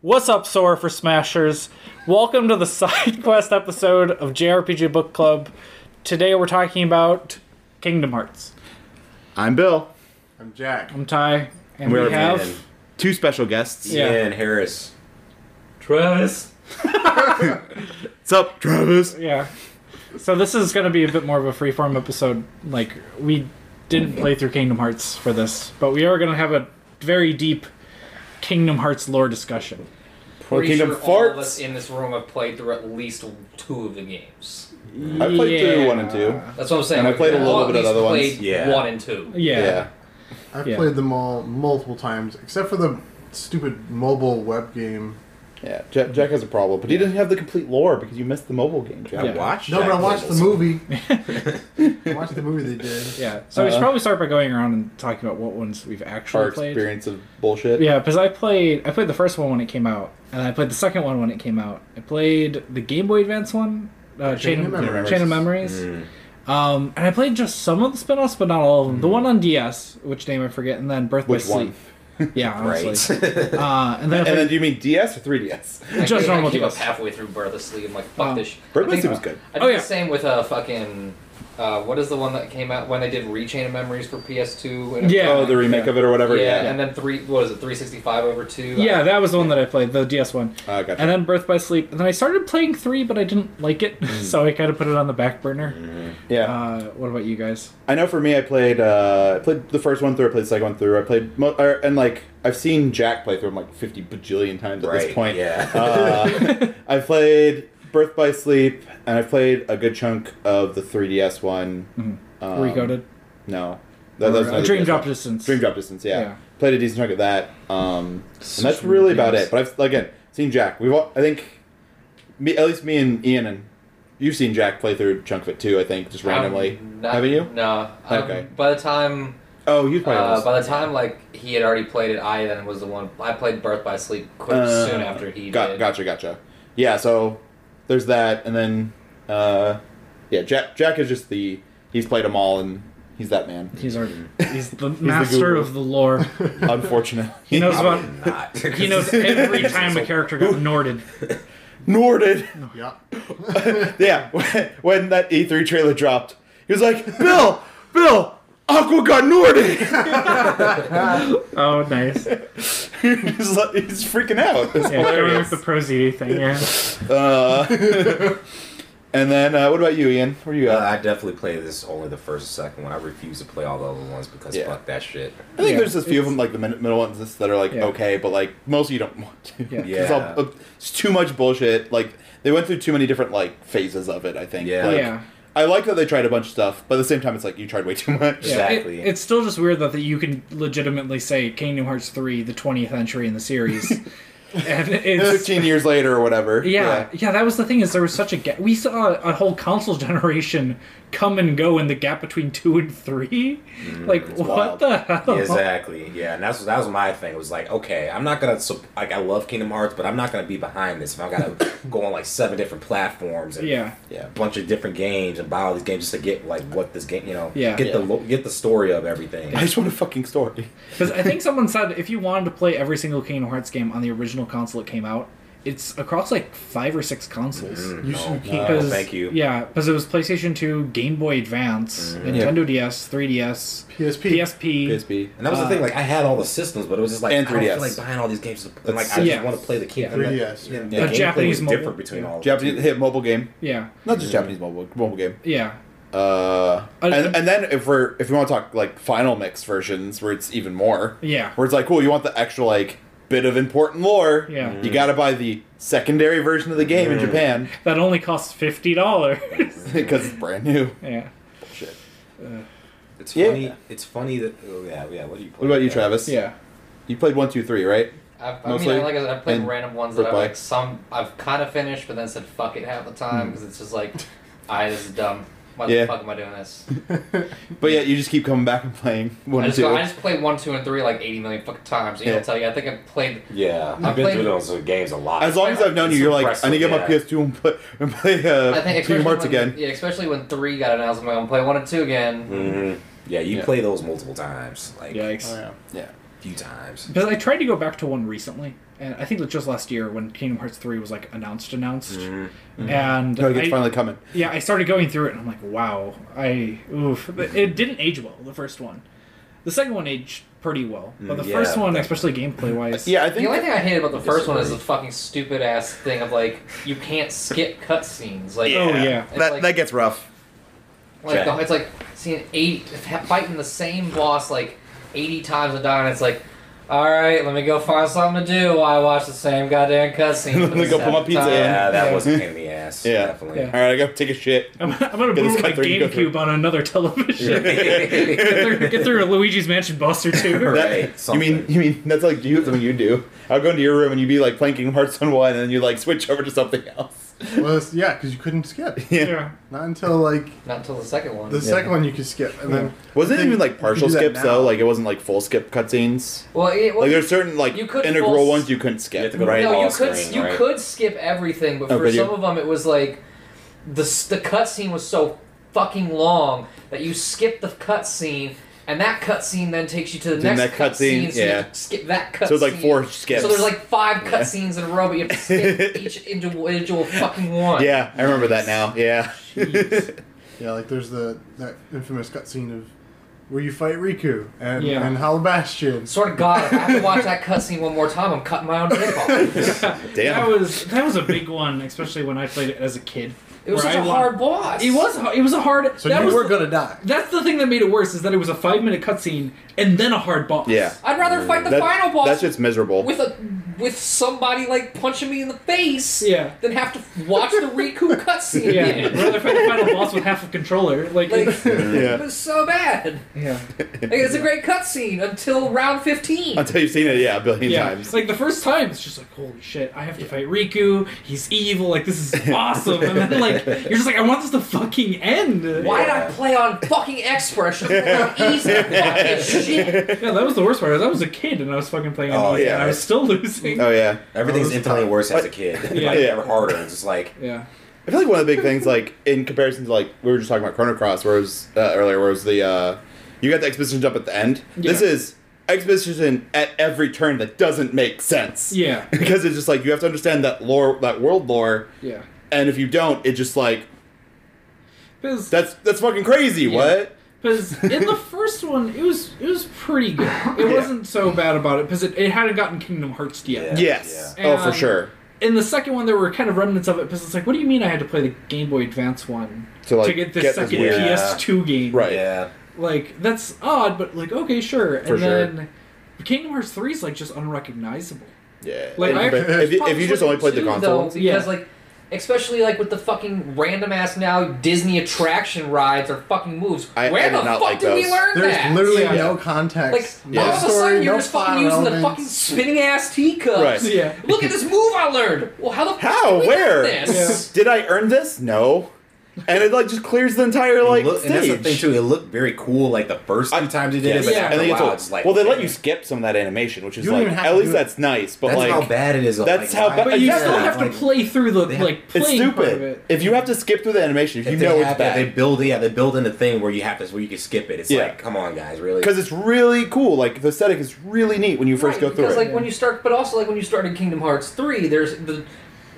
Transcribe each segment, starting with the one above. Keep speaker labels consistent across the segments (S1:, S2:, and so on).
S1: What's up, Sora for Smashers? Welcome to the side quest episode of JRPG Book Club. Today we're talking about Kingdom Hearts.
S2: I'm Bill.
S3: I'm Jack.
S1: I'm Ty, and
S2: We're
S1: we have
S4: Ian.
S2: Two special guests.
S1: Yeah.
S4: Ian Harris.
S1: Travis.
S2: What's up, Travis?
S1: Yeah. So this is going to be a bit more of a freeform episode. Like we didn't play through Kingdom Hearts for this, but we are going to have a very deep Kingdom Hearts lore discussion.
S5: Pretty
S4: Kingdom
S5: sure all of
S4: farts.
S5: us in this room have played through at least two of the games.
S2: I played through
S1: Yeah.
S2: one and two.
S5: That's what I'm saying.
S2: And I played a
S5: We've
S2: little
S5: all at
S2: bit of
S5: least
S2: other ones.
S5: played
S4: Yeah.
S5: one and two.
S1: Yeah.
S2: Yeah.
S3: I've
S1: Yeah.
S3: played them all multiple times, except for the stupid mobile web game.
S2: Yeah. Jack, Jack has a problem, but he doesn't have the complete lore because you missed the mobile game, Jack.
S1: Yeah.
S4: Watch.
S3: No, but I
S4: Jack
S3: watched the
S4: Nicholson.
S3: movie. I watched the movie they did.
S1: Yeah. So we should
S2: Uh,
S1: probably start by going around and talking about what ones we've actually
S2: Our
S1: played.
S2: experience of bullshit.
S1: Yeah, because I played I played the first one when it came out, and I played the second one when it came out. I played the Game Boy Advance one, uh, Chain, of
S3: Chain of
S1: Memories.
S3: Memories.
S1: Chain of Memories, um, and I played just some of the spin-offs, but not all of them. The one on DS, which name I forget, and then Birth
S2: Mm. Which
S1: by
S2: one?
S1: Sleep. Yeah, honestly.
S4: Right.
S1: uh, and then, I
S2: And then
S1: played,
S2: do you mean DS or 3DS?
S5: I
S1: Just
S5: gave-
S1: normal
S5: I came up
S1: DS.
S5: halfway through Birth of Sleep. I'm like, fuck
S1: Um,
S5: this. sh-
S2: Birth
S5: I
S2: by
S5: think-
S2: Sleep was good.
S5: I did
S1: Oh, yeah.
S5: the same with a fucking. Uh, what is the one that came out when they did Rechain of Memories for PS2? And
S1: Yeah.
S2: Oh, the remake
S1: Yeah.
S2: of it or whatever.
S5: yeah,
S2: Yeah.
S5: and then three. What is it? 365 over two.
S1: yeah, that was the one that I played, the DS one,
S2: Uh, gotcha.
S1: and then Birth by Sleep, and then I started playing three, but I didn't like it,
S2: Mm.
S1: so I kind of put it on the back burner.
S2: yeah.
S1: Uh, what about you guys?
S2: I know for me, I played uh, I played the first one through. I played the second one through. I played mo- or, and like I've seen Jack play through them like fifty bajillion times at
S4: Right,
S2: this point.
S4: yeah.
S2: uh, I played Birth by Sleep, and I played a good chunk of the 3DS one. Um,
S1: Mm-hmm. Recoded,
S2: No, that, that was
S1: Or, uh,
S2: another
S1: Dream
S2: 3DS
S1: Drop
S2: one.
S1: Distance.
S2: Dream Drop Distance. Yeah.
S1: Yeah.
S2: played a decent chunk of that. Um, and that's
S1: Such
S2: really
S1: good
S2: about
S1: games.
S2: it. But I've again seen Jack. We've all, I think me at least me and Ian and you've seen Jack play through a chunk of it too. I think just randomly,
S5: I'm not-
S2: haven't you?
S5: No. I'm-
S2: Okay.
S5: By the time
S2: Oh, you probably
S5: Uh,
S2: almost-
S5: by the time like he had already played it, I then was the one I played Birth by Sleep quick
S2: Uh,
S5: soon after he
S2: got,
S5: did.
S2: Gotcha, gotcha. Yeah, so there's that, and then uh, yeah, Jack. Jack is just the he's played them all, and he's that man.
S1: He's our he's the master
S2: guru.
S1: of the lore.
S2: Unfortunately,
S1: He knows about
S4: Probably not.
S1: he knows every time a character got Norded.
S2: Norded.
S3: Yeah.
S2: Yeah, when that E3 trailer dropped, he was like, "Bill, Bill, Aqua got Norded."
S1: Oh, nice. Yeah,
S2: he's, like, he's freaking out.
S1: going
S2: It's hilarious.
S1: with the Pro ZD thing. Yeah.
S2: Uh, and then uh, what about you, Ian? Where you
S4: Uh,
S2: at?
S4: I definitely play this only the first and second one. I refuse to play all the other ones because
S2: Yeah.
S4: fuck that shit.
S2: I think
S1: Yeah,
S2: there's a few of them, like the min- middle ones that are like
S1: Yeah.
S2: okay, but like most you don't want to.
S1: Yeah.
S2: 'Cause It's, all-
S4: Yeah.
S2: it's too much bullshit. Like they went through too many different like phases of it. I think.
S4: Yeah.
S2: Like,
S1: Yeah.
S2: I like that they tried a bunch of stuff, but at the same time, it's like you tried way too much.
S1: Yeah,
S4: Exactly.
S1: it- it's still just weird though that you can legitimately say Kingdom Hearts three, the twentieth entry in the series, and it's yeah,
S2: Fifteen years later or whatever.
S1: yeah, That was the thing is there was such a gap. We saw a whole console generation come and go in the gap between two and three. like what
S2: wild.
S1: the hell?
S4: Exactly. Yeah, and that's that was my thing. It was like, okay, I'm not gonna sup- like I love Kingdom Hearts, but I'm not gonna be behind this if I gotta go on like seven different platforms and
S1: Yeah,
S2: Yeah.
S4: a bunch of different games and buy all these games just to get like what this game, you know,
S1: Yeah.
S4: get the
S2: Yeah.
S4: lo- get the story of everything.
S2: I just want a fucking story.
S1: because I think someone said if you wanted to play every single Kingdom Hearts game on the original console it came out, it's across like five or six consoles.
S3: You should keep.
S4: Oh,
S1: Because-
S4: thank you.
S1: Yeah, because it was PlayStation 2, Game Boy Advance,
S4: Mm-hmm.
S1: Nintendo DS, 3DS,
S3: PSP.
S1: PSP.
S2: PSP.
S4: And
S1: Uh,
S4: that was the thing, like I had all the systems, but it was just like
S2: And
S4: I don't
S2: 3DS.
S4: feel like buying all these games. And, like I
S1: That's-
S4: just
S1: yeah.
S4: want to play the King.
S3: 3DS,
S4: Yeah,
S3: yeah.
S4: the
S1: A
S4: gameplay
S1: Japanese
S4: was
S1: mobile.
S4: different between all.
S2: Japanese
S4: the
S2: hit mobile game.
S1: Yeah,
S2: Not just Japanese mobile mobile game.
S1: yeah.
S2: Uh,
S1: I-
S2: and, and then if we're if we want to talk like final mix versions where it's even more
S1: Yeah.
S2: where it's like cool you want the extra like bit of important lore
S1: Yeah.
S5: Mm-hmm.
S2: you gotta buy the secondary version of the game in Japan
S1: That only costs fifty dollars.
S2: because it's brand new
S1: yeah.
S2: Bullshit.
S4: It's
S2: Yeah.
S4: funny. It's funny that. Oh, yeah, yeah. What do you? Play?
S2: what about you
S4: Yeah.
S2: Travis
S1: Yeah.
S2: you played one two three right
S5: I, I mean,
S2: Mostly.
S5: I, like I said, I've played
S2: And
S5: random ones that I
S2: reply.
S5: like. Some I've kind of finished, but then said fuck it half the time because it's just like, I this is dumb. Why
S2: Hmm. Yeah.
S5: the fuck am I doing this?
S2: but yeah you just keep coming back and playing one
S5: I
S2: and
S5: just,
S2: two
S5: go, I just played one, two, and three like eighty million fucking times. You
S2: Yeah.
S5: know, tell you, I think I've played.
S4: Yeah, I've
S5: I've
S4: been
S5: played-
S4: through those games a lot.
S2: as long as I've known you
S4: It's
S2: you're like
S4: impressive,
S2: I need to get my
S4: yeah.
S2: PS2 and play, and play uh,
S5: I think
S2: Kingdom
S5: especially
S2: Hearts
S5: when,
S2: again
S5: Yeah, especially when three got announced. I'm like, I'm gonna play one and two again.
S2: Hmm.
S4: Mhm. Yeah, you
S2: Yeah.
S4: play those multiple times, like
S3: Oh,
S1: Yikes.
S2: yeah
S4: a few times.
S1: Because I tried to go back to one recently, and I think it was just last year when Kingdom Hearts three was like announced, announced,
S4: Mm-hmm.
S1: and
S2: No, it's
S1: I-
S2: finally coming.
S1: yeah, I started going through it and I'm like, wow, I oof, But it didn't age well. The first one, the second one aged pretty well, but the
S4: Mm, yeah,
S1: first one,
S4: that-
S1: especially gameplay wise,
S2: Yeah, I
S5: The
S2: think.
S5: only thing I hate about the first one is the
S4: Disagree.
S5: fucking stupid ass thing of like you can't skip cutscenes. Like,
S1: Oh, yeah.
S5: It's
S2: that
S5: like-
S2: that gets rough.
S5: like the,
S4: Yeah.
S5: it's like seeing eight fighting the same boss like eighty times a day, and it's like, all right, let me go find something to do while I watch the same goddamn cutscene.
S2: Let
S5: for
S2: me
S5: the
S2: go put my
S5: seventh
S2: pizza in.
S5: time.
S4: Yeah, that
S1: Yeah.
S4: was a pain in the ass.
S2: Yeah.
S4: Definitely.
S1: Yeah.
S2: All right, I gotta take a shit.
S1: I'm, I'm gonna
S2: Get this
S1: move my
S2: cut through, you go through.
S1: GameCube on another television. get, through, get through a Luigi's Mansion boss or two.
S4: Right.
S2: That- you mean
S4: something.
S2: you mean that's like you something you do. I'll go into your room and you'd be like playing Kingdom Hearts on one, and then you like switch over to something else.
S3: Well, it's- yeah, because you couldn't skip.
S2: Yeah.
S1: yeah.
S3: Not until like
S5: Not until the second one.
S3: the second one you could skip, and then
S2: Wasn't it
S3: They-
S2: even
S3: you
S2: like
S3: could
S2: partial
S3: do that
S2: skips
S3: now.
S2: though? Like it wasn't like full skip cutscenes.
S5: well, it, well
S2: Like there's certain like
S5: You could
S2: integral
S5: full s-
S2: ones you couldn't
S4: You have
S2: skip,
S4: to go
S2: right?
S5: no,
S4: all
S5: you could
S4: screen,
S5: you
S4: right?
S5: could skip everything, but
S2: Oh,
S5: for
S2: could you?
S5: some of them it was like the s- the cutscene was so fucking long that you skip the cutscene. And that cutscene then takes you to the
S2: Then
S5: next
S2: that cutscene,
S5: so you
S2: yeah.
S5: have to skip that cutscene.
S2: So it's like four skips.
S5: So there's like five
S2: Yeah.
S5: cutscenes in a row, but you have to skip each individual fucking one.
S2: yeah, I remember that now. Yeah,
S1: Jeez.
S3: yeah, like there's the that infamous cutscene of where you fight Riku and
S1: Yeah.
S3: and Halabastion.
S5: Sort of god, if I have to watch that cutscene one more time, I'm cutting my own dick off.
S1: That
S2: damn.
S1: was that was a big one, especially when I played it as a kid.
S5: It was
S1: where
S5: such
S1: I
S5: a
S1: wa-
S5: hard boss.
S1: It was hard- it was a hard.
S3: So
S1: that
S3: you
S1: was
S3: were
S1: the-
S3: gonna die.
S1: That's the thing that made it worse is that it was a five minute cutscene and then a hard boss.
S2: Yeah.
S5: I'd rather fight the
S2: That-
S5: final boss
S2: That's just miserable.
S5: with a with somebody like punching me in the face
S1: Yeah.
S5: than have to watch the Riku cutscene.
S1: Yeah.
S5: again.
S1: Rather fight the final boss with half a controller. Like,
S5: Like it
S2: yeah.
S5: was so bad.
S1: yeah.
S5: Like, it's a great cutscene until round fifteen.
S2: Until you've seen it, yeah, a billion
S1: Yeah,
S2: times.
S1: like the first time, it's just like, holy shit, I have to fight Riku. He's evil. Like this is awesome. And then like you're just like, I want this to fucking end.
S5: Why
S1: Yeah,
S5: did I play on fucking expert? I should have played on easy fucking shit.
S1: that was the worst part. Is I was a kid and I was fucking playing.
S4: Oh,
S1: Oh, yeah,
S2: yeah.
S1: and I was still losing.
S2: Oh yeah.
S4: Everything's
S3: Those
S4: infinitely
S3: times.
S4: worse as
S2: But-
S4: a kid.
S1: Yeah.
S4: like
S2: Yeah.
S4: ever harder. It's just like
S1: Yeah,
S2: I feel like one of the big things, like in comparison to like we were just talking about Chrono Cross, where it was uh, earlier, where it was the uh, you got the exposition jump at the end. This
S1: Yeah.
S2: is exposition at every turn that doesn't make sense.
S1: yeah,
S2: because it's just like you have to understand that lore, that world lore,
S1: yeah.
S2: and if you don't, it just like
S1: Because
S2: that's that's fucking crazy.
S1: Yeah.
S2: What?
S1: because in the first one, it was it was pretty good. It
S2: Yeah.
S1: wasn't so bad about it because it, it hadn't gotten Kingdom Hearts yet.
S4: Yeah.
S2: Yes.
S1: Yeah.
S2: Oh, for
S1: And-
S2: sure.
S1: In the second one, there were kind of remnants of it because it's like, what do you mean I had to play the Game Boy Advance one
S2: To, like,
S1: to get this
S2: get this
S1: second
S4: weird-
S1: PS2 game?
S2: Right.
S4: yeah.
S1: like that's odd, but like okay, sure. And
S2: For sure.
S1: then Kingdom Hearts three is like just unrecognizable.
S2: Yeah.
S1: Like, I-
S2: if, if you, if you just only played the
S5: Too,
S2: console,
S5: though, because
S1: Yeah.
S5: like, especially like with the fucking random ass now Disney attraction rides or fucking moves.
S2: I-
S5: Where
S2: I
S5: the
S2: did not
S5: fuck
S2: like
S5: did we
S2: those.
S5: learn
S3: There's
S5: that?
S3: literally
S1: Yeah.
S3: no context.
S5: like
S2: Yeah.
S5: all of a
S3: story,
S5: sudden you're
S3: no
S5: just fucking
S3: plot
S5: using the
S3: elements.
S5: fucking spinning ass teacups.
S2: Right.
S1: Yeah.
S5: Look at this move I learned. Well, how the fuck
S2: how?
S5: did we
S2: Where?
S5: learn this?
S2: Did I earn this? No. And it like just clears the entire like
S4: It looked-
S2: stage.
S4: and that's the thing too. It looked very cool like the first
S2: I-
S4: few times you did
S2: Yeah,
S4: it, but
S1: Yeah.
S4: after
S2: and
S4: a
S2: then it's
S4: while,
S2: all-
S4: it's like
S2: well, they let
S4: eh,
S2: you skip some of that animation, which is
S3: You don't
S2: like
S3: even have
S2: at
S3: to
S2: least
S3: do it.
S2: that's nice. But
S4: That's
S2: like,
S4: how bad it is. though.
S2: that's
S4: Like,
S2: how
S4: why-
S2: bad-
S1: But you
S2: yeah,
S1: still have to
S4: like,
S1: play through the
S4: they have-
S1: like
S2: it's
S1: playing part of
S2: stupid.
S1: it.
S2: If you have to skip through the animation, if
S4: if
S2: you
S4: they
S2: know it's
S4: have that, They
S2: bad,
S4: build, yeah, they build in a thing where you have this, where you can skip it. It's
S2: Yeah.
S4: like, come on, guys, really?
S2: because it's really cool. Like the aesthetic is really neat when you first
S5: Right,
S2: go through
S5: because
S2: it.
S5: like when you start, but also like when you started Kingdom Hearts three, there's the,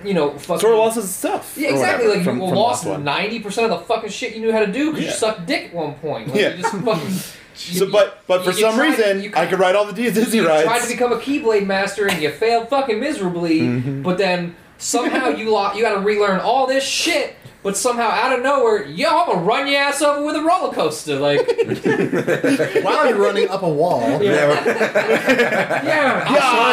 S5: you know, fucking.
S2: Sora lost his stuff.
S5: Yeah,
S2: or
S5: exactly.
S2: whatever
S5: Like
S2: from-
S5: you
S2: from
S5: lost
S2: last one.
S5: ninety percent of the fucking shit you knew how to do because
S2: Yeah.
S5: you sucked dick at one point. Like,
S2: Yeah.
S5: You just fucking.
S2: So,
S5: you-
S2: but but
S5: you-
S2: for
S5: you
S2: some
S5: tried-
S2: reason,
S5: you
S2: I could ride all the Disney
S5: you
S2: rides.
S5: tried to become a Keyblade master and you failed fucking miserably,
S2: Mm-hmm.
S5: but then somehow you lo- you got to relearn all this shit. But somehow out of nowhere, yo, I'm gonna run your ass over with a roller coaster. Like,
S3: while you're running up a wall,
S1: Yeah.
S5: yeah,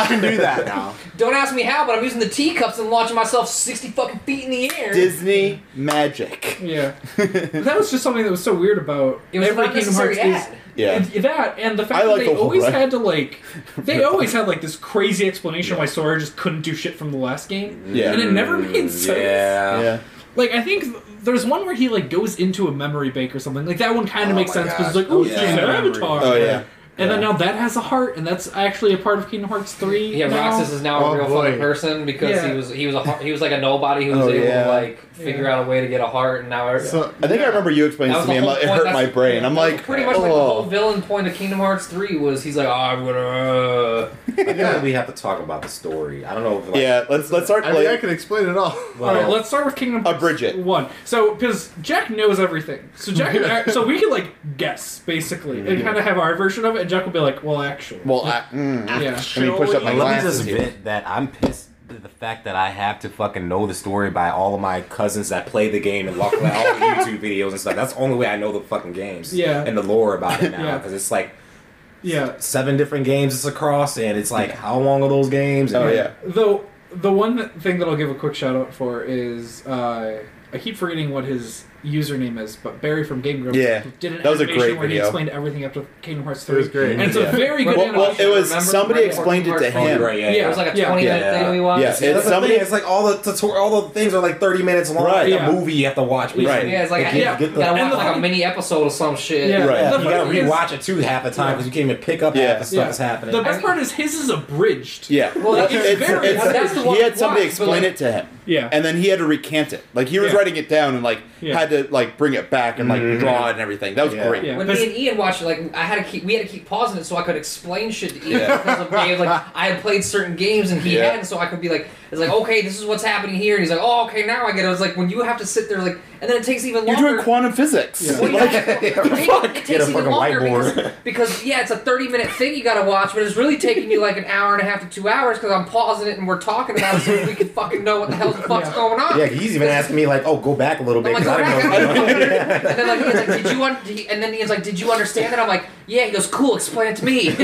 S3: I can do that now.
S5: don't ask me how, but I'm using the teacups and launching myself sixty fucking feet in the air.
S2: Disney magic.
S1: Yeah, that was just something that was so weird about
S5: it was
S1: every
S5: not
S1: Kingdom
S5: necessary
S1: Hearts. Is,
S5: ad.
S2: Yeah.
S1: and that and the fact
S2: I
S1: that
S2: like
S1: they
S2: the whole
S1: always
S2: ride.
S1: had to like, they always had like this crazy explanation why Sora just couldn't do shit from the last game,
S2: Yeah.
S1: and it never made sense.
S4: Mm, yeah.
S2: Yeah.
S1: Like I think th- there's one where he like goes into a memory bank or something. Like that one kind of
S4: Oh
S1: makes
S4: my
S1: sense because it's like,
S4: gosh.
S1: oh,
S4: Yeah.
S1: it's an
S4: Yeah.
S1: avatar.
S2: Oh yeah.
S1: And then now that has a heart, and that's actually a part of Kingdom Hearts three.
S5: Yeah,
S1: now.
S5: Roxas is now
S3: Oh,
S5: a real
S3: boy.
S5: fucking person because
S1: Yeah.
S5: he was he was a ho- he was like a nobody who was
S2: Oh,
S5: able
S2: yeah.
S5: to like figure out a way to get a heart, and now every-
S3: So
S2: I think I remember you explaining
S5: That
S2: this
S5: was
S2: to me.
S5: the
S2: and it
S5: whole point,
S2: hurt
S5: that's-
S2: my brain. I'm like,
S5: pretty much like the whole
S2: oh.
S5: villain point of Kingdom Hearts three was he's like, oh, I'm gonna. Uh.
S4: I feel like we have to talk about the story. I don't know if like,
S2: yeah. Let's let's start.
S3: I mean, I
S2: Like,
S3: can explain it all.
S4: well,
S1: All right, let's start with Kingdom
S2: A Bridget.
S1: one. So, because Jack knows everything, so Jack, and, so we can like guess basically and kind of have our version of it, and Jack will be like, "Well, actually,
S2: Mm-hmm. well, I, mm,
S1: yeah."
S2: let me push up my
S4: Like, let me
S2: glasses
S4: just
S2: here.
S4: admit that I'm pissed at the fact that I have to fucking know the story by all of my cousins that play the game and look at all the YouTube videos and stuff. That's the only way I know the fucking games
S1: Yeah.
S4: and the lore about it now
S1: Yeah.
S4: because it's like
S1: yeah.
S4: seven different games it's across and it's like how long are those games?
S2: Oh
S4: And-
S2: yeah.
S1: Though the one th- thing that I'll give a quick shout out for is uh, I keep forgetting what his username is, but Barry from Game Grumps
S2: Yeah.
S1: did an
S2: That was a
S1: animation
S2: great
S1: where he
S2: video.
S1: explained everything up to Kingdom Hearts
S3: It
S1: three.
S3: was great.
S1: And it's
S2: Yeah.
S1: a very good
S2: Well, well,
S1: animation.
S2: it was
S5: Remember?
S2: somebody
S5: Remember?
S2: explained it to
S5: Oh,
S4: Oh,
S2: him.
S4: you're right, yeah,
S1: Yeah.
S5: It was like a
S1: Yeah.
S5: twenty minute
S4: Yeah.
S5: thing we watched.
S2: Yeah,
S4: See, that's
S2: It's
S4: the
S2: somebody-
S4: thing. It's like all the tutor- all the things are like thirty minutes long.
S2: Right.
S4: Like
S1: Yeah.
S4: a movie you have to watch.
S2: Right.
S4: basically.
S5: Yeah, it's like
S4: Like,
S5: I,
S4: you
S1: yeah.
S4: get the-
S5: gotta
S1: And
S5: watch
S1: the
S5: like a
S1: thing-
S5: mini episode of some shit.
S1: yeah,
S2: Right.
S1: the
S4: you
S1: funny
S4: gotta
S1: thing is-
S4: rewatch it too half the time because you can't even pick up
S2: Yeah.
S4: half the stuff
S1: Yeah.
S4: that's happening.
S1: The best part is his is abridged.
S2: Yeah.
S5: Well, that's-
S2: It's- it's-
S1: very-
S2: it's-
S5: that's the one
S2: he had
S5: we
S2: somebody
S5: watched, but,
S2: explain
S5: like-
S2: it to him.
S1: Yeah.
S2: And then he had to recant it. Like he was
S1: Yeah.
S2: writing it down and like
S1: Yeah.
S2: had to like bring it back and like
S5: Mm-hmm.
S2: draw it and everything. That was
S4: Yeah.
S2: great.
S1: Yeah.
S5: When me and Ian watched it, like I had to keep, we had to keep pausing it so I could explain shit to Ian
S2: Yeah.
S5: because of Dave. Like I had played certain games and he
S2: Yeah.
S5: hadn't, so I could be like, it's like okay, this is what's happening here, and he's like, oh okay, now I get it. It's like when you have to sit there, like, and then it takes even
S2: You're
S5: longer.
S2: doing quantum physics.
S1: Yeah.
S5: Well, yeah,
S2: Like,
S5: it, it
S4: Get a
S5: takes even
S4: fucking
S5: longer
S4: whiteboard.
S5: because, because yeah, it's a thirty-minute thing you got to watch, but it's really taking you like an hour and a half to two hours because I'm pausing it and we're talking about it so we can fucking know what the hell the fuck's
S1: Yeah.
S5: going on.
S4: yeah, he's even asking me like, "Oh, go back a little bit."
S5: I'm like,
S4: 'cause I
S5: "Go
S4: didn't know.
S5: back." and then like Ian's like, did you un-? did he- And then Ian's like, did you understand that? I'm like, yeah. He goes, cool. Explain it to me.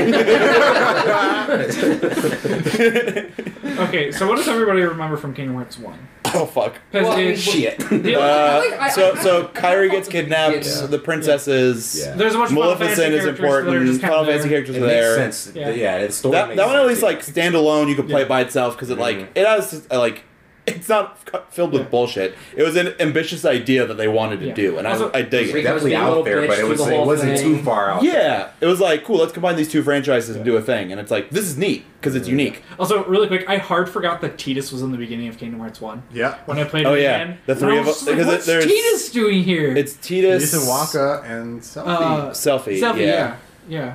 S1: Okay, so what does everybody remember from Kingdom Hearts one?
S2: oh fuck.
S5: Well, I mean,
S4: Shit.
S1: Yeah.
S2: Uh,
S5: like- I-
S2: so
S5: I-
S2: so
S5: I-
S2: Kyrie
S5: I-
S2: gets kidnapped.
S5: Yeah.
S2: The princess is.
S4: Yeah.
S1: There's a bunch of Final Fantasy
S2: Maleficent is
S1: characters that are
S2: important.
S1: just kinda
S2: Final Fantasy
S1: there.
S2: characters
S4: It
S2: are there.
S4: makes sense.
S1: Yeah.
S4: Yeah, the story.
S2: That,
S4: makes
S2: that one at
S4: sense,
S2: least
S4: yeah.
S2: like standalone, you could play
S1: Yeah. Mm-hmm.
S2: by itself because it like
S4: Mhm.
S2: it has uh, like it's not cu- filled with bullshit. It was an ambitious idea that they wanted to
S1: Yeah.
S2: do, and
S1: Also-
S2: I, I dig
S4: It was
S2: it.
S5: Because we
S4: definitely
S5: little
S4: out there,
S5: bitch
S4: but it
S5: through
S4: was
S5: the
S4: it
S5: whole
S4: wasn't
S5: thing.
S4: too far out.
S2: Yeah, it was like cool. Let's combine these two franchises and do a thing, and it's like this is neat because it's unique.
S1: Also, really quick, I hard forgot that Tidus was in the beginning of Kingdom Hearts one.
S3: yeah.
S1: When I played
S2: Oh,
S1: it
S2: yeah.
S1: again,
S2: The
S1: and
S2: three
S1: I
S2: of
S1: was
S2: us-
S1: just like,
S2: because
S1: What's
S2: there's-
S1: Tidus doing here?
S2: It's Tidus,
S3: Ethan Waka and Selfie.
S1: uh,
S2: selfie.
S1: Selfie,
S2: yeah.
S1: yeah. yeah.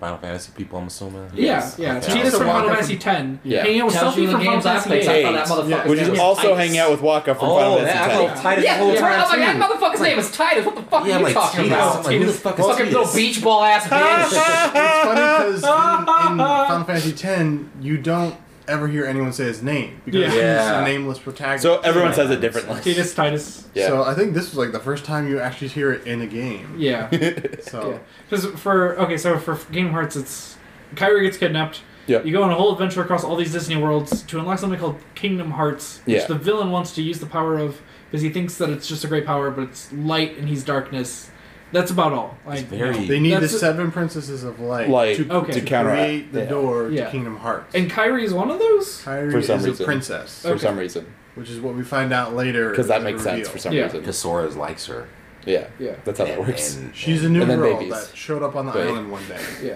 S4: Final Fantasy people, I'm assuming.
S1: Yeah, yeah.
S4: Okay.
S1: She
S3: Tidus
S1: is
S3: So
S1: from
S3: Waka
S1: Final
S3: from-
S1: Fantasy Ten.
S2: Yeah.
S1: Hanging out with
S5: Tells
S1: Sophie
S5: you the
S1: from Final
S5: games I
S1: Fantasy
S5: played. I
S1: VIII.
S5: thought that
S2: Eight.
S5: motherfucker's
S2: Which
S5: name
S2: is
S5: was
S2: also
S5: Titus.
S2: hanging out with Waka from
S4: Oh,
S2: Final
S4: that
S2: Fantasy
S4: actual
S2: X.
S4: Titus
S5: Yeah,
S4: the whole
S5: yeah.
S4: time.
S5: I'm like, that
S4: too.
S5: motherfucker's name is Titus. What the fuck
S4: Yeah,
S5: are
S4: I'm
S5: you
S4: like,
S5: talking
S4: Tidus.
S5: about?
S4: I'm like, who the fuck is
S5: Fucking little
S4: Tidus?
S5: beach ball ass bitch.
S3: it's funny because in, in Final Fantasy X, you don't ever hear anyone say his name because
S1: Yeah.
S3: he's
S4: Yeah.
S3: a nameless protagonist.
S2: So everyone says it differently.
S1: Tidus, Titus.
S2: Yeah.
S3: So I think this was like the first time you actually hear it in a game.
S1: Yeah.
S3: So
S1: Because for okay, so for Game Hearts, it's Kyrie gets kidnapped.
S2: Yeah.
S1: You go on a whole adventure across all these Disney worlds to unlock something called Kingdom Hearts, which
S2: Yeah.
S1: the villain wants to use the power of because he thinks that it's just a great power, but it's light and he's darkness. That's about all. Like,
S4: very-
S3: they need
S1: That's
S3: the
S1: a-
S3: seven princesses of light,
S2: Light
S3: to,
S1: Okay.
S3: to
S2: to counteract.
S3: create the
S2: Yeah.
S3: door
S1: Yeah.
S3: to Kingdom Hearts.
S1: And Kyrie is one of those.
S3: Kyrie
S2: For some
S3: is
S2: reason.
S3: a princess,
S2: for
S1: Okay.
S2: some reason
S3: which is what we find out later.
S2: because that
S3: as a
S2: makes sense
S3: reveal.
S2: for some
S1: Yeah.
S2: reason.
S4: Because Sora likes her.
S2: Yeah,
S1: Yeah.
S2: that's how that works.
S4: And-
S3: She's a new
S2: And then
S3: girl
S2: babies.
S3: that showed up on the
S2: Right.
S3: island one day.
S1: Yeah.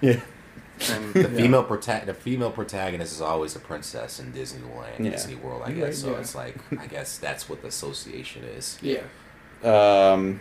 S4: Yeah.
S2: yeah,
S3: And,
S4: The female prota- the female protagonist is always a princess in Disneyland,
S2: Yeah.
S4: Disney World, I
S1: You're
S4: guess.
S1: right,
S4: so
S1: yeah.
S4: it's like I guess that's what the association is.
S1: Yeah.
S2: um,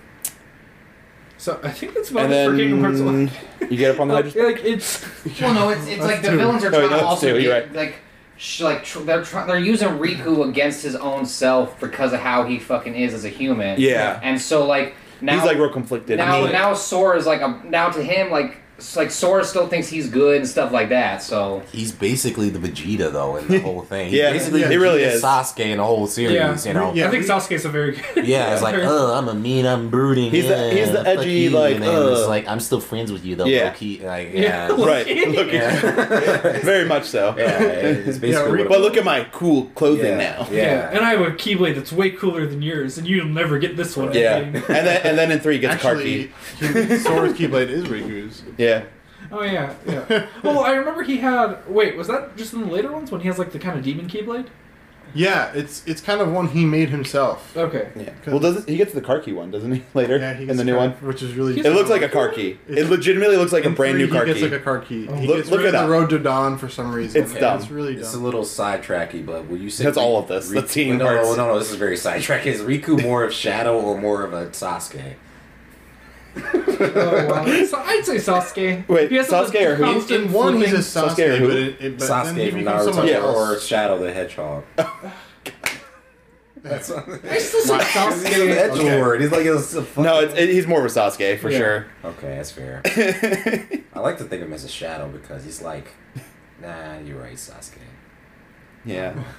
S1: So I think that's about
S2: and
S1: it for Kingdom Hearts
S2: then
S1: One.
S2: you get up on the
S1: Like,
S2: hydro.
S1: like it's
S5: Well, no, it's, it's
S3: That's
S5: like the
S3: two.
S5: villains are
S2: No,
S5: trying to
S2: Oh, that's
S5: also
S2: two,
S5: get,
S2: you're right.
S5: like, sh- like tr- they're try- they're using Riku against his own self because of how he fucking is as a human.
S2: Yeah.
S5: and so like now
S2: He's like real conflicted.
S5: now
S2: I mean,
S5: now Sora's like a now to him like s- like Sora still thinks he's good and stuff like that. So
S4: He's basically the Vegeta though in the whole thing. He's
S2: Yeah,
S4: basically
S3: yeah,
S2: he really
S4: Vegeta
S2: is.
S4: Sasuke in the whole series,
S1: Yeah.
S4: you know.
S3: Yeah.
S1: I think Sasuke's a very good.
S4: Yeah, it's like,
S1: very-
S4: oh, I'm a mean, I'm brooding.
S2: He's the-
S4: yeah,
S2: he's the
S4: fuck
S2: edgy,
S4: you,"
S2: like,
S4: and then it's
S2: "Ugh."
S4: like I'm still friends with you though.
S2: Yeah.
S4: Yeah, like
S1: Yeah.
S4: yeah,
S2: right? Look,
S4: yeah.
S2: very much so.
S4: Yeah, it's basically
S3: Yeah,
S4: what it
S2: But look
S4: was.
S2: at my cool clothing
S4: yeah,
S2: now.
S4: Yeah,
S1: and I have a Keyblade that's way cooler than yours, and you'll never get this one.
S2: Yeah,
S1: I
S2: and
S1: think.
S2: then and then in three he gets car
S3: actually,
S2: key.
S3: Sora's Keyblade is Riku's.
S2: Yeah,
S1: Oh yeah, yeah. well, I remember he had. Wait, was that just in the later ones when he has like the kind of demon Keyblade?
S3: Yeah, it's it's kind of one he made himself.
S5: Okay.
S2: Yeah. Well, doesn't he gets the car key one, doesn't he? Later
S3: Yeah, he
S2: in
S3: gets
S2: the new
S3: car-
S2: one,
S3: which is really.
S2: it looks like a car key. It legitimately looks like a
S3: In
S2: brand
S3: three,
S2: new car
S3: He gets
S2: key.
S3: like a car key. He
S2: Look-
S3: gets
S2: look
S3: rid
S2: it
S3: of the
S2: up.
S3: road to dawn for some reason.
S2: It's dumb.
S3: It's really
S4: It's a
S3: dumb.
S4: little sidetracky, but will you say
S2: That's all of this. That's Kingdom
S4: no, no,
S2: Hearts.
S4: no, this is very sidetracky. Is Riku more of Shadow or more of a Sasuke?
S5: Oh, wow. so I'd say Sasuke.
S2: Wait,
S1: Because of the
S2: Sasuke or who?
S1: constant
S3: in one, he's
S1: flipping-
S3: a Sasuke,
S2: Sasuke or who?
S3: but, it, it, but then he
S4: Sasuke from
S3: becomes someone
S4: Naruto
S2: Yeah.
S4: or
S3: else.
S4: Shadow the Hedgehog. That's
S5: I still say Sasuke.
S4: Edgelord. He's like a, s- a fucking-
S2: No, it's, it, he's more of a Sasuke for
S1: Yeah.
S2: sure.
S4: okay, that's fair.
S2: yeah,
S4: I like to think of him as a Shadow because he's like, nah, you're right, Sasuke.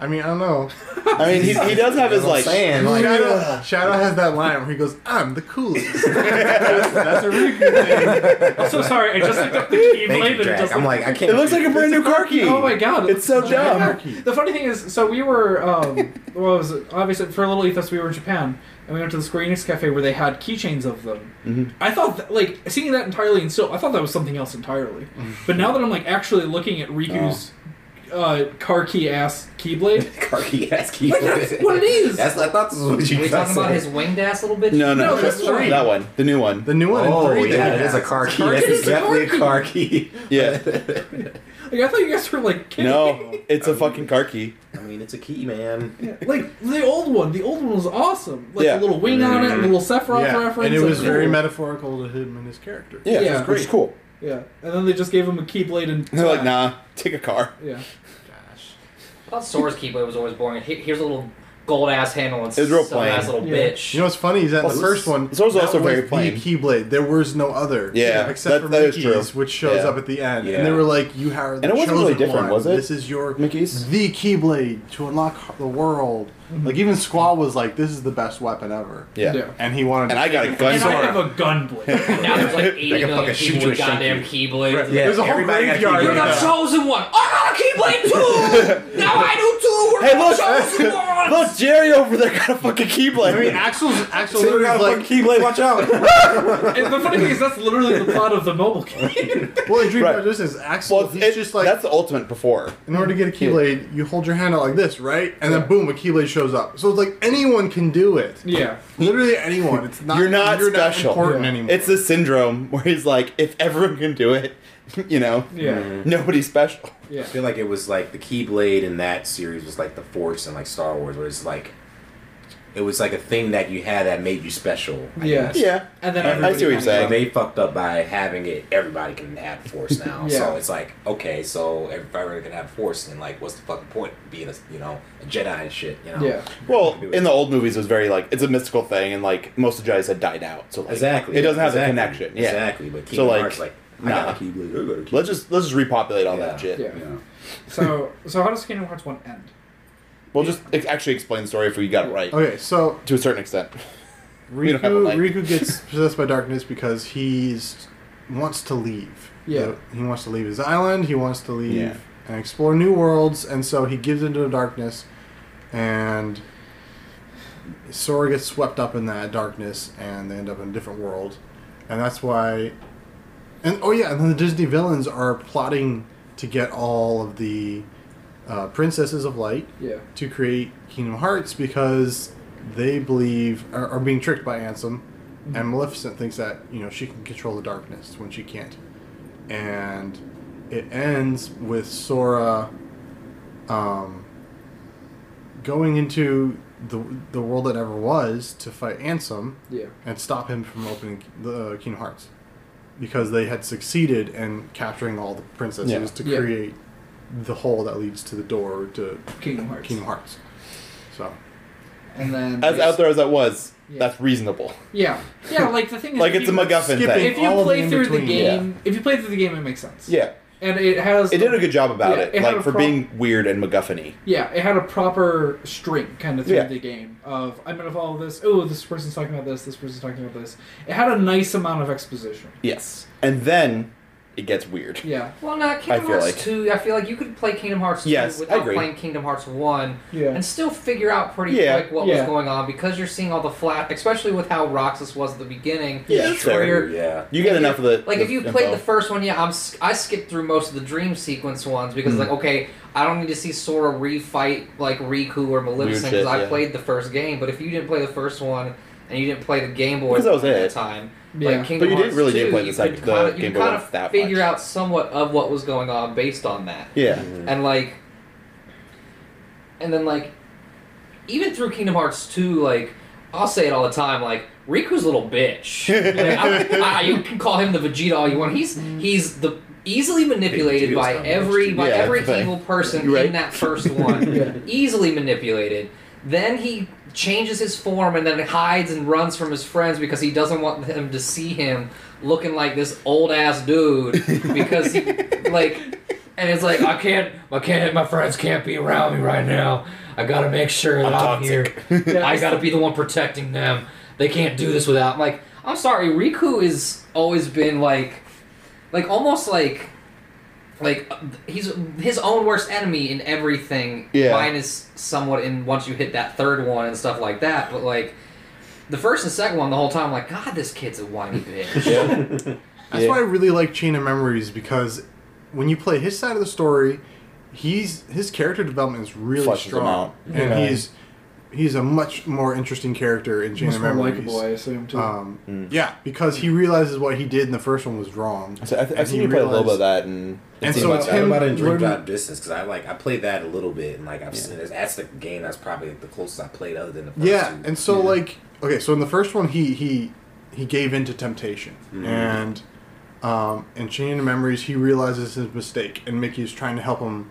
S3: I mean, I don't know.
S2: I mean he's, he does have his
S4: That's what I'm
S2: like.
S4: saying, like,
S3: Shadow, Shadow has that line where he goes, "I'm the coolest." that's, that's a really good thing.
S1: I'm so sorry. I just looked up the keyblade.
S4: thank
S1: and
S4: you,
S1: it
S4: Jack.
S1: doesn't-
S4: I'm like, I can't.
S2: It looks like a brand new car key.
S1: Oh my god!
S2: It's so
S1: giant
S2: dumb.
S1: car key. The funny thing is, so we were, um, well, it was obviously for Little Ethos, we were in Japan, and we went to the Square Enix cafe where they had keychains of them.
S2: Mhm.
S1: I thought, that, like, seeing that entirely in still, I thought that was something else entirely. But now that I'm like actually looking at Riku's
S2: Oh.
S1: uh, car key ass keyblade,
S4: car key ass key.
S1: But that's what it is.
S4: That's I thought this was what you
S5: Are we
S4: got
S5: talking about
S4: said.
S5: his winged ass little bitch?
S2: No, no,
S1: No, that's three.
S2: that one, the new one.
S3: The new one.
S4: Oh
S3: in three,
S4: yeah, it
S3: they-
S4: is a car key.
S1: car
S4: That's
S1: key. It's a car
S4: definitely
S1: key.
S4: a car key.
S2: Yeah.
S1: like, I thought you guys were like kidding.
S2: No, it's a fucking car key.
S4: I mean, it's a key, man.
S1: Yeah, like the old one. The old one was awesome. Like
S2: Yeah.
S1: the little wing on it, the little Sephiroth
S3: yeah.
S1: reference,
S3: and it was very
S1: yeah.
S3: metaphorical to him and his character.
S2: Yeah,
S1: Yeah.
S2: which is cool.
S1: yeah. And then they just gave him a keyblade and
S2: They're like, nah, take a car.
S1: Yeah.
S4: Gosh.
S5: I thought Sora's Keyblade was always boring. He- Here's a little gold ass handle and
S2: It was real
S5: some ass
S2: plain.
S5: little
S1: Yeah.
S5: bitch.
S3: You know what's funny is that in
S2: Well,
S3: the first
S2: this-
S3: one,
S2: this one's
S3: that
S2: also very
S3: was
S2: plain.
S3: the Keyblade. There was no other.
S2: Yeah,
S3: except
S2: that-
S3: for
S2: that is
S3: Mickey's,
S2: true.
S3: which shows
S2: Yeah.
S3: up at the end,
S4: Yeah.
S3: and they were like, "You have the
S2: And it wasn't really
S3: chosen
S2: different,
S3: one.
S2: was it?
S3: This is your
S2: Mickey's?
S3: the Keyblade to unlock the world."
S4: Mm-hmm.
S3: Like even Squall was like, "This is the best weapon ever,"
S2: Yeah.
S1: Yeah.
S3: and he wanted.
S2: And I got a
S1: And
S2: gun.
S1: I
S2: Sorry.
S1: have a gunblade.
S5: now there's like 80
S4: Like a
S5: million
S4: fucking shoot
S5: people
S4: you
S5: with
S4: and shake
S5: goddamn Keyblades.
S3: Right.
S4: Yeah,
S3: There's a whole
S4: everybody got a
S3: graveyard.
S5: You're
S4: keyblade.
S5: the
S3: Yeah.
S5: chosen one. I got a Keyblade too. now I do too. We're
S2: Hey,
S5: all
S2: look!
S1: Oh,
S5: chosen ones.
S2: Look, Jerry over there got a fucking keyblade.
S3: I mean, Axel's Axel
S2: Jerry got
S3: was
S2: a
S3: like,
S2: fucking keyblade. Watch out!
S1: and the funny thing is, that's literally the plot of the mobile game.
S3: "Well, in Dream
S2: Right.
S3: right. this is Axel.
S2: well,
S3: he's
S2: it-
S3: just like,
S2: that's the ultimate before.
S3: in order to get a Keyblade, you hold your hand out like this, right? And then boom, a Keyblade shows up. So it's like anyone can do it.
S1: yeah.
S3: Literally anyone. It's not
S2: You're not special.
S3: important
S1: Yeah.
S3: anymore.
S2: It's the syndrome where he's like, if everyone can do it, you know,
S1: Yeah.
S2: nobody's special.
S1: Yeah.
S4: I feel like it was like the Keyblade in that series was like the Force in like Star Wars, where it's like it was like a thing that you had that made you special. I
S1: Yeah.
S4: guess.
S2: Yeah.
S1: And then
S2: I- I see what
S1: everybody-
S2: you're saying.
S4: Like, they fucked up by having it. Everybody can have force now,
S1: Yeah.
S4: so it's like okay, so everybody can have force, and like, what's the fucking point of being a you know a Jedi and shit? You know,
S1: Yeah.
S2: Well,
S4: Do it.
S2: in the old movies, it was very like it's a mystical thing, and like most of the Jedi's had died out, so like,
S4: exactly.
S2: it doesn't have
S4: exactly.
S2: the connection. Yeah,
S4: exactly. But
S2: So
S4: Kingdom
S2: like,
S4: Hearts, like, I
S2: nah.
S4: got a Keyblade. I got a Keyblade.
S2: let's just let's just repopulate all that
S4: Yeah.
S2: shit.
S1: Yeah.
S4: Yeah.
S1: So, so how does Kingdom Hearts one end?
S2: We'll just ex- actually explain the story if we got it right
S3: okay, so
S2: to a certain extent. We
S3: Riku,
S2: don't have a light.
S3: Riku gets possessed by darkness because he's wants to leave.
S1: Yeah.
S3: He wants to leave his island. He wants to leave
S2: Yeah.
S3: and explore new worlds, and so he gives into the darkness, and Sora gets swept up in that darkness, and they end up in a different world, and that's why. And oh yeah, and then the Disney villains are plotting to get all of the uh, princesses of light
S1: Yeah.
S3: to create Kingdom Hearts because they believe are, are being tricked by Ansem,
S1: Mm-hmm.
S3: and Maleficent thinks that you know she can control the darkness when she can't, and it ends with Sora um, going into the the world that never was to fight Ansem
S1: Yeah.
S3: and stop him from opening the uh, Kingdom Hearts because they had succeeded in capturing all the princesses
S2: Yeah.
S3: to
S1: Yeah.
S3: create the hole that leads to the door to
S1: Kingdom Hearts.
S3: Kingdom Hearts. So
S1: And then
S2: As out there as that was,
S1: Yeah.
S2: that's reasonable.
S1: Yeah. Yeah. Like the thing is,
S2: Like
S1: if
S2: it's a
S1: you-
S2: MacGuffin
S3: skipping.
S2: thing.
S1: If you
S3: All of
S1: play
S3: the
S1: through the
S3: in-between.
S1: game, if you play through the game, it makes sense.
S2: Yeah,
S1: And it has.
S2: it did a good job about
S1: Yeah,
S2: it,
S1: it had
S2: like
S1: a
S2: for
S1: pro-
S2: being weird and MacGuffin-y.
S1: Yeah, it had a proper string kind of through
S2: Yeah.
S1: the game of I'm gonna follow this. Oh, this person's talking about this. This person's talking about this. It had a nice amount of exposition.
S2: Yes, and then it gets weird.
S1: Yeah.
S5: Well, not Kingdom
S2: feel
S5: Hearts
S2: like-
S5: two. I feel like you could play Kingdom Hearts two
S2: Yes, I
S5: without
S2: agree.
S5: playing Kingdom Hearts one,
S1: Yeah.
S5: and still figure out pretty
S2: Yeah,
S5: quick what
S1: yeah.
S5: was going on because you're seeing all the flat, especially with how Roxas was at the beginning.
S2: Yeah,
S5: It's
S2: fair.
S5: where you're-
S4: True, yeah.
S2: You get enough of the
S5: Like
S2: the
S5: if you
S2: info.
S5: played the first one, yeah, I'm s- I skipped through most of the dream sequence ones because
S2: Hmm.
S5: like okay, I don't need to see Sora refight like Riku or Maleficent
S2: shit,
S5: because I
S2: yeah.
S5: played the first game. But if you didn't play the first one and you didn't play the Game Boy
S2: Because that was
S5: at
S2: it.
S5: the time,
S1: Yeah.
S5: like Kingdom
S2: But you didn't
S5: Hearts
S2: really
S5: 2,
S2: get play the
S5: you
S2: sec-
S5: could
S2: the
S5: kinda, you
S2: Game
S5: could
S2: Boy
S5: kind
S2: one
S5: of
S2: that
S5: figure
S2: much.
S5: out somewhat of what was going on based on that,
S2: yeah,
S5: and like, and then like, even through Kingdom Hearts two, like. I'll say it all the time, like Riku's a little bitch. Like, I, I, you can call him the Vegeta all you want. He's he's the easily manipulated
S4: Vegeta's
S5: by
S4: not
S5: every
S4: much.
S5: by
S2: Yeah,
S5: every
S2: that's the thing.
S5: evil person
S2: You're right.
S5: in that first one. Easily manipulated. Then he changes his form and then hides and runs from his friends because he doesn't want them to see him looking like this old ass dude because he, like and it's like I can't I can't my friends can't be around me right now. I gotta make sure that I'm,
S4: toxic.
S5: here. I gotta be the one protecting them. They can't do this without I'm like I'm sorry, Riku is always been like like almost like like uh, he's his own worst enemy in everything
S2: Yeah.
S5: minus somewhat in once you hit that third one and stuff like that but like the first and second one the whole time I'm like god this kid's a whiny bitch
S2: yeah,
S3: That's
S2: Yeah.
S3: why I really like Chain of Memories because when you play his side of the story, he's his character development is really
S2: Fleshes him
S3: strong,
S2: out.
S3: and
S1: Yeah.
S3: he's he's a much more interesting character in Chain
S1: Much
S3: of
S1: more
S3: Memories.
S1: likable, I assume too.
S3: Um,
S2: Mm.
S3: Yeah, because he realizes what he did in the first one was wrong.
S2: so I th-
S3: and
S2: I've seen
S3: he
S2: you play a little bit of
S3: realized-
S2: that, and it
S3: And
S2: seems
S3: so
S2: like
S3: it's
S2: that.
S4: What
S3: him-
S4: about in Dream
S3: learning-
S4: Drop Distance? Because I like I played that a little bit, and like I've seen it. That's the game that's probably the closest I played other than the first
S3: Yeah,
S4: two.
S3: and so like okay, so in the first one he he he gave in to temptation,
S4: Mm-hmm.
S3: and um, in Chain of Memories he realizes his mistake, and Mickey's trying to help him.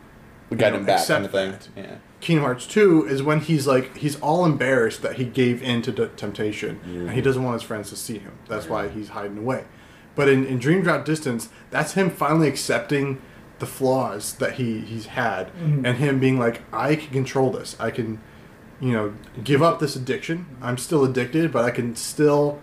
S2: we got
S3: you know,
S2: him back kind
S3: accept
S2: of thing.
S3: that.
S2: Yeah,
S3: Kingdom Hearts two is when he's like he's all embarrassed that he gave in to d- temptation, and he doesn't want his friends to see him. That's why he's hiding away. But in, in Dream Drop Distance, that's him finally accepting the flaws that he he's had,
S5: Mm-hmm.
S3: and him being like, I can control this. I can, you know, give up this addiction. I'm still addicted, but I can still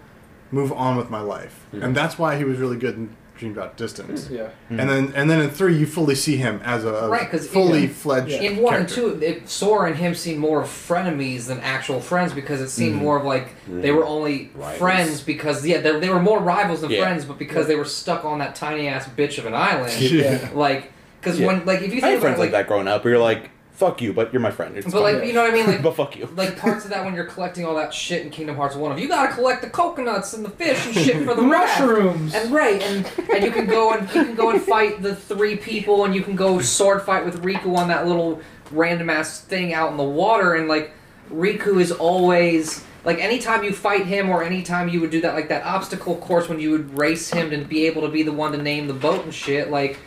S3: move on with my life. And that's why he was really good in Dream Drop Distance.
S1: yeah.
S3: And then and then in three, you fully see him as a
S5: Right, 'cause in-
S3: fully fledged
S5: in one
S3: character.
S5: and two it, Sora and him seemed more of frenemies than actual friends because it seemed more of like they
S2: Mm-hmm.
S5: were only
S4: Rivals.
S5: friends because yeah they, they were more rivals than
S2: Yeah.
S5: friends but because they were stuck on that tiny ass bitch of an island
S3: Yeah.
S5: like because
S2: Yeah.
S5: when like if you
S2: I
S5: think
S2: had
S5: about
S2: friends
S5: it,
S2: like, that growing up. We were like, "Fuck you," but you're my friend. It's
S5: but
S2: fine.
S5: like you know what I mean like
S2: but fuck you.
S5: like parts of that when you're collecting all that shit in Kingdom Hearts One. Of you gotta collect the coconuts and the fish and shit for the raft.
S1: Mushrooms.
S5: And right, and, and you can go and you can go and fight the three people, and you can go sword fight with Riku on that little random ass thing out in the water, and like Riku is always like anytime you fight him or anytime you would do that like that obstacle course when you would race him to be able to be the one to name the boat and shit like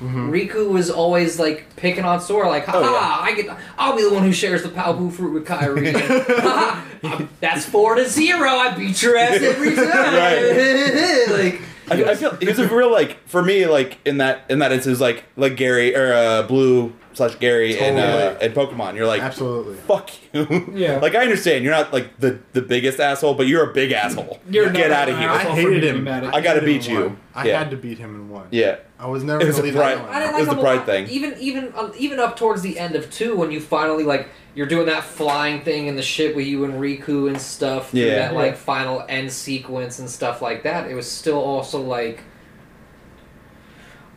S5: Riku was always like picking on Sora, like, "Ha
S2: Mm-hmm. Oh, yeah.
S5: ha! I get, I'll be the one who shares the Palpu fruit with Kyrie. Ha, ha, I'm- That's four to zero. I beat your ass every time. like,
S2: I, I feel he was a real like for me like in that in that instance like like Gary or uh, Blue slash Gary and uh,
S3: Totally.
S2: and Pokemon. You're like
S3: Absolutely.
S2: fuck you.
S1: Yeah.
S2: like I understand you're not like the the biggest asshole, but you're a big asshole.
S1: You're
S2: get
S1: not
S2: out of
S1: an
S2: here.
S1: asshole.
S3: I
S1: for
S3: hated
S1: being
S3: him.
S1: mad at
S2: I gotta
S3: hated him
S2: beat
S3: in
S2: you.
S3: one. I
S2: Yeah.
S3: had to beat him in one.
S2: Yeah.
S3: I was never
S2: It was
S3: gonna
S2: a
S3: leave
S2: pride-
S3: that
S5: I
S3: one.
S5: didn't
S2: It
S5: like
S2: was
S5: him
S2: the
S5: a
S2: pride
S5: lot.
S2: thing.
S5: Even even um, even up towards the end of two, when you finally like you're doing that flying thing and the shit with you and Riku and stuff. through
S2: Yeah.
S5: That
S1: Yeah.
S5: like final end sequence and stuff like that. It was still also like,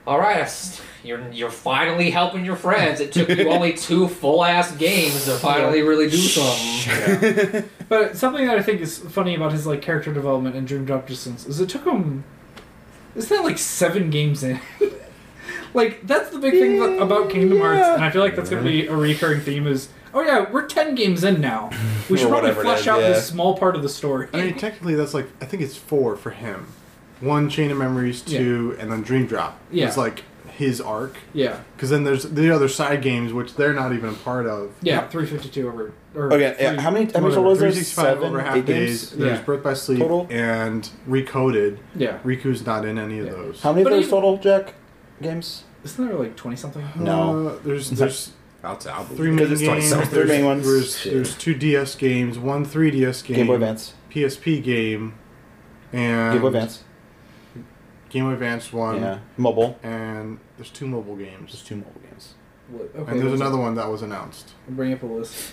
S5: all right, I s- you're you're finally helping your friends. It took you only two full ass games to finally really do something.
S1: But something that I think is funny about his like character development in Dream Drop Distance is it took him. Isn't that like seven games in? like that's the big thing that- about Kingdom Hearts,
S2: Yeah.
S1: and I feel like that's going to be a recurring theme. Is oh yeah, we're ten games in now. We should
S2: Or
S1: probably
S2: whatever it
S1: flesh
S2: is,
S1: out
S2: yeah.
S1: this small part of the story.
S3: I mean, technically, that's like I think it's four for him. One Chain of Memories, two, and then Dream Drop.
S1: Yeah.
S3: It's like his arc.
S1: yeah,
S3: Because then there's the other side games, which they're not even a part of.
S1: yeah, three fifty two over. Or
S2: Okay, yeah,
S1: three-
S2: how many- how
S1: whatever.
S2: many total is there?
S3: 365
S2: Seven,
S3: over half
S2: eight
S3: days.
S2: games?
S3: There's
S1: Yeah.
S3: Birth by Sleep
S2: Total?
S3: and Recoded.
S1: Yeah,
S3: Riku's not in any of
S1: Yeah.
S3: those.
S2: How many
S1: But
S2: of those
S1: even-
S2: total, Jack? Games?
S1: isn't there like twenty something?
S3: Uh,
S2: No.
S3: there's there's
S4: I'll tell. I'll believe
S3: three
S4: it.
S3: main
S2: it's
S3: games.
S4: 27.
S3: There's,
S2: Three main ones.
S3: There's,
S4: Shit.
S3: there's two DS games, one 3DS game,
S2: Game Boy Advance.
S3: PSP game, and
S2: Game Boy Advance.
S3: Game Boy Advance one,
S2: yeah, mobile.
S3: and there's two mobile
S2: Just
S3: games,
S2: two mobile games.
S1: What- Okay,
S3: and there's
S1: what's-
S3: another one that was announced.
S1: I'll bring up a list.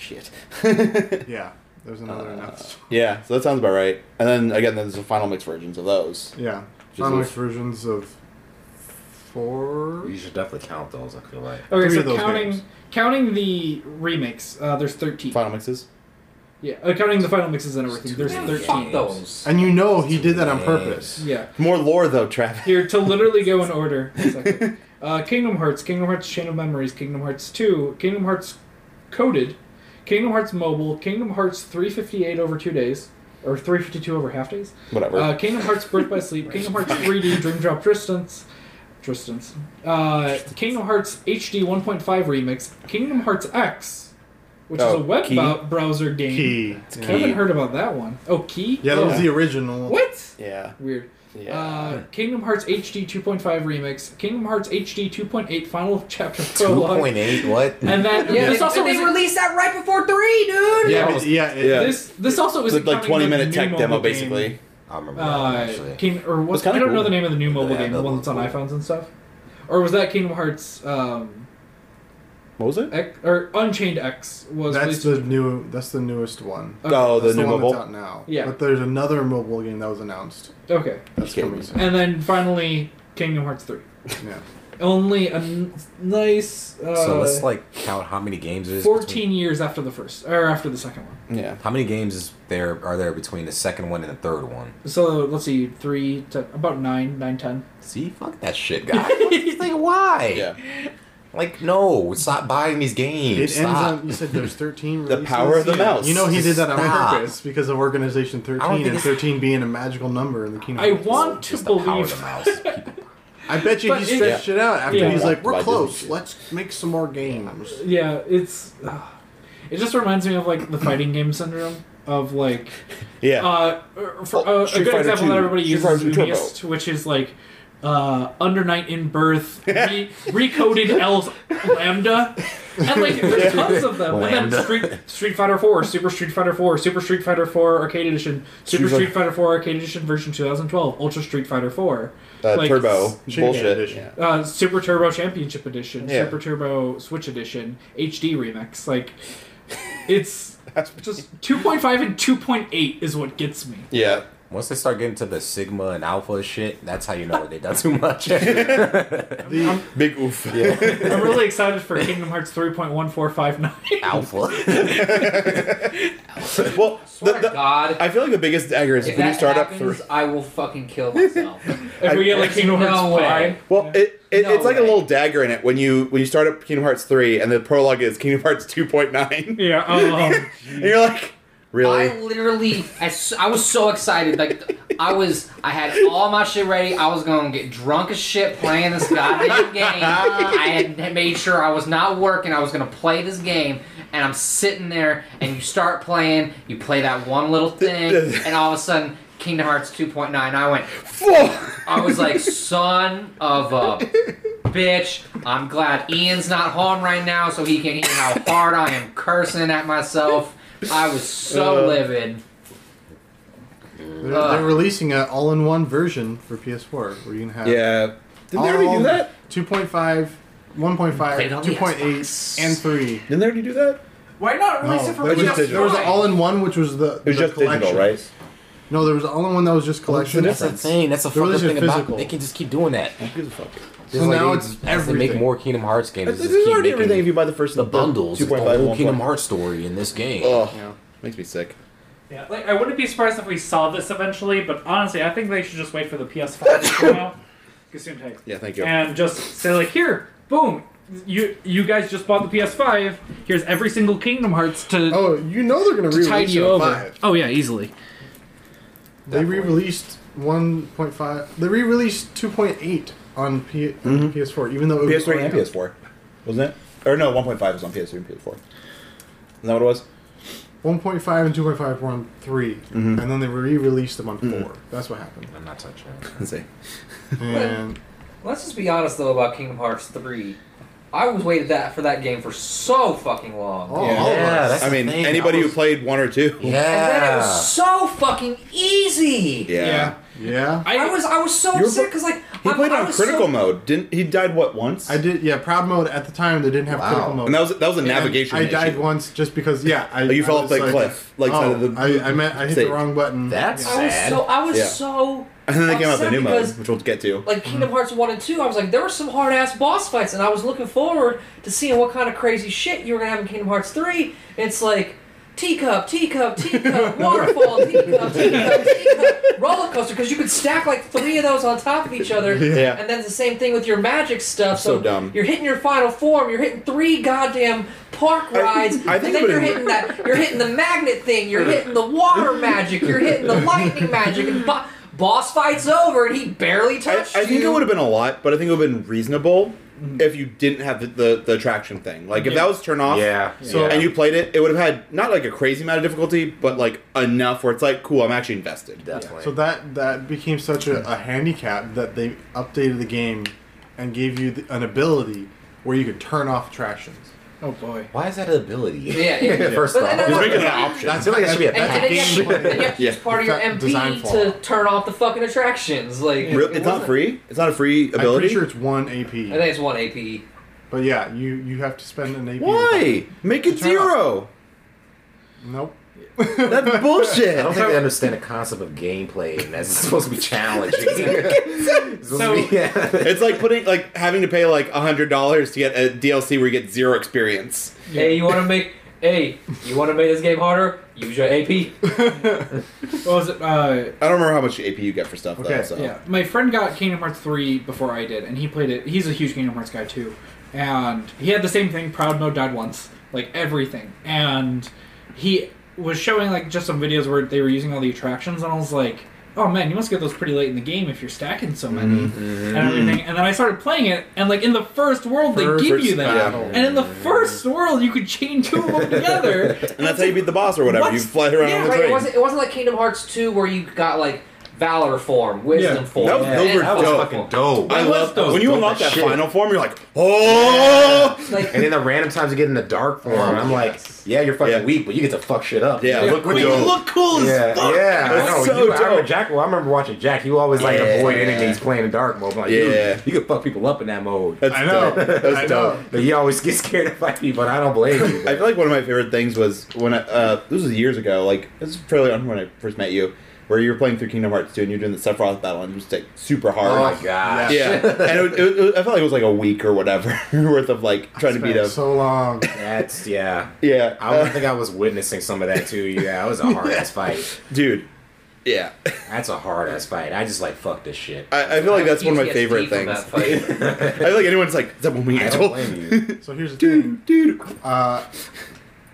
S2: Shit.
S3: Yeah, there's another
S2: Uh,
S3: announced.
S2: yeah, so that sounds about right. And then again, there's the final mix versions of those.
S3: Yeah,
S2: Just
S3: Final
S2: those-
S3: Mix versions of four.
S4: You should definitely count those. I feel like.
S1: Okay,
S3: Three
S1: so
S3: of those
S1: counting
S3: games.
S1: counting the remakes, uh, there's thirteen.
S2: Final mixes.
S1: Yeah, uh, counting the final mixes and everything, there's
S4: Yeah,
S1: thirteen.
S5: Fuck those.
S3: And you know he did that on purpose.
S1: Yeah,
S2: More lore though, Travis.
S1: here to literally go in order. One second. Uh, Kingdom Hearts, Kingdom Hearts Chain of Memories, Kingdom Hearts Two, Kingdom Hearts Coded, Kingdom Hearts Mobile, Kingdom Hearts 358 over two days. Or 352 over half days.
S2: Whatever.
S1: Uh, Kingdom Hearts Birth by Sleep, Kingdom Hearts 3D, Dream Drop Distance, Distance, uh, Kingdom Hearts HD 1.5 Remix, Kingdom Hearts X, which is
S2: Oh,
S1: a web
S2: Key?
S1: bo- browser game.
S3: Key.
S2: It's
S3: yeah.
S1: I haven't
S2: Key.
S1: heard about that one. Oh, Key?
S3: Yeah, that was
S1: Oh.
S3: the original.
S1: What?
S2: yeah.
S1: Weird.
S2: Yeah.
S1: Uh, Kingdom Hearts HD 2.5 Remix, Kingdom Hearts HD 2.8 Final Chapter
S4: Two
S1: Prologue,
S4: point eight. What?
S1: and then
S5: Yeah,
S1: this
S5: they,
S1: also
S5: they
S1: was-
S5: released that right before three, dude.
S2: Yeah,
S3: Yeah,
S2: but-
S3: but- yeah, it-
S2: yeah.
S1: This this also
S2: It's
S1: was
S2: like, like 20 minute tech demo,
S1: Game.
S2: basically.
S4: I remember that one,
S1: Uh,
S4: actually.
S1: King, or
S2: That's
S1: what's I
S2: kinda
S1: don't know
S2: cool.
S1: the name of the new mobile
S4: Yeah,
S1: game, the
S4: that
S1: one that's on
S4: one's
S1: iPhones and stuff. Or was that Kingdom Hearts um,
S2: What was it?
S1: X, or Unchained X was
S3: That's
S1: released?
S3: the new. That's the newest one.
S1: Okay.
S2: Oh, the
S3: that's
S2: new
S3: one
S2: mobile.
S3: that's out now.
S1: Yeah.
S3: But there's another mobile game that was announced.
S1: okay,
S3: That's
S2: Okay.
S3: coming soon.
S1: and then finally Kingdom Hearts three.
S3: Yeah.
S1: Only a n- nice uh,
S4: so let's like count how many games it is. between-
S1: fourteen years after the first or after the second one.
S2: Yeah.
S4: How many games is there are there between the second one and the third one?
S1: So let's see, three to about nine, nine, ten.
S4: See, fuck that shit, guy. like, why?
S2: Yeah.
S4: Like, no, stop buying these games.
S3: It
S4: stop.
S3: ends on. You said there's 13.
S2: The
S3: releases?
S2: power of the
S3: Yeah.
S2: mouse.
S3: You know he did that on
S4: Stop.
S3: purpose because of Organization
S4: I don't
S3: 13
S4: think
S3: and
S4: it's-
S3: 13 being a magical number in the Kingdom.
S1: I
S3: Hearts.
S1: want
S4: It's
S1: to
S4: just the power of
S1: believe.
S4: the mouse. People-
S3: I bet you
S1: But
S3: he
S1: it-
S3: stretched it out after
S1: Yeah. Uh.
S3: he's like,
S2: Why
S3: "We're
S2: didn't
S3: close.
S2: you?"
S3: Let's make some more games."
S1: Yeah, it's. ah. it just reminds me of like the fighting game syndrome of like
S2: Yeah.
S1: uh, for,
S2: Oh,
S1: uh, a
S2: Street
S1: good
S2: Fighter
S1: example
S2: II.
S1: that everybody
S2: Street Fighter
S1: uses
S2: II
S1: is
S2: Turbo.
S1: Ubisoft, which is like uh, Under Night in Birth, re- recoded L Lambda. And like there's tons of them. And
S4: Lambda.
S1: then Street, Street Fighter 4, Super Street Fighter 4, Super Street Fighter 4 Arcade Edition, Super
S2: Street
S1: Street Fighter 4 Arcade Edition version 2012, Ultra Street Fighter 4,
S2: uh,
S1: like,
S2: Turbo.
S3: Chain
S2: Bullshit.
S3: Edition.
S1: uh, Super Turbo Championship Edition,
S2: Yeah.
S1: Super Turbo Switch Edition, HD Remix. Like, it's just 2.5 and 2.8 is what gets me.
S2: Yeah.
S4: Once they start getting to the Sigma and Alpha shit, that's how you know they done too much.
S3: The,
S2: Big oof. Yeah.
S1: I'm really excited for Kingdom Hearts 3.1459.
S4: Alpha.
S2: well, the,
S5: Swear to
S2: the,
S5: God.
S2: I feel like the biggest dagger is
S5: if
S2: when you
S5: that
S2: start up
S5: happens,
S2: three.
S5: I will fucking kill myself.
S1: If we get like Kingdom
S5: No
S1: Hearts
S5: way.
S1: Pi.
S2: Well, it, it
S5: No
S2: it's like a
S5: way.
S2: little dagger in it when you when you start up Kingdom Hearts three and the prologue is Kingdom Hearts two point nine.
S1: Yeah, um,
S2: And you're like, really?
S5: I literally, as, I was so excited. Like, I was, I had all my shit ready. I was gonna get drunk as shit playing this goddamn game. I had made sure I was not working. I was gonna play this game, and I'm sitting there, and you start playing. You play that one little thing, and all of a sudden, Kingdom Hearts 2.9. I went. I was like, son of a bitch. I'm glad Ian's not home right now so he can hear how hard I am cursing at myself. I was so
S2: Uh.
S5: livid.
S3: they're,
S5: Uh.
S3: they're releasing an all-in-one version for PS4 where you can have
S2: yeah. Didn't they already
S3: all
S2: do that?
S3: 2.5, 1.5,
S5: Play it on the
S3: 2.8, and 3ee
S2: Didn't they already do that?
S5: Why not
S3: No,
S5: release it for
S3: there was,
S2: just
S3: there was an
S2: digital.
S3: all-in-one, which was the.
S2: It was just digital, right?
S3: No, there was an all-in-one that was just
S2: What's the
S3: collection.
S4: That's the thing. That's the
S3: They're
S4: fucking
S3: releasing
S4: thing about
S3: physical.
S4: They can just keep doing that.
S2: Who gives a fuck?
S4: Just
S3: now
S4: they-
S3: it's
S4: as they make
S3: everything.
S4: more Kingdom Hearts games.
S2: This
S4: they just
S2: is
S4: keep
S2: already
S4: making
S2: everything if you buy the first
S4: The bundles.
S2: Two
S4: It's the
S2: point five. Uh,
S4: whole Kingdom Hearts story in this game.
S2: Ugh.
S3: Yeah.
S2: Makes me sick.
S6: Yeah, like I wouldn't be surprised if we saw this eventually, but honestly, I think they should just wait for the PS5 to come out. Gesundheit.
S2: Yeah. Thank you.
S6: And just say like, here, boom, you you guys just bought the PS5. Here's every single Kingdom Hearts to.
S3: Oh, you know they're gonna
S6: to
S3: re-release
S6: tide you
S3: it at
S6: over.
S3: five.
S6: Oh yeah, easily.
S3: They re-released 1.5. They re-released 2.8 on P-
S2: Mm-hmm.
S3: on PS4, even though it was
S2: PS3 and
S3: already out.
S2: PS4, wasn't it? Or no, 1.5 was on PS3 and PS4. Isn't that what it was?
S3: 1.5 and 2.5 were on 3
S2: Mm-hmm.
S3: and then they re-released them on 4 That's what happened.
S4: I'm not touching it.
S2: Let's see.
S3: And
S5: Let's just be honest though about Kingdom Hearts 3. I was waiting that for that game for so fucking long.
S3: oh, all of
S4: Yeah,
S3: us.
S4: that's-
S2: I mean,
S4: the thing,
S2: anybody
S4: I
S2: who
S4: was-
S2: played one or two.
S4: Yeah.
S5: And then it was so fucking easy.
S2: Yeah.
S1: Yeah.
S3: Yeah.
S1: I,
S5: I was I was so
S2: You were
S5: upset
S2: pl-
S5: because like
S2: He
S5: I,
S2: played
S5: I
S2: on
S5: was
S2: critical
S5: so,
S2: mode. Didn't he? Died what once?
S3: I did, yeah. Proud mode at the time they didn't have
S2: Wow.
S3: critical mode,
S2: And that was that was a
S3: And
S2: navigation.
S3: I died
S2: issue.
S3: once just because, yeah. I,
S2: Like, you
S3: I
S2: fell off
S3: was
S2: the cliff, like,
S3: oh,
S2: side of the-
S3: I, I meant I hit
S2: stage.
S3: the wrong button.
S4: That's
S3: Yeah.
S5: I was
S4: Sad.
S5: so I was
S2: Yeah.
S5: so
S2: And then they came out with a
S5: upset
S2: new mode,
S5: because,
S2: which we'll get to.
S5: Like Kingdom Hearts one and two, I was like there were some hard ass boss fights, and I was looking forward to seeing what kind of crazy shit you were gonna have in Kingdom Hearts three. It's like. Teacup, teacup, teacup, waterfall, teacup, teacup, teacup, roller coaster. Because you could stack like three of those on top of each other,
S2: Yeah.
S5: and then it's the same thing with your magic stuff.
S2: So dumb.
S5: You're hitting your final form. You're hitting three goddamn park rides.
S2: I think
S5: and
S2: it
S5: then
S2: would-
S5: you're hitting that. You're hitting the magnet thing. You're hitting the water magic. You're hitting the lightning magic. And bo- boss fight's over, and he barely
S2: I,
S5: touched
S2: I think
S5: you.
S2: it would have been a lot, but I think it would have been reasonable if you didn't have the, the, the attraction thing. Like if
S1: Yeah.
S2: that was turn off,
S4: Mm-hmm. Yeah.
S3: So-
S4: yeah.
S2: and you played it, it would have had not like a crazy amount of difficulty, but like enough where it's like, cool, I'm actually invested.
S4: definitely.
S3: So that that became such a, a handicap that they updated the game and gave you the, an ability where you could turn off attractions.
S1: oh boy.
S4: Why is that an ability?
S5: Yeah, yeah.
S4: First
S5: But-
S4: off,
S5: and I-
S2: He's making it an option.
S4: I feel like that should be a
S5: And, and then you have
S4: package.
S5: to- then you have to use
S2: Yeah.
S5: part of your
S3: Design- design
S5: MP
S3: flaw.
S5: to turn off the fucking attractions. Like
S2: Real-
S5: it
S2: it's not
S5: wasn't-
S2: free. It's not a free
S3: I'm
S2: ability.
S3: pretty sure it's one
S5: I
S3: AP,
S5: think it's one AP.
S3: but yeah, you you have to spend an AP.
S2: Why make it
S3: Turn it off.
S2: zero?
S3: Nope.
S2: That's
S4: I don't
S2: bullshit.
S4: think they understand the concept of gameplay, and that's supposed to be challenging. It's supposed to be- yeah.
S2: It's like putting like having to pay like hundred dollars to get a DLC where you get zero experience.
S5: Hey, you want to make? Hey, you want to make this game harder? Use your AP.
S1: What was it? Uh,
S2: I don't remember how much AP you get for stuff. Though,
S3: Okay,
S2: so.
S1: yeah, my friend got Kingdom Hearts three before I did, and he played it. He's a huge Kingdom Hearts guy too, and he had the same thing. Proud mode died once, like everything, and he was showing like just some videos where they were using all the attractions, and I was like. Oh man, you must get those pretty late in the game if you're stacking so many
S2: Mm-hmm.
S1: and everything. And then I started playing it, and like in the first world
S3: First
S1: they give you them,
S3: battle.
S1: and in the first world you could chain two of them together.
S2: and that's how you beat the boss or whatever.
S1: What?
S2: You fly around
S1: Yeah,
S2: on the
S5: Right,
S2: train.
S5: it wasn't. It wasn't like Kingdom Hearts two where you got like valor form,
S1: Yeah.
S5: wisdom form.
S2: That was- those were
S5: that was
S2: dope.
S5: fucking dope.
S4: dope.
S2: I
S1: was
S2: love
S1: those
S2: when you
S4: dope
S2: unlock
S4: as
S2: that
S4: shit.
S2: final form. You're like, oh,
S5: Like,
S4: And then the random times you get in the dark form, I'm like, yeah, you're fucking
S2: Yeah.
S4: weak, but you get to fuck shit up.
S2: yeah.
S4: You
S2: look
S4: cool.
S2: cool. cool
S4: Yeah, yeah. I
S2: That's
S4: know.
S2: so
S4: you, I remember
S2: dope.
S4: Jack. Well, I remember watching Jack. He always like
S2: Yeah.
S4: avoid enemies playing in dark mode. I'm like,
S2: Yeah.
S4: dude, you could fuck people up in that mode.
S2: That's
S3: I know.
S2: dope. That's
S3: I
S2: dope.
S3: know.
S4: But he always gets scared to fight people. and I don't blame you.
S2: I feel like one of my favorite things was when I, uh, this was years ago. Like this is fairly on when I first met you, where you were playing through Kingdom Hearts two and you're doing the Sephiroth battle and it was like super
S4: oh
S2: hard.
S4: my god.
S2: yeah, and it, it, it, I felt like it was like a week or whatever worth of like trying to beat
S3: Spent
S2: him.
S3: so long.
S4: That's yeah.
S2: yeah,
S4: I
S2: uh,
S4: don't think I was witnessing some of that too. Yeah, that was a hard ass fight.
S2: dude. Yeah,
S4: That's a hard ass fight. I just like fuck this shit.
S2: I, I feel like that's one of my
S5: PTSD
S2: favorite
S5: from
S2: things.
S5: that fight.
S2: I feel like anyone's like, "Is that one winged
S4: I don't
S2: angel?"
S4: blame you.
S3: So here's the thing.
S2: Dude, dude.
S3: Uh,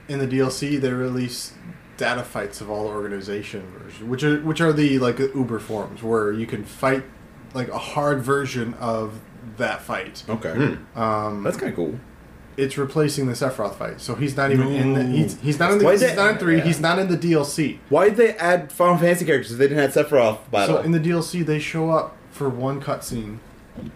S3: in the DLC, they release data fights of all the organization version, which are which are the like Uber forms where you can fight like a hard version of that fight.
S2: Okay,
S3: Um,
S2: that's kind of cool.
S3: it's replacing the Sephiroth fight, so he's not even in the he's, he's not in the
S2: Why is
S3: he's
S2: that-
S3: not in three.
S4: yeah.
S3: He's not in the DLC.
S2: Why did they add Final Fantasy characters if they didn't have Sephiroth battle?
S3: So in the DLC, they show up for one cutscene,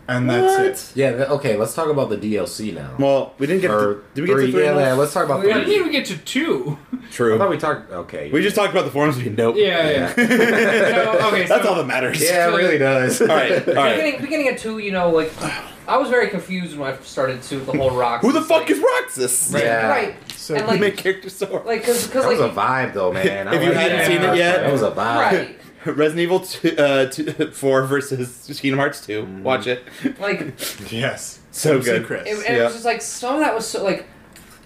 S3: and that's
S4: Yeah. th- Okay. Let's talk about the DLC now.
S2: well, we didn't get.
S4: Or
S2: To, did we get
S4: three?
S2: to three?
S4: Yeah,
S2: and all?
S4: yeah, let's talk about
S1: We didn't
S4: three.
S1: even get to two.
S4: I
S2: True.
S4: thought we talked. Okay.
S2: We just talked about the forums. We nope.
S1: Yeah, yeah. So, okay,
S2: That's
S1: so-
S2: all that matters.
S4: Yeah, it really does.
S2: All right. All right.
S5: Beginning, beginning of two, you know, like I was very confused when I started two. The whole rock.
S2: Who the fuck is Roxas?
S4: Right. Yeah.
S5: Right.
S3: it. So
S5: And,
S2: He
S5: like-
S2: made character so
S5: Like, cause, cause
S4: That was a
S5: like,
S4: vibe, though, man. I
S2: If you
S4: like
S2: hadn't
S4: that.
S2: seen it yet-
S4: that was a vibe.
S5: right.
S2: Resident Evil 2, uh, 2, 4 versus Kingdom Hearts 2. Watch it.
S5: Like,
S3: yes,
S2: So
S3: Some
S2: good.
S5: it, and
S3: secrets.
S5: it
S2: Yeah.
S5: was just like some of that was so like.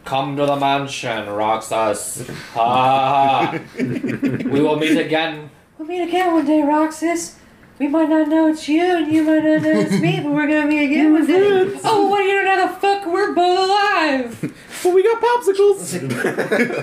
S5: Come to the mansion, Roxas. Ha! we will meet again.
S7: We'll meet again one day, Roxas. We might not know it's you, and you might not know it's me, but we're gonna meet again one day. Oh, what do you know? The fuck, we're both alive.
S2: But we got popsicles.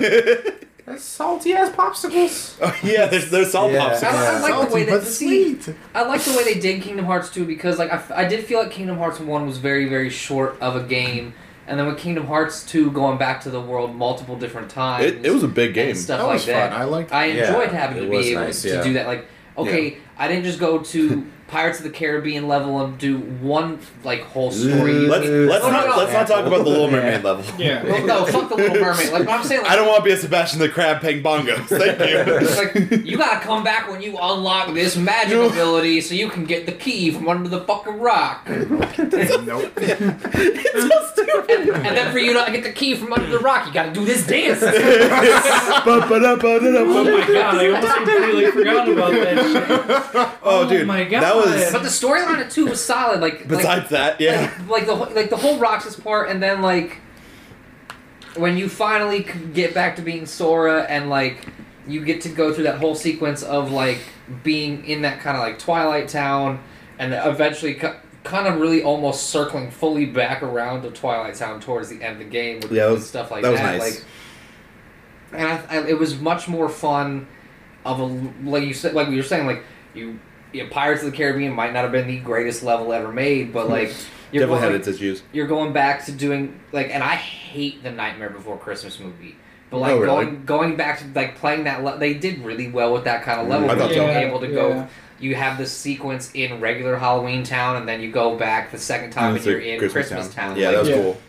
S4: That's salty ass popsicles.
S2: oh, yeah, there's, there's salt
S4: Yeah.
S5: I,
S2: popsicles.
S5: I
S4: Yeah.
S5: like the way
S3: Salty
S5: that
S3: but
S5: see,
S3: sweet.
S5: I like the way they did Kingdom Hearts 2 because like I, f- I did feel like Kingdom Hearts 1 was very very short of a game and then with Kingdom Hearts 2 going back to the world multiple different times
S2: It, it was a big game.
S5: and stuff
S3: That
S5: like
S3: was
S5: that
S3: fun. I liked
S5: I
S4: Yeah,
S5: enjoyed having
S4: it
S5: to be
S4: was
S5: able
S4: nice,
S5: to
S4: yeah.
S5: do that like okay I didn't just go to Pirates of the Caribbean level and do one like
S4: Mm,
S5: whole story.
S2: Let's let's
S5: No, no,
S2: not
S5: no.
S2: let's not talk about the Little Mermaid level.
S1: Yeah.
S5: Well, no, fuck the Little Mermaid. Like but I'm saying, like,
S2: I don't want to be a Sebastian the Crab Pang Bongos. Thank
S5: It's
S2: you.
S5: like you gotta come back when you unlock this magic
S2: No.
S5: ability so you can get the key from under the fucking rock.
S3: nope.
S2: it's so stupid.
S5: And then for you to get the key from under the rock, you gotta do this dance.
S6: Oh
S2: oh
S6: my god, I almost completely forgot about that shit. Oh
S2: dude,
S6: my God.
S2: that was
S5: But the storyline of two was solid. Like like,
S2: besides that, yeah.
S5: like, like the whole- like the whole Roxas part, and then like when you finally c- get back to being Sora, and like you get to go through that whole sequence of like being in that kind of like Twilight Town, and then eventually co- kind of really almost circling fully back around to Twilight Town towards the end of the game with,
S2: Yeah, that
S5: with
S2: was-
S5: stuff like
S2: that
S5: that.
S2: was nice.
S5: Like, and I, I, it was much more fun of a like you said like we were saying like you, you know, Pirates of the Caribbean might not have been the greatest level ever made but like you're
S2: Definitely
S5: going,
S2: had its issues.
S5: you're going back to doing like and I hate the Nightmare Before Christmas movie but like
S2: Oh, really?
S5: going going back to like playing that le- they did really well with that kind of level
S2: Mm. I
S5: where
S2: thought
S5: you're
S2: so.
S5: able to
S1: Yeah.
S5: go you have this sequence in regular Halloween Town and then you go back the second time and
S2: It's a
S5: Ah, you're in Christmas, Town,
S2: Yeah,
S5: Like,
S2: that was
S1: Yeah.
S2: cool.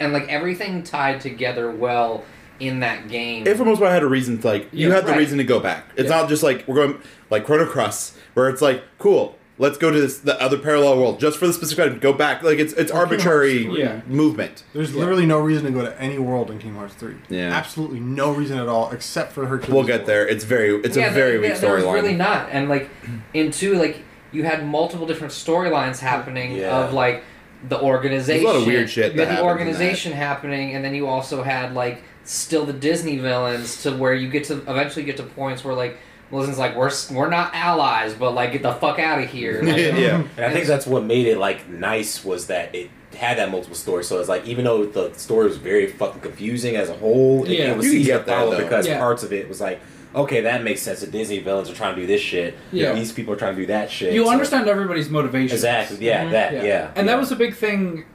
S5: and like everything tied together well in that game
S2: If for most part, I had a reason to like. You
S5: Yeah,
S2: had the
S5: right.
S2: reason to go back. It's
S5: Yeah.
S2: not just like we're going like Chrono Cross, where it's like cool. Let's go to this the other parallel world just for the specific item. Go back. Like it's it's arbitrary
S1: Hearts three.
S2: movement.
S3: There's
S1: Yeah.
S3: literally no reason to go to any world in Kingdom Hearts 3.
S2: Yeah.
S3: Absolutely no reason at all, except for Hercules.
S2: We'll get
S3: world.
S2: there. It's very it's a
S5: Yeah,
S2: very
S5: there-
S2: weak
S5: there- there was
S2: storyline.
S5: Really not, and like in two, like you had multiple different storylines happening
S4: Yeah.
S5: of like the organization.
S2: weird shit
S5: You
S2: that
S5: had
S2: happens in
S5: the organization happening, and then you also had like still the Disney villains to where you get to eventually get to points where like Melissa's like we're s- we're not allies, but like get the fuck out of here. Like,
S2: yeah.
S4: And I think that's what made it like nice was that it had that multiple story. So it's like even though the story was very fucking confusing as a whole,
S1: Yeah.
S4: it was
S2: You can
S4: easy to
S2: get that,
S4: follow
S2: though.
S4: because
S1: Yeah.
S4: parts of it was like, okay, that makes sense. The Disney villains are trying to do this shit.
S1: Yeah.
S4: These people are trying to do that shit.
S1: You
S4: So-
S1: understand everybody's motivation.
S4: Exactly. Yeah. That. Yeah.
S1: And that
S4: yeah.
S1: was a big thing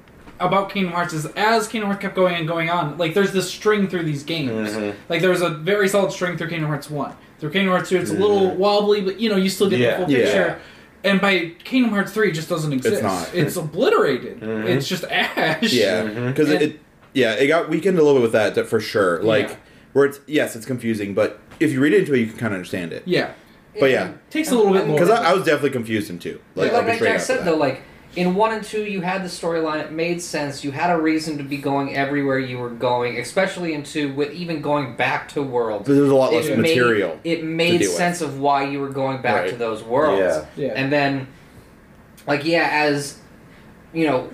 S1: about Kingdom Hearts is as Kingdom Hearts kept going and going on, like there's this string through these games.
S4: Mhm.
S1: Like there was a very solid string through Kingdom Hearts One. Through Kingdom Hearts Two, it's a little wobbly, but you know you still get
S4: Yeah.
S1: the full
S2: Mm-hmm. Yeah.
S1: picture. And by Kingdom Hearts Three, it just doesn't exist.
S2: not. Mm-hmm.
S1: It's obliterated. It's just ash.
S2: Yeah, because it,
S1: And-
S2: it, yeah, it got weakened a little bit with that that for sure. Like
S1: Yeah.
S2: where it's yes, it's confusing, but if you read into it, you can kind of understand it.
S1: Yeah.
S2: But yeah,
S1: Takes a little bit more.
S2: because I, I was definitely confused in two. Like,
S5: Like,
S2: I'll
S5: like,
S2: be straight
S5: Jack
S2: up
S5: said
S2: with
S5: though,
S2: that.
S5: like in one and two, you had the storyline; it made sense. You had a reason to be going everywhere you were going, especially in two, with even going back to worlds.
S2: But there's a lot less
S1: It
S5: made-
S2: material.
S5: it made
S2: deal with.
S5: sense of why you were going back
S2: Right.
S5: to those worlds.
S1: Yeah. Yeah.
S5: And then, like, yeah, as you know,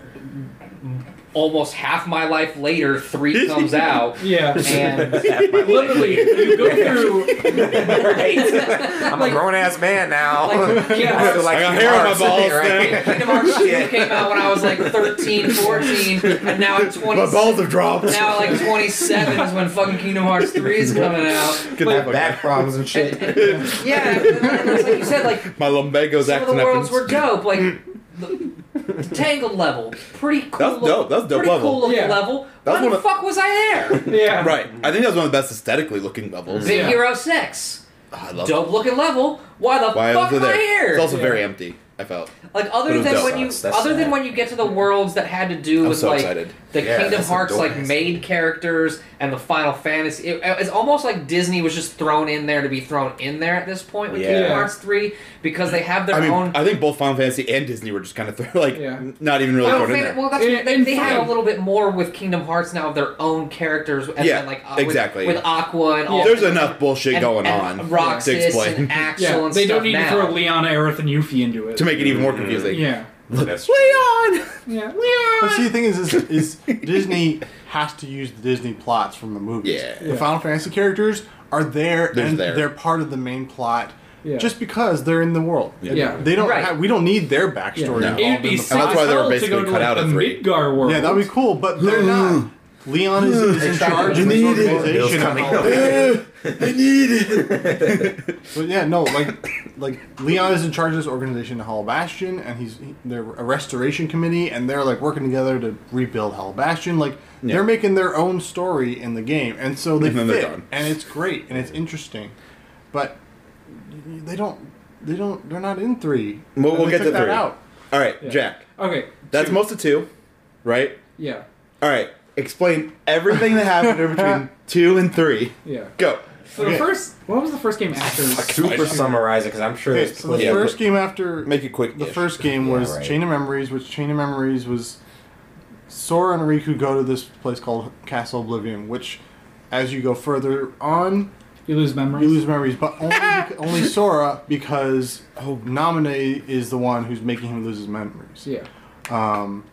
S5: almost half my life later, three comes out,
S1: yeah.
S5: and
S1: Literally, you go through.
S4: I'm a grown ass man now.
S5: Like, yeah,
S4: I feel like
S2: I got
S4: you
S2: hair on
S4: are
S2: my
S4: sitting
S2: balls
S4: right
S2: now.
S5: Kingdom Hearts 2 came out when I was like 13, 14, and now I'm 20.
S2: My balls have dropped.
S5: Now like 27 is when fucking Kingdom Hearts 3 is coming out.
S2: Get the
S4: Like,
S2: fuck
S4: back problems and shit.
S5: Yeah, and, and it's like you said, like
S2: out. my lumbago's
S5: some of the
S2: acting
S5: worlds were
S2: up.
S5: dope. Like the, the Tangled level, pretty cool.
S2: That's dope,
S5: look-
S2: that's dope
S5: pretty
S2: level.
S5: Cool looking
S1: Yeah.
S5: level.
S2: That's
S5: Why the
S2: one of-
S5: fuck was I there?
S1: Yeah.
S2: And, right, I think that was one of the best aesthetically looking levels.
S5: Big
S1: Yeah.
S5: Hero Six,
S2: Oh, I love
S5: dope looking level. Why the
S2: Why
S5: fuck
S2: was it
S5: am I
S2: there?
S5: here?
S2: It's also
S1: Yeah.
S2: very empty. I felt.
S5: like other
S2: Those
S5: than
S2: dope
S5: when you,
S4: sucks. That's
S5: other than
S4: sad.
S5: when you get to the worlds that had to do
S2: I'm
S5: with
S2: so
S5: like
S2: excited.
S5: the
S4: Yeah,
S5: Kingdom
S4: that's a
S5: Hearts
S4: dope
S5: like
S4: ass.
S5: made characters and the Final Fantasy. It, it's almost like Disney was just thrown in there to be thrown in there at this point with
S4: Yeah.
S5: Kingdom Hearts three because they have their
S2: I mean,
S5: own.
S2: I think both Final Fantasy and Disney were just kind of throw, like
S1: Yeah.
S2: not even really
S5: Final
S2: thrown in
S5: Fan-
S2: there.
S5: Well, that's,
S1: In-
S5: they,
S1: in
S5: they have
S1: fine.
S5: a little bit more with Kingdom Hearts now of their own characters. And
S2: Yeah,
S5: then, like, uh,
S2: exactly.
S5: With, with Aqua and all.
S2: There's
S5: and-
S2: enough bullshit
S5: and-
S2: going
S5: and
S2: on to
S5: Roxas
S2: explain
S5: and Axel
S1: Yeah.
S5: and
S1: They
S5: stuff
S1: don't need
S5: now.
S1: to throw Leon, Aerith, and Yuffie into it.
S2: to make it even more confusing.
S1: Yeah.
S4: That's
S2: Leon.
S1: Yeah.
S3: But see, the thing is, is, is Disney has to use the Disney plots from the movies.
S2: Yeah.
S3: The Final Fantasy characters are there,
S2: They're
S3: and
S2: there.
S3: they're part of the main plot,
S1: Yeah.
S3: just because they're in the world.
S1: Yeah.
S3: They don't.
S5: Right.
S3: Have, we don't need their backstory.
S2: No.
S3: involved
S1: It would
S3: in
S1: be
S3: the
S1: sick
S2: And that's
S1: as
S2: why they were
S1: hell to
S2: basically
S1: go to,
S2: cut
S1: like,
S2: out of
S1: the
S2: three.
S1: Midgar world.
S3: Yeah, that'd be cool, but they're not. Leon is, is in
S5: Exactly.
S3: charge
S2: You
S3: of his
S2: need it.
S4: Bill's
S3: organization. and
S4: coming
S3: all
S4: up.
S3: that.
S2: I need it.
S3: But yeah, no, like, like Leon is in charge of this organization, Hall Bastion, and he's he, they're a restoration committee, and they're like working together to rebuild Hall Bastion. Like
S2: Yeah.
S3: they're making their own story in the game, and so they
S2: And then they're
S3: fit,
S2: done.
S3: and it's great and it's interesting, but they don't They don't. They're not in three.
S2: We'll-
S3: And
S2: we'll
S3: they
S2: get to
S3: took that
S2: three.
S3: Out.
S2: All right,
S1: Yeah.
S2: Jack.
S1: Okay.
S2: That's
S1: two.
S2: most of two, right?
S1: Yeah.
S2: All right. Explain everything that happened in between two and three.
S1: Yeah.
S2: Go.
S1: So
S3: Okay.
S1: the first, what was the first game after?
S4: Super summarize it because I'm sure
S3: Okay,
S4: it's
S3: so the
S2: Yeah,
S3: first game after
S2: Make it quick.
S3: the first game
S4: Yeah,
S3: was
S4: right.
S3: Chain of Memories, which Chain of Memories was Sora and Riku go to this place called Castle Oblivion, which, as you go further on,
S1: You lose memories.
S3: you lose memories, but only, bec- only Sora because Nominee is the one who's making him lose his memories.
S1: Yeah.
S3: Um,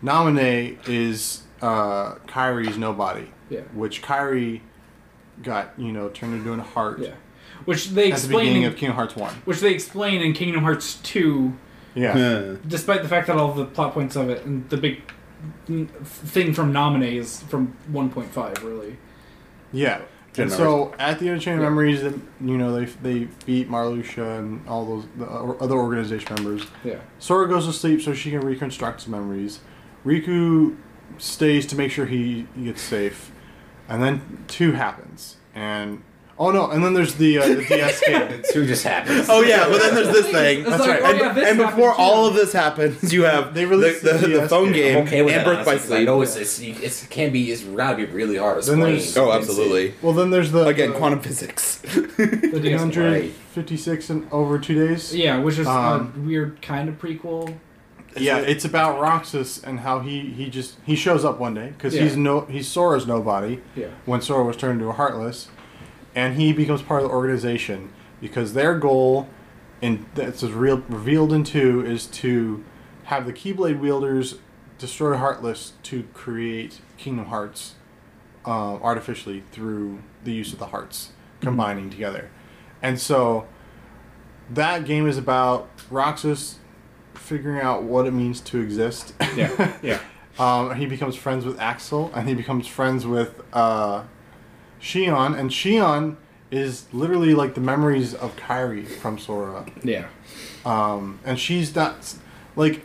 S3: Nominee is uh, Kyrie's nobody,
S1: Yeah.
S3: which Kyrie got you know turned into a heart
S1: Yeah. Which they
S3: at the
S1: explain.
S3: beginning of Kingdom Hearts One.
S1: which they explain in Kingdom Hearts two,
S3: Yeah,
S2: Uh,
S1: despite the fact that all the plot points of it and the big n- thing from Nominee is from one point five really.
S3: yeah.
S2: Chain
S3: And
S2: of
S3: so at the end of Chain of Memories, them- you know they they beat Marluxia and all those the o- other organization members.
S1: Yeah.
S3: Sora goes to sleep so she can reconstruct his memories. Riku stays to make sure he gets safe, and then two happens. And oh no, and then there's the uh, the DS game.
S4: two just happens.
S2: oh yeah, but then there's this thing.
S1: It's
S3: That's
S1: like,
S3: right.
S1: oh,
S2: And,
S1: yeah, this
S2: and
S1: happened
S2: before
S1: too.
S2: all of this happens, you have
S3: They released
S2: the,
S3: the
S2: the, the
S3: DS
S2: phone
S3: game.
S2: game,
S4: I'm okay with
S2: and
S4: that,
S2: Birth by
S4: honestly, 'cause I
S2: Sleep.
S4: know it's, it's it's it can be it's gotta be really hard to
S3: Then
S4: explain.
S3: there's-
S2: Oh, absolutely.
S3: Well, then there's the
S2: Again,
S3: the
S2: quantum physics.
S1: The DS.
S3: 156 and over two days.
S1: Yeah, which is a
S3: Um,
S1: weird kind of prequel.
S3: Yeah, it's about Roxas and how he he just he shows up one day because
S1: Yeah.
S3: he's no he's Sora's nobody.
S1: Yeah.
S3: when Sora was turned into a Heartless, and he becomes part of the organization because their goal, and that's real, revealed in two, is to have the Keyblade wielders destroy Heartless to create Kingdom Hearts um, artificially through the use of the hearts combining together, and so that game is about Roxas figuring out what it means to exist.
S6: Yeah, yeah.
S3: Um, he becomes friends with Axel, and he becomes friends with uh, Shion, and Shion is literally like the memories of Kairi from Sora.
S1: Yeah.
S3: Um, and she's not like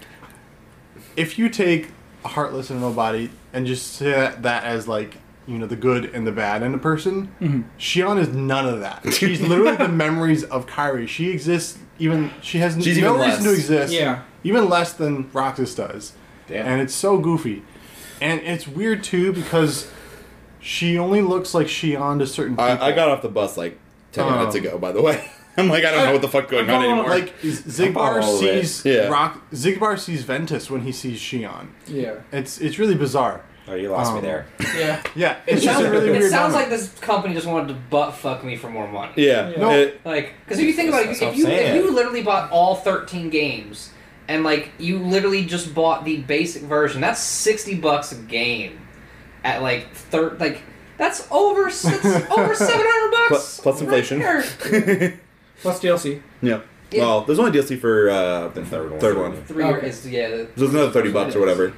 S3: if you take a heartless and a nobody and just say that, that as like you know the good and the bad in a person,
S2: Mm-hmm.
S3: Shion is none of that. She's literally the memories of Kairi. She exists even she has
S2: She's
S3: no
S2: even
S3: reason to
S2: less.
S3: exist.
S1: Yeah.
S3: even less than Roxas does and it's so goofy. And it's weird too because she only looks like Shion to certain people.
S2: I, I got off the bus like ten
S3: Oh.
S2: minutes ago. By the way, I'm like I don't know what the fuck going on
S1: Oh,
S2: anymore.
S3: like Zigbar
S4: all of it.
S3: sees
S2: Yeah.
S3: Rock. Zigbar sees Ventus when he sees Shion.
S1: Yeah.
S3: It's it's really bizarre.
S4: Oh, you lost me
S3: Um,
S4: there.
S1: Yeah.
S3: Yeah, it's just
S5: sounds,
S3: a really
S5: it
S3: weird.
S5: sounds like
S3: moment.
S5: this company just wanted to butt fuck me for more money.
S2: yeah,
S1: No.
S2: It-
S5: Like, because if you think about it,
S4: That's
S5: if
S4: what I'm
S5: you, if
S4: saying.
S5: you literally bought all 13 games and, like, you literally just bought the basic version, that's 60 bucks a game at, like, thir- like that's over that's over 700 bucks.
S2: Plus- plus inflation.
S5: Right there.
S1: Plus DLC.
S2: yeah.
S5: Yeah.
S2: Well, there's only DLC for uh,
S4: The third one.
S2: Third one.
S5: Three
S1: Okay.
S5: is, yeah. the-
S2: So it's another thirty bucks or whatever.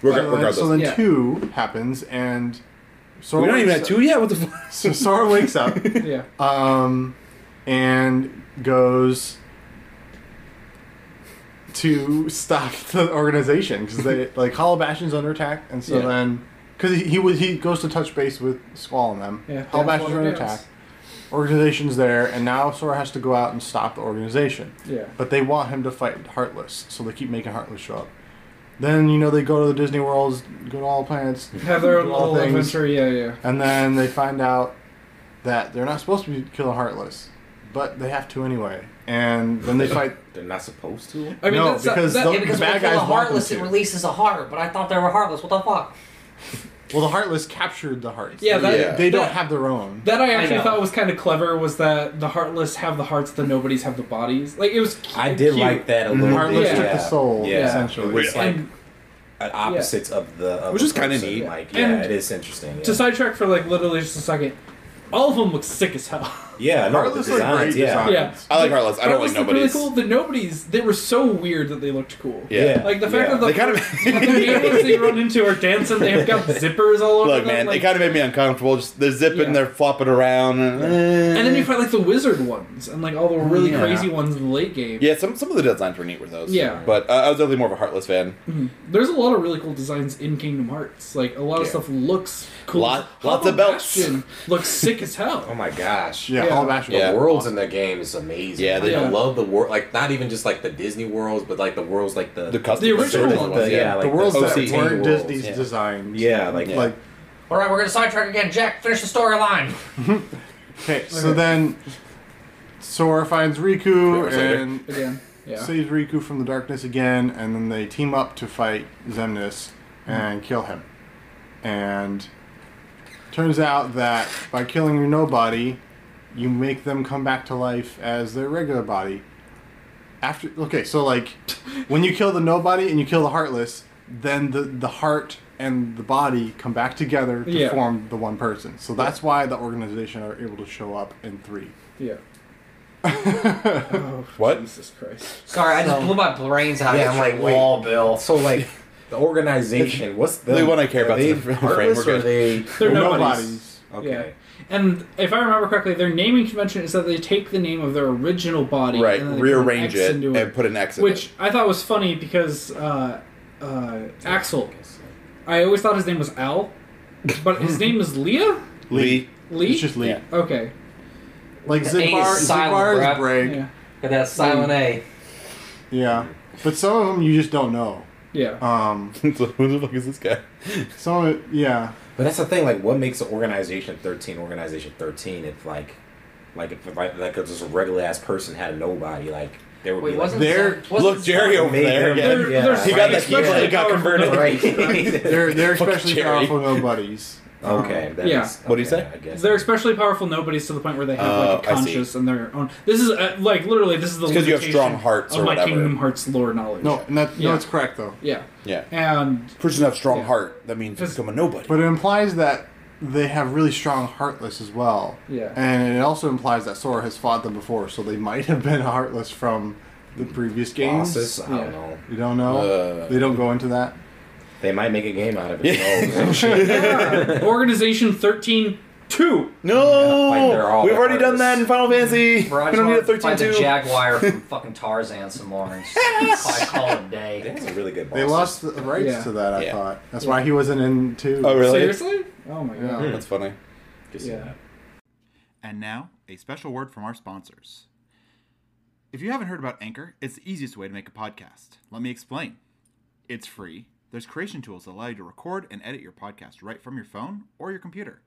S2: Reg-
S3: So then-
S2: regardless,
S3: so then
S1: Yeah.
S3: two happens, and Sora
S2: we don't even
S3: wakes
S2: have
S3: up-
S2: two yet. What the fuck?
S3: So Sora wakes up.
S1: Yeah.
S2: Uh,
S3: um, and goes to stop the organization because they like Halabastion's under attack, and so
S1: Yeah.
S3: then because he, he was he goes to touch base with Squall and them.
S1: Yeah, that's what
S3: Halabastion's
S1: it
S3: under
S1: is.
S3: attack. Organization's there, and now Sora has to go out and stop the organization.
S1: Yeah.
S3: But they want him to fight Heartless, so they keep making Heartless show up. Then you know they go to the Disney worlds, go to all the planets,
S1: Have their own
S3: do all
S1: little
S3: things.
S1: adventure. Yeah. Yeah.
S3: And then they find out that they're not supposed to be killing Heartless, but they have to anyway. And then they fight.
S4: They're not supposed to.
S1: I mean,
S3: No,
S1: that's,
S3: because
S1: that,
S3: the-
S5: Yeah, because
S3: bad
S5: when you kill
S3: guys
S5: a
S3: want them
S5: heartless, it
S3: to.
S5: releases a heart, but I thought they were heartless. What the fuck?
S3: Well, the Heartless captured the hearts.
S1: Yeah, that-
S2: Yeah.
S3: They don't
S1: that-
S3: have their own.
S1: That I actually
S5: know.
S1: thought was kind of clever was that the heartless have the hearts, the nobodies have the bodies. Like it was. cu-
S4: I did
S1: cute.
S4: like that a little
S3: The Heartless
S4: bit.
S3: took
S4: yeah.
S3: the soul,
S4: Yeah.
S3: essentially.
S4: It was like
S1: And-
S4: an opposites of the. Of
S2: Which
S4: the
S2: is kinda
S4: person.
S2: neat.
S4: Like, yeah,
S1: And
S4: it is interesting. Yeah,
S1: To sidetrack for like literally just a second, all of them look sick as hell.
S4: yeah no, the
S3: Heartless are
S4: designs,
S3: great
S4: yeah.
S3: design.
S1: yeah.
S2: I like Heartless. I don't
S1: Heartless
S2: like
S1: looked really
S2: nobody's.
S1: cool. The nobodies they were so weird that they looked cool.
S2: Yeah.
S1: Like the fact
S4: Yeah.
S1: that the,
S2: They kind of-
S1: that the neighbors they run into are dancing. They have got zippers all over
S2: Look,
S1: them.
S2: man,
S1: like,
S2: it kind of made me uncomfortable. Just they're zipping,
S1: Yeah.
S2: they're flopping around. eh.
S1: and then you find like the wizard ones and like all the really
S2: Mm, Yeah.
S1: crazy ones in the late game.
S2: yeah, some some of the designs were neat with those.
S1: Yeah.
S2: but uh, I was definitely more of a heartless fan.
S1: There's a lot of really cool designs in Kingdom Hearts. Like a lot of
S4: Yeah.
S1: stuff looks cool.
S2: Lot- lots of belts.
S1: Bastion looks sick as hell.
S4: Oh my gosh.
S3: Yeah.
S1: Yeah.
S3: Hall of Ash.
S2: Yeah.
S4: The worlds in the game is amazing.
S2: Yeah, they-
S4: Like,
S1: Oh, Yeah.
S4: I love the world. Like not even just like the Disney worlds, but like the worlds like the
S2: The custom
S1: The original
S2: built
S1: ones,
S2: ones,
S4: yeah,
S3: the
S4: like
S3: worlds
S4: the
S3: that
S2: OCT
S3: weren't
S4: worlds,
S3: Disney's
S2: yeah.
S3: designs.
S4: Yeah, like-
S3: like
S5: All right, we're gonna sidetrack again. Jack, finish the storyline.
S3: okay. So then, Sora finds Riku
S4: Hours later.
S3: and
S1: Again. Yeah.
S3: saves Riku from the darkness again, and then they team up to fight Zemnis
S1: Mm-hmm.
S3: and kill him. And turns out that by killing your nobody, you make them come back to life as their regular body. After okay, so like when you kill the nobody and you kill the heartless, then the the heart and the body come back together to
S1: Yeah.
S3: form the one person. So that's why the organization are able to show up in three.
S1: yeah. oh,
S2: What?
S1: Jesus Christ.
S5: Sorry, I just blew my brains out. of
S4: Yeah, I'm
S5: this
S4: like, wait.
S5: wall, Bill.
S4: So like the organization. What's the
S2: The one I care about
S4: Are they
S2: is the
S4: heartless
S2: framework.
S4: or are they?
S1: They're nobodies.
S4: Okay.
S1: And if I remember correctly, their naming convention is that they take the name of their original body
S2: Right,
S1: and then they put an
S2: rearrange
S1: uh, X
S2: it
S1: into
S2: and put an X in
S1: which
S2: it.
S1: I thought was funny because uh, uh, Axel, I always thought his name was Al, but his name is Leah.
S2: Lee.
S1: Lee.
S3: It's just Lee.
S2: Yeah.
S1: Okay.
S3: Like
S5: The A is
S3: Zigbar,
S5: silent,
S3: Zigbar
S5: bruh.
S3: is Brag.
S1: Yeah.
S5: Got that silent A.
S3: Yeah, but some of them you just don't know.
S1: Yeah.
S3: Um,
S2: It's like, Who the fuck is this guy?
S3: some of it, yeah,
S4: But that's the thing. Like, what makes an organization thirteen organization thirteen? If like, like if like, like if just a regular ass person had a nobody, like there would
S5: Wait,
S4: be
S5: wasn't
S3: There-
S5: wasn't
S2: Look, Jerry over
S4: Maybe
S2: there.
S4: they're-
S2: again.
S1: They're,
S4: yeah,
S1: they're
S4: right.
S2: He got that
S1: especially
S2: keyblade, got
S1: powerful
S2: converted.
S4: like,
S1: nobodies.
S4: right.
S3: they're they're
S2: Fucking
S3: especially
S2: Jerry.
S3: powerful nobodies. Um,
S4: okay. That
S1: Yeah.
S4: is-
S2: What do you
S4: okay,
S2: say?
S4: I guess.
S1: They're especially powerful nobodies to the point where they have like a
S2: Oh, I see.
S1: conscience and their own. This is uh, like literally this is the
S2: It's 'cause you have
S1: limitation
S2: strong hearts
S1: of
S2: or
S1: my
S2: whatever.
S1: Kingdom Hearts lore knowledge.
S3: No, and that,
S1: Yeah.
S3: no, it's correct though.
S1: Yeah.
S2: Yeah.
S1: And
S2: Person have strong
S1: Yeah.
S2: heart. That means
S1: Just-
S2: become a nobody.
S3: But it implies that they have really strong heartless as well.
S1: Yeah.
S3: and it also implies that Sora has fought them before, so they might have been heartless from the previous games.
S4: Bosses? I
S1: Yeah.
S4: don't know.
S3: You don't know.
S2: Uh.
S3: they don't go into that.
S4: They might make a game out of it. Yeah. shit.
S1: Organization 13 2.
S4: Like, they're
S2: no,
S4: all
S2: we've already done
S4: heartless.
S2: that in Final Fantasy.
S5: Bro, I
S2: we
S5: just
S2: don't need a
S5: want to find the
S2: 13-2.
S5: Jaguar from fucking Tarzan some more and just fucking call it a day.
S4: That's a really good boss.
S3: They lost the rights
S1: Yeah.
S3: to that. I
S2: Yeah.
S3: thought that's why he wasn't in two.
S2: Oh, really?
S1: Seriously? Oh my god.
S3: Yeah.
S2: That's funny.
S4: Just
S1: Yeah.
S4: that.
S8: And now, a special word from our sponsors. If you haven't heard about Anchor, it's the easiest way to make a podcast. Let me explain. It's free. There's creation tools that allow you to record and edit your podcast right from your phone or your computer.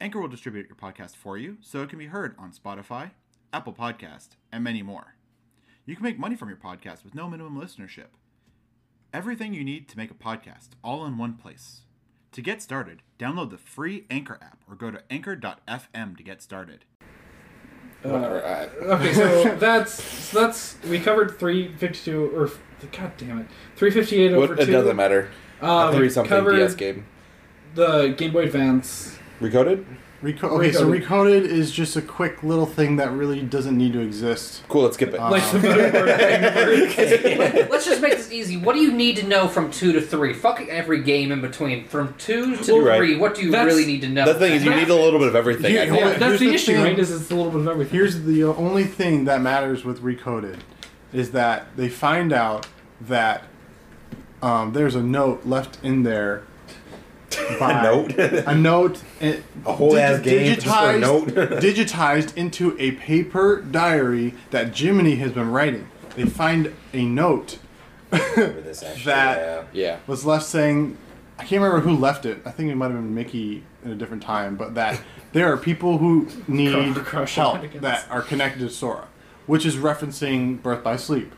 S8: Anchor will distribute your podcast for you so it can be heard on Spotify, Apple Podcast, and many more. You can make money from your podcast with no minimum listenership. Everything you need to make a podcast all in one place. To get started, download the free Anchor app or go to anchor.fm to get started.
S2: Alright.
S1: Okay, so that's so that's we covered 352 or god damn it. 358 over
S2: What,
S1: 2.
S2: it doesn't matter.
S1: Uh, we
S2: Three something
S1: covered
S2: DS game.
S1: The Game Boy Advance.
S2: Recoded?
S3: Reco- okay, so recoded is just a quick little thing that really doesn't need to exist.
S2: Cool, let's skip it.
S3: Uh,
S1: Like the better word thing.
S5: Let's just make this easy. What do you need to know from two to three? Fucking every game in between. From two to
S2: You're right.
S5: three, what do you
S1: That's-
S5: really need to know?
S2: That's the thing is you need a little bit of everything. I
S3: Yeah,
S2: think.
S1: Yeah,
S3: Here's
S1: that's the,
S3: the
S1: issue,
S3: thing.
S1: right? Is it's a little bit of everything.
S3: Here's the only thing that matters with recoded is that they find out that um, there's a note left in there. By
S4: A note?
S3: a note, a
S4: whole ass game just for a note?
S3: digitized into a paper diary that Jiminy has been writing. They find a note
S4: For this actually,
S3: That-
S4: yeah.
S2: yeah.
S3: was left saying, I can't remember who left it. I think it might have been Mickey at a different time, but that there are people who need
S1: Cr- crush
S3: help
S1: against-
S3: that are connected to Sora, which is referencing Birth by Sleep,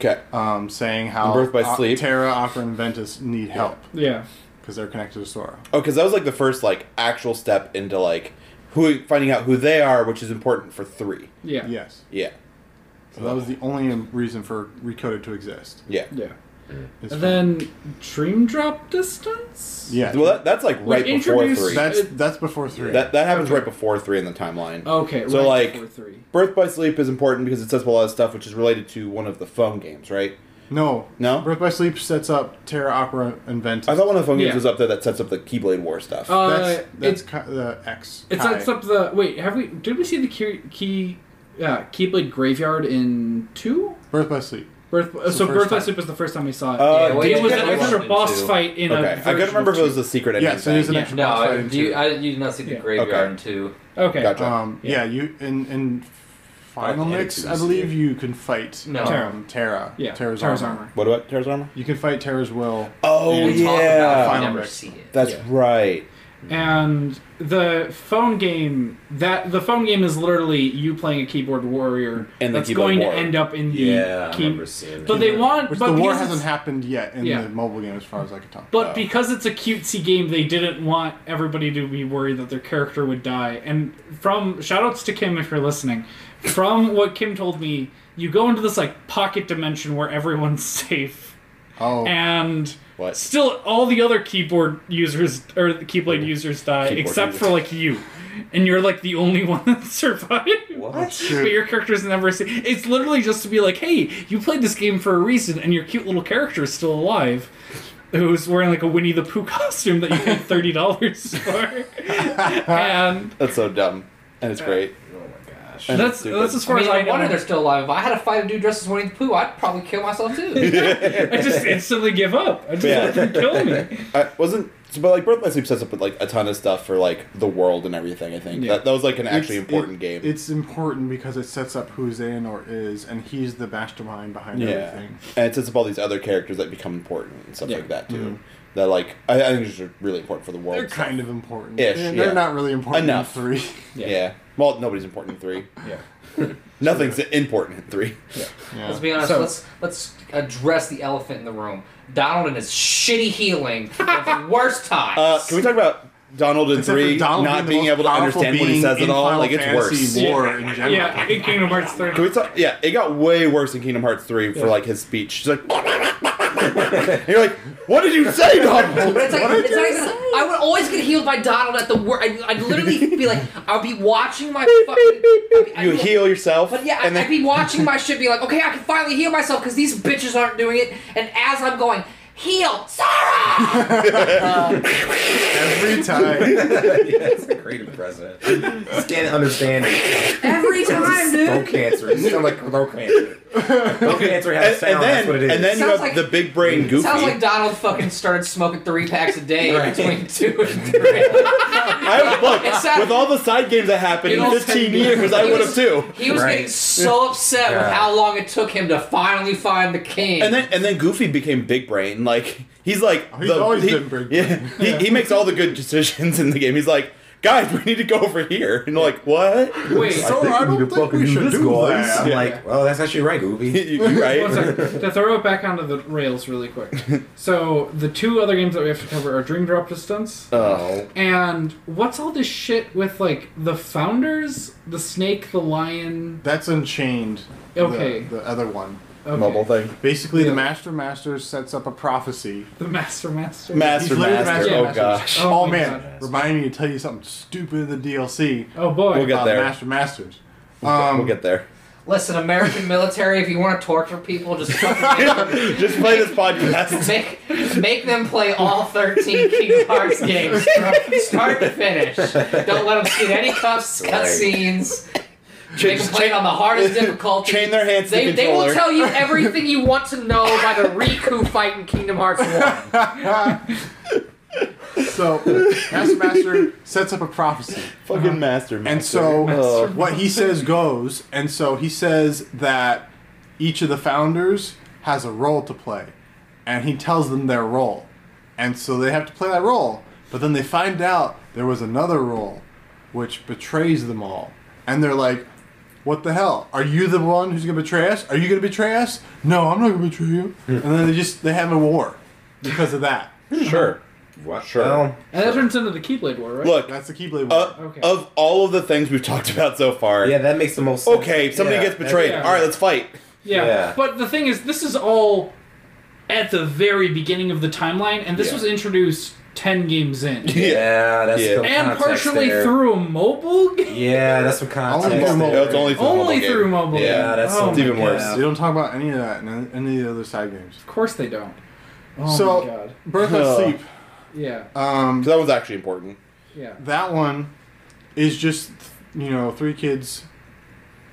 S2: Okay.
S3: um, saying how
S2: And Birth by
S3: O-
S2: Sleep.
S3: Terra, Aqua, and Ventus need help
S1: Yeah.
S3: because they're connected to Sora.
S2: Oh, because that was like the first like actual step into like who finding out who they are, which is important for three.
S1: Yeah. Yeah.
S3: Yes.
S2: Yeah,
S3: So that was the only reason for Recoded to exist.
S2: yeah.
S3: is
S1: And
S3: for-
S1: then Dream Drop Distance?
S3: yeah.
S2: Well, that, that's like right before
S1: introduce
S2: three.
S1: that-
S3: that's that's before three.
S2: That that happens right before three in the timeline.
S1: Okay,
S2: So
S1: right
S2: like,
S1: before three.
S2: Birth by Sleep is important because it sets up a lot of stuff which is related to one of the phone games, right?
S3: no.
S2: No?
S3: Birth by Sleep sets up Terra, Aqua, and Ventus.
S2: I thought one of the phone games
S1: Yeah.
S2: was up there that sets up the Keyblade War stuff.
S1: Uh,
S3: that's that's
S1: it-
S3: Ki- the X.
S1: It
S3: Kai.
S1: sets up the wait. Have we? Did we see the key? key uh, Keyblade Graveyard in two?
S3: Birth by Sleep.
S1: Birth, uh,
S3: It's the
S1: so
S3: first
S1: Birth by
S3: time.
S1: Sleep was the first time we saw it.
S2: Uh,
S5: Yeah, wait,
S1: it was
S5: yeah,
S1: an
S5: yeah,
S1: extra
S5: yeah.
S1: boss fight in a.
S2: okay, I
S1: version
S2: couldn't remember
S1: of
S2: if it was
S1: two.
S2: the secret ending.
S3: Yes, it is an
S2: thing.
S1: Yeah.
S3: extra boss fight
S5: No,
S3: in
S5: do you,
S3: two.
S5: I, you did not see the
S1: Yeah.
S5: graveyard
S2: Okay.
S5: in two.
S1: Okay.
S2: Gotcha.
S3: Um,
S1: Yeah.
S3: yeah. you in in final
S4: Fight
S3: mix, I
S4: Anubis,
S3: believe
S4: yeah.
S3: you can fight
S5: No.
S3: um, Terra.
S1: Yeah.
S3: Terra's, armor.
S2: what about Terra's armor?
S3: You can fight Terra's will.
S2: Oh
S3: And
S5: We talk about it, we
S3: Final
S5: never
S3: break.
S5: see it.
S2: that's right.
S1: And the phone game that the phone game is literally you playing a keyboard warrior
S2: And the
S1: that's
S2: keyboard
S1: going to
S2: warrior.
S1: end up in the
S4: Yeah, I
S1: key-
S4: remember seeing
S1: But
S4: that.
S1: they want
S3: Which
S1: but
S3: the war
S1: because
S3: hasn't
S1: it's-
S3: happened yet in
S1: Yeah.
S3: the mobile game, as far as I can tell.
S1: But
S2: Oh.
S3: Uh,
S1: because it's a cutesy game, they didn't want everybody to be worried that their character would die. And from shoutouts to Kim if you're listening, from what Kim told me, you go into this like pocket dimension where everyone's safe,
S3: oh,
S1: and
S2: What?
S1: still all the other keyboard users or the keyblade users die
S2: Oh. Keyboard
S1: except
S2: users.
S1: for like you, and you're like the only one that survived.
S3: oh,
S4: What?
S1: But your character's never seen. It's literally just to be like, hey, you played this game for a reason, and your cute little character is still alive. Who's wearing like a Winnie the Pooh costume that you paid thirty dollars for, and
S2: That's so dumb, and it's great.
S4: Oh my gosh.
S2: And
S1: that's
S2: it's
S1: that's as
S5: I
S1: far
S5: mean,
S1: as I
S5: no
S1: know.
S5: wonder they're still alive. If I had a fight with a dude dressed as Winnie the Pooh, I'd probably kill myself too.
S1: I just instantly give up. I just
S2: Yeah.
S1: let them kill me.
S2: I wasn't, so, but like Birth by Sleep sets up like a ton of stuff for like the world and everything. I think
S1: Yeah.
S2: that, that was like an
S3: it's-
S2: actually important
S3: it-
S2: game.
S3: It's important because it sets up who Xehanort is, and he's the mastermind behind
S2: yeah,
S3: everything.
S2: and it sets up all these other characters that become important and stuff
S1: Yeah.
S2: like that too. That like I, I think is really important for the world.
S3: Mm-hmm. They're kind of important.
S2: Ish,
S3: They're,
S2: yeah.
S3: they're not really important
S2: Enough.
S3: in three.
S2: yeah. Well, nobody's important in three.
S1: Yeah.
S2: Nothing's important in three.
S3: Yeah.
S5: let's be honest.
S1: So-
S5: let's let's address the elephant in the room. Donald and his shitty healing. at the worst times.
S2: Uh, can we talk about Donald in
S3: Except for
S2: three
S3: Donald
S2: not
S3: the
S2: being
S3: most
S2: able to
S3: powerful
S2: understand what he
S3: being
S2: says at
S3: in
S2: all?
S3: Final
S2: Like it's worse.
S3: Fantasy War in general.
S1: Yeah, in Kingdom Hearts three.
S2: Can we talk? Yeah, it got way worse in Kingdom Hearts three for
S1: Yeah.
S2: like his speech. She's like, and you're like, what did you say, Donald?
S5: It's like, it's not even, I would always get healed by Donald at the work. I'd, I'd literally be like, I'd be watching my fucking. I'd be- I'd
S2: you
S5: be-
S2: heal yourself,
S5: But yeah, I-
S2: and then
S5: I'd be watching my shit, be like, okay, I can finally heal myself because these bitches aren't doing it. And as I'm going, heal, Sarah.
S3: Every time.
S4: Yes, creative president. Just can't understand it.
S5: Every time,
S4: Throat
S5: dude.
S4: cancer. It sounds like throat cancer. Throat cancer
S2: and,
S4: has
S2: and
S4: sound.
S2: then
S4: that's what it is.
S2: and then you
S5: Sounds
S2: have
S5: like-
S2: the big brain goofy.
S5: Sounds like Donald fucking started smoking three packs a day
S4: Right.
S5: between two and three.
S2: I,
S5: It
S2: look,
S5: sounds-
S2: with all the side games that happened
S5: You
S2: in
S5: know,
S2: 15 years, I
S5: he
S2: would have
S5: was-
S2: too.
S5: He was
S4: Right.
S5: getting so upset with
S4: Yeah.
S5: how long it took him to finally find the king.
S2: And then and then Goofy became Big Brain. Like he's like
S3: Oh, he's
S2: the-
S3: always
S2: he-
S3: been Big
S2: Yeah, he, he makes all the good decisions in the game. He's like, guys, we need to go over here, and you're like, what?
S1: Wait,
S3: So I
S4: need to
S3: don't think
S4: fucking
S3: we should
S4: this,
S3: do
S4: guys.
S3: that.
S4: I'm like, well, that's actually right,
S2: You-
S4: Goofy.
S2: you
S1: One
S2: right?
S1: second. to throw it back onto the rails really quick. So the two other games that we have to cover are Dream Drop Distance
S4: Oh.
S1: and what's all this shit with like the founders, the snake, the lion.
S3: That's Unchained. the-
S1: Okay.
S3: The, other one.
S1: Okay.
S2: Mobile thing.
S3: Basically,
S1: Yeah.
S3: the Master Master sets up a prophecy.
S1: The Master Master.
S2: Master
S3: He's literally the
S2: Master.
S3: Master
S2: Oh
S3: Master.
S2: gosh.
S1: Oh
S3: Oh,
S1: my
S3: man,
S1: God.
S3: remind me to tell you something stupid in the DLC
S1: Oh boy.
S2: We'll get
S3: about
S2: there.
S3: the Master Masters. Um,
S2: we'll get there.
S5: Listen, American military, if you want to torture people, just fucking
S2: Just play this podcast.
S5: make, make, make them play all 13 Kingdom Hearts games from start to finish. Don't let them see any cuts, cutscenes. They can play it on the hardest difficulty.
S2: Chain their hands to
S5: They,
S2: the
S5: they will
S2: controller.
S5: tell you everything you want to know by the Riku fight in Kingdom Hearts 1.
S3: So, Master Master sets up a prophecy. Uh-huh.
S2: Fucking Master Master.
S3: And so,
S2: Oh.
S3: what he says goes. And so, he says that each of the founders has a role to play. And he tells them their role. And so, they have to play that role. But then they find out there was another role which betrays them all. And they're like, what the hell? Are you the one who's going to betray us? Are you going to betray us? No, I'm not going to betray you.
S2: Hmm.
S3: and then they just they have a war because of that.
S2: sure.
S4: What?
S2: Sure.
S4: Well,
S1: and that turns into the Keyblade War, right?
S2: Look,
S3: That's the Keyblade War.
S2: uh,
S1: Okay.
S2: of all of the things we've talked about so far,
S4: yeah, that makes the most sense.
S2: okay, somebody
S4: Yeah,
S2: gets betrayed.
S1: yeah.
S2: All right, let's fight.
S1: Yeah.
S4: Yeah.
S1: But the thing is, this is all at the very beginning of the timeline, and this
S2: Yeah.
S1: was introduced ten games in,
S4: that's- Yeah, that's
S2: Yeah.
S4: still
S1: and
S4: context
S1: partially
S4: there.
S1: through a mobile game.
S4: Yeah, that's some context.
S3: Only through
S4: there.
S3: mobile.
S2: It's only through
S1: Only
S2: mobile game.
S1: through mobile.
S2: Yeah,
S1: game.
S4: that's
S1: oh
S2: It's even
S1: my
S2: worse.
S1: God.
S3: They don't talk about any of that in any of the other side games.
S1: Of course they don't. Oh
S3: So-
S1: my god.
S3: Birth by
S2: Huh.
S3: Sleep.
S1: Yeah.
S3: Um,
S2: 'Cause that one's actually important.
S1: Yeah.
S3: that one is just you know three kids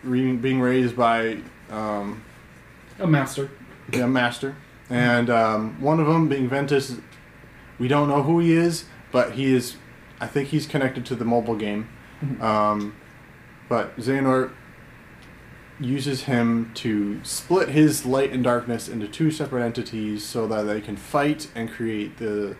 S3: re- being raised by um,
S1: A master.
S3: a master, and um, one of them being Ventus. We don't know who he is, but he is. I think he's connected to the mobile game, Um, but Xehanort uses him to split his light and darkness into two separate entities so that they can fight and create the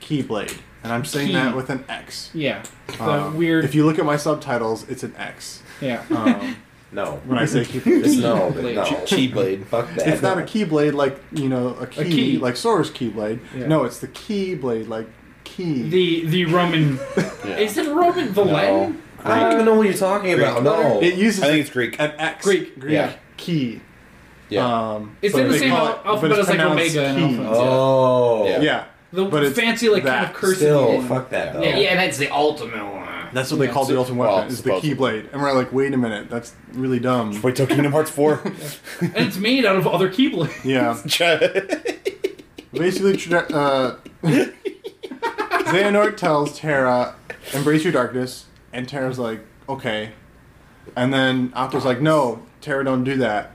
S3: Keyblade. And I'm saying that
S1: Key.
S3: with an X.
S1: Yeah. The
S3: Um,
S1: weird.
S3: If you look at my subtitles, it's an X.
S1: yeah.
S3: Um,
S4: No.
S3: when I say Keyblade,
S4: No,
S1: Keyblade.
S4: no.
S2: Keyblade.
S4: Oh. Fuck that.
S3: it's not a Keyblade like you know a key,
S1: key.
S3: like Sora's Keyblade.
S1: Yeah.
S3: No, it's the Keyblade like key.
S1: The the Roman.
S2: Yeah.
S1: Is it Roman? The
S2: No.
S1: Latin?
S4: I don't even know what you're talking about. No.
S3: it uses
S2: I think it's Greek.
S3: an X.
S1: Greek.
S3: Greek
S2: Yeah.
S3: key.
S2: Yeah.
S3: Um,
S1: It's
S3: but
S1: in the
S3: they
S1: same
S3: call
S1: al-
S3: it- but
S1: alphabet
S3: it's
S1: as like
S3: pronounced
S1: Omega and
S3: key.
S1: Alpha.
S4: oh.
S2: Yeah.
S3: Yeah,
S1: The
S3: But it's
S1: fancy like kind
S3: that.
S1: of cursive.
S4: Still,
S1: one.
S4: fuck that though.
S1: Yeah.
S5: Yeah, that's the ultimate one.
S3: that's what they
S1: Yeah.
S3: call the ultimate weapon
S2: Well,
S3: is the
S2: supposedly.
S3: keyblade, and we're like, wait a minute, that's really dumb.
S2: Wait till Kingdom Hearts 4.
S1: and it's made out of other Keyblades.
S3: Yeah, basically, tra- uh, Xehanort tells Terra, "Embrace your darkness," and Terra's like, "Okay," and then Octo's like, "No, Terra, don't do that."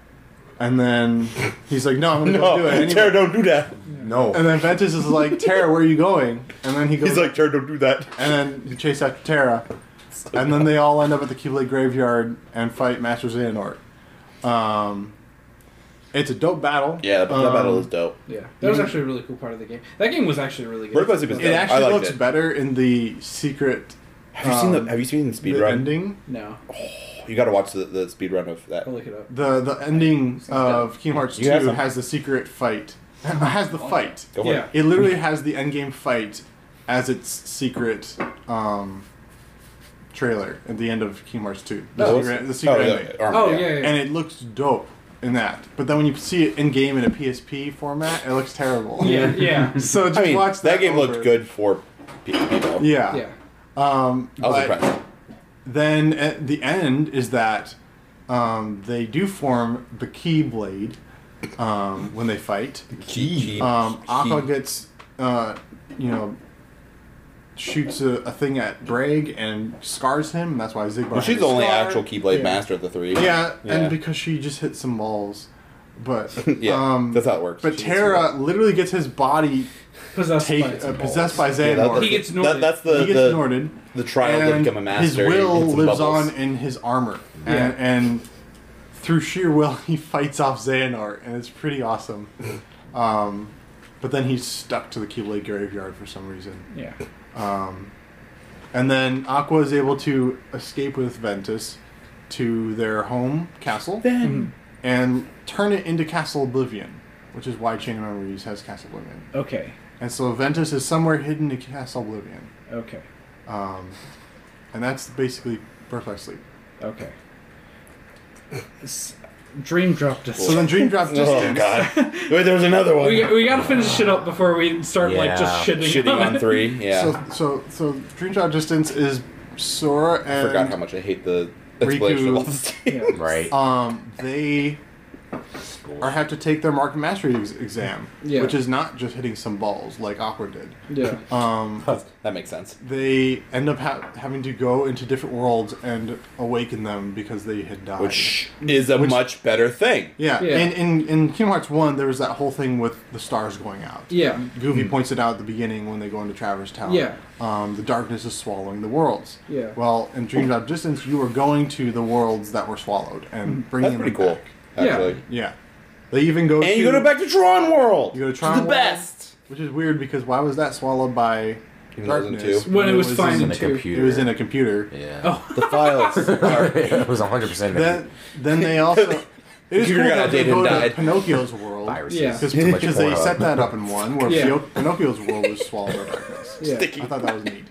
S3: And then he's like, "No, I'm gonna go do
S2: no,
S3: it." Anyway.
S2: Terra, Oh, don't do that.
S3: And
S4: No.
S3: then Ventus is like, "Terra, where are you going?" And then he goes,
S2: He's like, Terra, don't do that.
S3: and then he chased after Terra, and then they all end up at the Keyblade graveyard and fight Master Xehanort. Um, it's a dope battle.
S2: Yeah, that, that
S3: Um,
S2: battle is dope.
S1: Yeah, that was actually a really cool part of the game. That game was actually really good.
S2: Birth by Sleep is
S1: But-
S3: It
S2: dope. I
S3: actually
S2: liked
S3: looks
S2: it.
S3: better in the secret
S2: Have you seen
S3: um,
S2: the Have you seen the speed
S3: the
S2: run?
S3: ending.
S1: No,
S2: You got to watch the, the speed run of that.
S1: I'll look it up.
S3: The the ending of Kingdom Hearts
S2: You have
S3: Two
S2: some-
S3: has the secret fight. has the fight.
S2: Go for
S1: Yeah,
S2: it.
S3: It literally has the endgame fight as its secret um, trailer at the end of Kingdom Hearts Two. The
S2: Oh,
S3: secret, the
S2: it's-
S3: secret
S2: oh,
S3: ending.
S2: the armor,
S1: Oh yeah, yeah.
S3: and it looks dope in that. But then when you see it in game in a PSP format, it looks terrible.
S1: yeah, yeah,
S3: So just
S2: I mean,
S3: watch
S2: that,
S3: that.
S2: game
S3: over.
S2: looked good for PvP though.
S3: Yeah.
S1: yeah.
S3: Um,
S2: I was
S3: but
S2: impressed.
S3: Then at the end is that um, they do form the Keyblade um, when they fight. Um, Aqua gets, uh, you know, shoots a, a thing at Brag and scars him. And that's why Zigbar.
S2: Well,
S3: had
S2: she's
S3: a
S2: the only
S3: scar.
S2: actual Keyblade
S3: Yeah.
S2: master of the three.
S3: Yeah,
S2: Yeah.
S3: and because she just hit some balls, but
S2: Yeah,
S3: um,
S2: that's how it works.
S3: But Terra literally gets his body
S1: Possessed
S3: take,
S1: by
S3: uh,
S1: its
S3: possessed by
S2: Yeah, that-
S3: Xehanort.
S1: He gets
S2: that- that's the
S3: He gets
S2: the,
S3: Norded,
S2: the trial to
S3: and
S2: become a master.
S3: His will
S2: He hits some
S3: lives
S2: bubbles.
S3: on in his armor,
S1: Yeah.
S3: and, and through sheer will, he fights off Xehanort, and it's pretty awesome. um, but then he's stuck to the Keyblade graveyard for some reason.
S1: Yeah,
S3: Um, and then Aqua is able to escape with Ventus to their home castle
S2: Then
S1: Mm-hmm.
S3: and turn it into Castle Oblivion, which is why Chain of Memories has Castle Oblivion.
S1: okay,
S3: And so Ventus is somewhere hidden in Castle Oblivion.
S1: okay,
S3: Um, and that's basically Birth by Sleep.
S1: okay. S- Dream dropped us.
S3: So then Dream Drop just
S2: oh god, wait, there's another one.
S1: we, we gotta finish it up before we start like just
S4: Yeah.
S1: shitting,
S2: Shitting on
S1: it.
S2: three. Yeah,
S3: So, so, so Dream Drop Distance is Sora
S2: I
S3: and
S2: forgot how much I hate the
S3: Riku-
S2: explanation of all this.
S1: Yeah.
S4: Right.
S3: um, they are have to take their market mastery ex- exam,
S1: Yeah.
S3: which is not just hitting some balls like Aqua did.
S1: Yeah,
S3: Um,
S2: that makes sense.
S3: they end up ha- having to go into different worlds and awaken them because they had died.
S2: Which is a much better thing.
S3: yeah,
S1: Yeah.
S3: And in, in Kingdom Hearts 1, there was that whole thing with the stars going out.
S1: yeah,
S3: Goofy points it out at the beginning when they go into Traverse Town.
S1: Hmm. Yeah.
S3: Um, the darkness is swallowing the worlds.
S1: Yeah.
S3: Well, in Dreams Out of Distance, you were going to the worlds that were swallowed
S1: Hmm.
S3: and bringing
S2: That's pretty
S3: them
S2: cool.
S3: back.
S2: Actually.
S3: Yeah. They even go to.
S2: And you go to back to Tron World.
S3: You go to
S2: Which is
S3: Tron
S2: The
S3: World.
S2: best.
S3: Which is weird because why was that swallowed by
S2: Even though it was in
S3: darkness?
S2: two.
S1: when it was, fine
S4: in
S1: in
S4: the
S1: two.
S3: In,
S4: computer.
S3: it was in a computer.
S4: Yeah.
S1: Oh,
S2: The files. are-
S4: it was 100 percent
S3: Then, then they also. It is
S2: Computer
S3: cool
S2: got
S3: that they
S2: outdated
S3: go
S2: and
S3: to
S2: died.
S3: Pinocchio's world.
S4: viruses.
S1: Yeah.
S3: Because
S4: Too much
S3: because they
S4: porn.
S3: set that up in one where
S1: Yeah.
S3: Pinocchio- Pinocchio's world was swallowed by darkness.
S1: Yeah.
S3: I thought that was neat.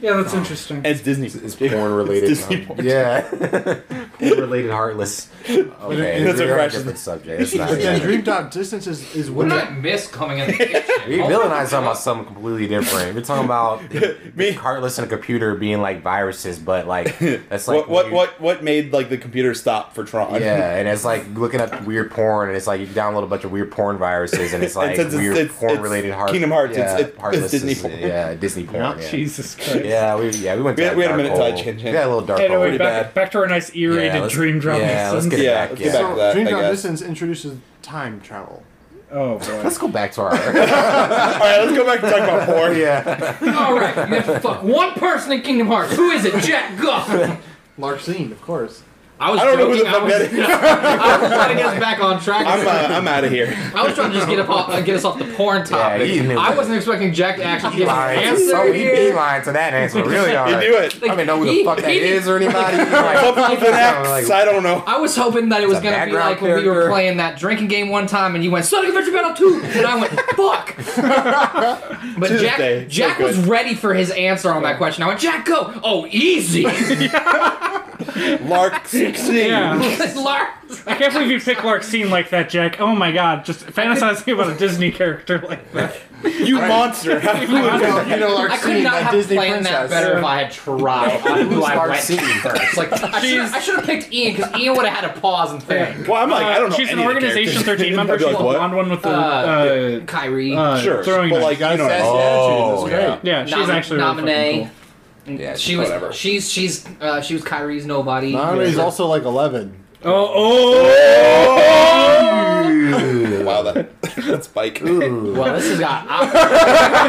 S1: yeah, that's interesting.
S2: And it's Disney.
S4: It's porn related.
S2: It's Disney porn.
S4: Yeah. porn related heartless. Okay.
S3: That's
S2: a
S4: we're on
S2: question.
S4: different subject. It's not,
S3: But then
S4: yeah.
S3: Dream Drop Distance is, is
S5: What
S3: when
S5: did
S3: they-
S5: I miss coming in the kitchen?
S4: We,
S5: Oh
S4: Bill
S5: my
S4: and I are talking
S5: God.
S4: about something completely different. We're talking about
S2: Me-
S4: me heartless and a computer being like viruses, but like that's
S2: what what,
S4: like when you-
S2: what what made like the computer stop for Tron?
S4: Yeah, and it's like looking up weird porn, and it's like you download a bunch of weird porn viruses, and it's like
S2: since it's-
S4: weird
S2: it's-
S4: porn related
S2: it's
S4: heart.
S2: Kingdom Hearts, it's-
S4: Yeah,
S2: it's- it's
S4: heartless
S2: Disney
S4: is-
S2: porn.
S4: Yeah, Disney porn. Yeah,
S6: Jesus Christ.
S4: yeah, we yeah we went.
S2: We
S4: to
S2: had-
S4: that
S2: we had a
S4: dark
S2: minute to
S4: hole.
S2: digest.
S4: We had a little dark hole.
S6: Anyway,
S2: bad.
S6: back, back to our nice eerie
S4: Yeah,
S6: to
S4: let's-
S6: dream drop.
S4: yeah, let's
S6: distance.
S4: get it
S2: Yeah,
S4: back.
S2: let's
S4: yeah.
S2: get back to that.
S3: Dream
S2: I
S3: Drop
S2: guess.
S3: Distance introduces time travel.
S5: Oh boy.
S4: Let's go back to our.
S2: All right, let's go back and talk about porn.
S4: yeah.
S5: All right, you have to fuck one person in Kingdom Hearts. Who is it? Jack Guff.
S3: Larcene, of course.
S5: I was
S2: I don't know who
S5: joking.
S2: the fuck that is.
S5: I was trying to get us back on track.
S2: I'm, uh, I'm out of here.
S5: I was trying to just get up, uh, get us off the porn topic.
S4: you knew
S5: I
S4: that.
S5: wasn't expecting Jack to actually
S4: He
S5: give an
S4: lied.
S5: answer.
S4: So he
S5: here.
S4: beeline to that answer really hard.
S2: You do it.
S4: I don't even know who the
S5: He-
S4: fuck that
S5: he-
S4: is or anybody.
S2: Couple with an axe. I don't know.
S5: I was hoping that it was
S4: a
S5: gonna be
S4: background
S5: like when we were
S4: character.
S5: playing that drinking game one time, and you went "Sonic Adventure Battle 2! and I went "Fuck." but
S2: Tuesday,
S5: Jack,
S2: so
S5: Jack was
S2: good.
S5: ready for his answer on that question. I went, "Jack, go!" Oh, easy.
S2: Lark 16.
S1: Yeah.
S5: Lark.
S1: I can't believe you picked Lark scene like that, Jack. Oh my god, just fantasizing about a Disney character like that.
S2: You monster. How you
S3: You know, you know
S5: I could
S3: Larcene,
S5: not
S3: that
S5: have
S3: Disney
S5: planned
S3: princess.
S5: that better if I had tried. on who I went. It's like I should've- I should have picked Ian because Ian would have had to pause and think.
S2: Well, I'm like, I don't know.
S1: She's an
S2: any of the
S1: Organization
S2: characters.
S1: 13 member.
S2: I'd be
S1: She's
S2: like,
S1: the
S2: what?
S1: blonde one with the.
S5: Uh,
S1: Uh,
S5: Kyrie,
S1: uh,
S2: Sure.
S1: throwing
S2: but
S1: knife.
S2: like, you
S3: Got
S2: don't know.
S3: assassination.
S4: Oh,
S3: That's
S4: yeah.
S3: great.
S1: yeah, she's
S5: nom-
S1: actually really fucking
S5: nominee.
S1: cool.
S4: Yeah,
S5: She was.
S4: whatever.
S5: She's. She's. Uh, she was Kyrie's nobody.
S3: Nami's also like 11.
S1: Oh, oh!
S2: Wow, that, that spike. Ooh.
S5: Well, this has got. I-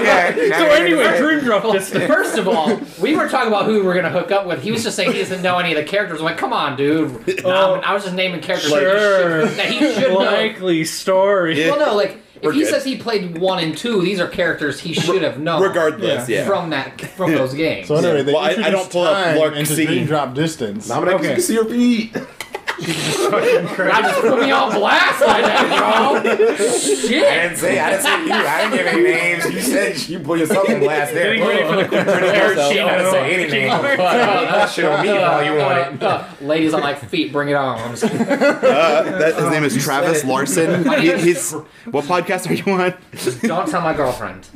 S4: yeah.
S1: So anyway, Dream Drop this thing.
S5: First of all, we were talking about who we were gonna hook up with. He was just saying he doesn't know any of the characters. I'm like, come on, dude. Nom- I was just naming characters that
S1: Sure.
S5: he should, that he should know.
S1: Likely story.
S2: Yeah.
S5: Well, no, like if
S2: We're
S5: he
S2: good.
S5: says he played one and two, these are characters he should have known.
S2: Regardless, yeah.
S5: from that from those games.
S3: So anyway, they
S2: Well, I- I
S3: introduced
S2: don't pull up
S3: time
S2: Larcene.
S3: into Dream Drop Distance.
S4: Dominic,
S1: Okay.
S4: you can see your feet.
S5: I just put me on blast like that, bro.
S4: I
S5: Shit.
S4: didn't say. I didn't say you. I didn't give any names. You said you put yourself in blast there.
S1: Getting ready for the quick
S4: You don't have to say any names. You can put shit on me if all you want it.
S5: Uh, ladies on like feet, bring it on. I'm just kidding.
S2: Uh, that, his name is Travis Larson. He, he's, what podcast are you on?
S5: Don't tell my girlfriend.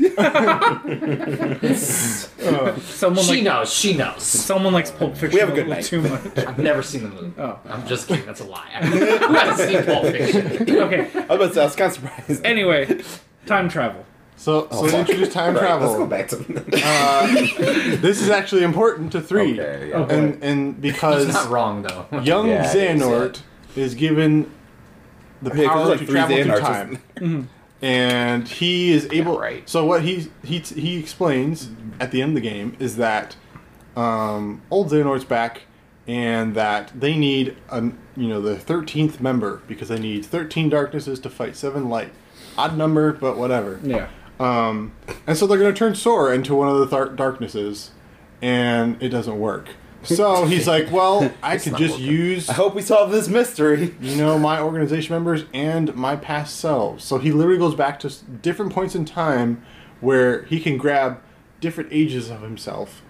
S1: Someone
S5: She
S1: like
S5: knows. She knows.
S1: someone likes Pulp Fiction.
S2: We have a good
S1: little
S2: night.
S1: Too much.
S5: I've never seen the movie. Oh, I'm just kidding. That's a lie. I haven't seen Pulp Fiction.
S1: Okay.
S2: I was, about to say, I was kind of surprised.
S1: Anyway, time travel.
S3: So, so they introduced time
S4: Right,
S3: travel. Uh,
S4: let's go back to.
S3: This is actually important to three,
S4: Okay, yeah.
S3: and and
S5: It's
S3: because
S5: not wrong though.
S3: young
S4: Yeah, it is,
S3: Xehanort is given the
S2: Yeah, 'cause
S3: power
S2: there's like
S3: to
S2: three
S3: travel through
S2: Xehanorts,
S3: time, and he is able.
S4: right.
S3: So what he he he explains at the end of the game is that um, old Xehanort's back, and that they need an you know the thirteenth member because they need thirteen darknesses to fight seven light. Odd number, but whatever.
S1: Yeah.
S3: Um, and so they're going to turn Sora into one of the thar- darknesses, and it doesn't work. So he's like, "Well, I could just use
S2: I hope we solve this mystery.
S3: you know my organization members and my past selves." So he literally goes back to s- different points in time where he can grab different ages of himself,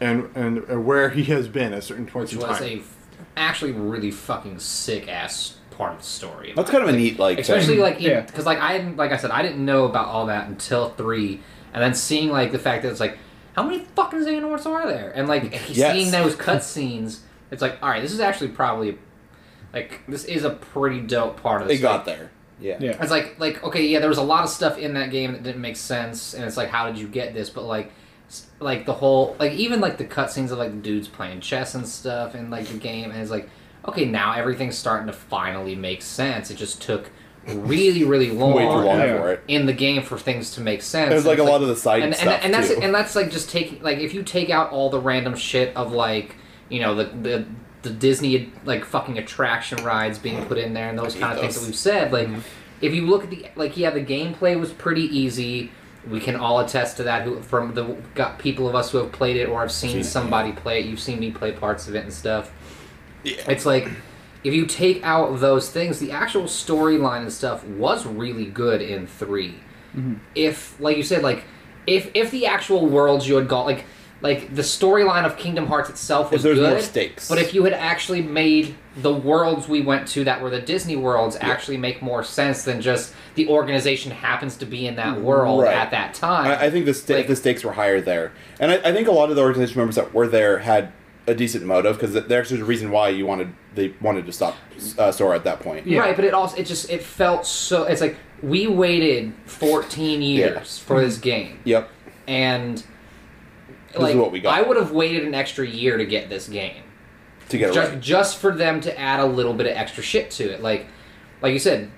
S3: and and uh, where he has been at certain points
S5: Which
S3: in
S5: was
S3: time.
S5: a f- actually really fucking sick ass part of the story.
S2: That's kind of a neat, like,
S5: especially
S2: thing.
S5: like
S1: Yeah.
S5: because like I didn't like I said I didn't know about all that until three, and then seeing like the fact that it's like how many fucking Xehanorts are there, and like
S2: Yes.
S5: seeing those cutscenes, it's like all right, this is actually probably like this is a pretty dope part of the
S2: they got there. Yeah.
S1: Yeah.
S5: it's like like okay, yeah, there was a lot of stuff in that game that didn't make sense, and it's like how did you get this? But like, s- like the whole like even like the cutscenes of like dudes playing chess and stuff, and like the game, and it's like okay, now everything's starting to finally make sense. It just took really really long,
S2: Way too long
S1: Yeah.
S2: for it.
S5: in the game for things to make sense.
S2: There's
S5: And
S2: like a
S5: it's
S2: lot of the side
S5: and,
S2: stuff
S5: and, and that's
S2: too.
S5: and that's like just taking like if you take out all the random shit of like you know the the the Disney like fucking attraction rides being put in there and those kind of things that
S2: those.
S5: we've said like
S2: Mm-hmm.
S5: if you look at the like yeah the gameplay was pretty easy we can all attest to that who from the got people of us who have played it or have seen somebody play it you've seen me play parts of it and stuff it's like if you take out those things, the actual storyline and stuff was really good in 3
S2: Mm-hmm.
S5: If, like you said, like if if the actual world you had got like like the storyline of Kingdom Hearts itself was
S2: there's
S5: good,
S2: more stakes.
S5: but if you had actually made the worlds we went to that were the Disney worlds actually make more sense than just the organization happens to be in that world
S2: Mm, Right.
S5: at that time.
S2: I, I think the, sta-
S5: Like-
S2: the stakes were higher there, and I, I think a lot of the organization members that were there had a decent motive because there's a reason why you wanted they wanted to stop uh, Sora at that point.
S5: Right, but it also it just it felt so. It's like we waited 14 years for this game.
S2: Yep.
S5: and
S2: is what we got.
S5: I would have waited an extra year to get this game
S2: To get it
S5: just
S2: right.
S5: just for them to add a little bit of extra shit to it. Like like you said,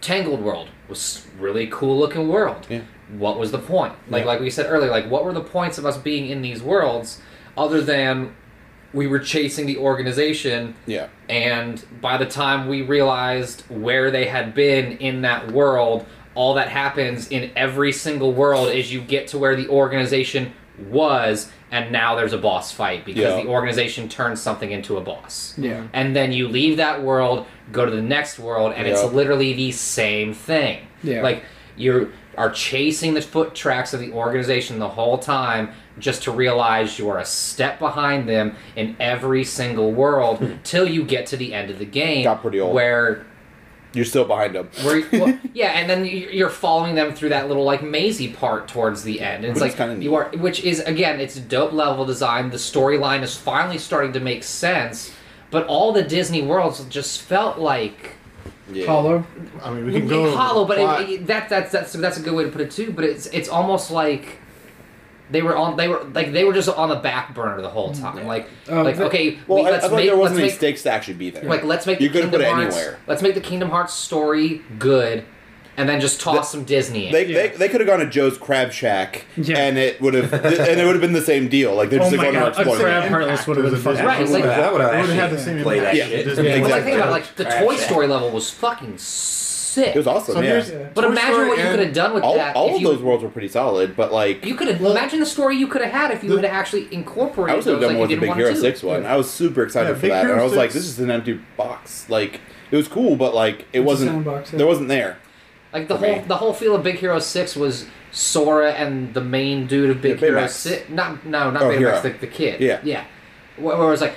S5: Tangled World was really cool looking world.
S2: Yeah.
S5: What was the point? Like
S2: Yeah.
S5: like we said earlier, like what were the points of us being in these worlds other than we were chasing the organization
S2: Yeah.
S5: and by the time we realized where they had been in that world, all that happens in every single world is you get to where the organization was, and now there's a boss fight because
S2: Yeah.
S5: the organization turns something into a boss.
S1: Yeah.
S5: And then you leave that world, go to the next world, and
S2: Yeah.
S5: it's literally the same thing.
S1: Yeah.
S5: Like you are chasing the foot tracks of the organization the whole time just to realize you are a step behind them in every single world till you get to the end of the game
S2: Hmm. Got pretty old.
S5: where
S2: You're still behind them.
S5: where well, yeah and then you- you're following them through that little like mazy part towards the end and it's
S2: Which is
S5: like
S2: kinda neat.
S5: you are which is again it's dope level design the storyline is finally starting to make sense but all the disney worlds just felt like
S2: Yeah.
S1: Hollow.
S3: I mean, we can
S5: it-
S3: go
S5: it
S3: over
S5: hollow,
S3: the
S5: but
S3: plot.
S5: it, it, that, that's that's that's a good way to put it too. But it's it's almost like they were on they were like they were just on the back burner the whole time. Like
S1: Uh,
S5: like
S1: but-
S5: okay,
S2: Well,
S5: we,
S2: I, I
S5: let's
S2: thought
S5: make
S2: there wasn't any
S5: let's make
S2: stakes to actually be there.
S5: like let's make
S2: you
S5: the
S2: couldn't put
S5: Kingdom
S2: it
S5: Hearts
S2: anywhere.
S5: let's make the Kingdom Hearts story good, and then just toss some Disney in.
S2: They,
S1: Yeah.
S2: they, they could have gone to Joe's Crab Shack,
S1: Yeah.
S2: and it would have and it would have been the same deal. Like they're
S1: Oh
S2: just
S1: my
S2: going to
S1: god, a
S2: explore.
S1: crab
S2: it.
S1: heartless would have been
S3: Actors of
S1: fucking.
S5: Right,
S3: Disney.
S5: like-
S4: that would
S3: It
S4: have
S3: would've had the
S4: actually
S3: same
S4: play that
S3: impact.
S2: Yeah,
S4: shit.
S3: Disney-
S2: Yeah.
S5: Well, I
S2: Exactly.
S5: think about it, like the
S4: Crap
S5: Toy
S4: shack.
S5: Story level was fucking sick.
S2: It was awesome.
S3: So
S2: yeah.
S3: here's-
S5: But
S3: Toy
S5: imagine
S3: Story
S5: what you
S3: and-
S5: could have done with
S2: all,
S5: that.
S2: all
S5: if
S2: of
S5: you,
S2: those worlds were pretty solid, but like
S5: You could have
S3: Well-
S5: imagine the story you could have had if you
S3: The-
S5: would have actually incorporated
S2: I was have
S5: those
S2: done one
S5: like you
S2: with the
S5: didn't
S2: Big
S5: want
S2: Hero
S5: to.
S2: Six one. I was super excited
S3: Yeah,
S2: for
S3: Big
S2: that,
S3: Hero
S2: and I was like,
S3: 6
S2: "This is an empty box." Like it was cool, but like it
S1: a
S2: wasn't.
S1: sound box, yeah.
S2: There wasn't there.
S5: Like the
S2: for
S5: whole
S2: me.
S5: the whole feel of Big Hero Six was Sora and the main dude of Big
S2: Yeah,
S5: Hero
S2: Baymax.
S5: Six. Not no, not
S2: Oh,
S5: Baymax, the,
S2: Hero.
S5: the kid.
S2: Yeah.
S5: yeah. Where, where it was like,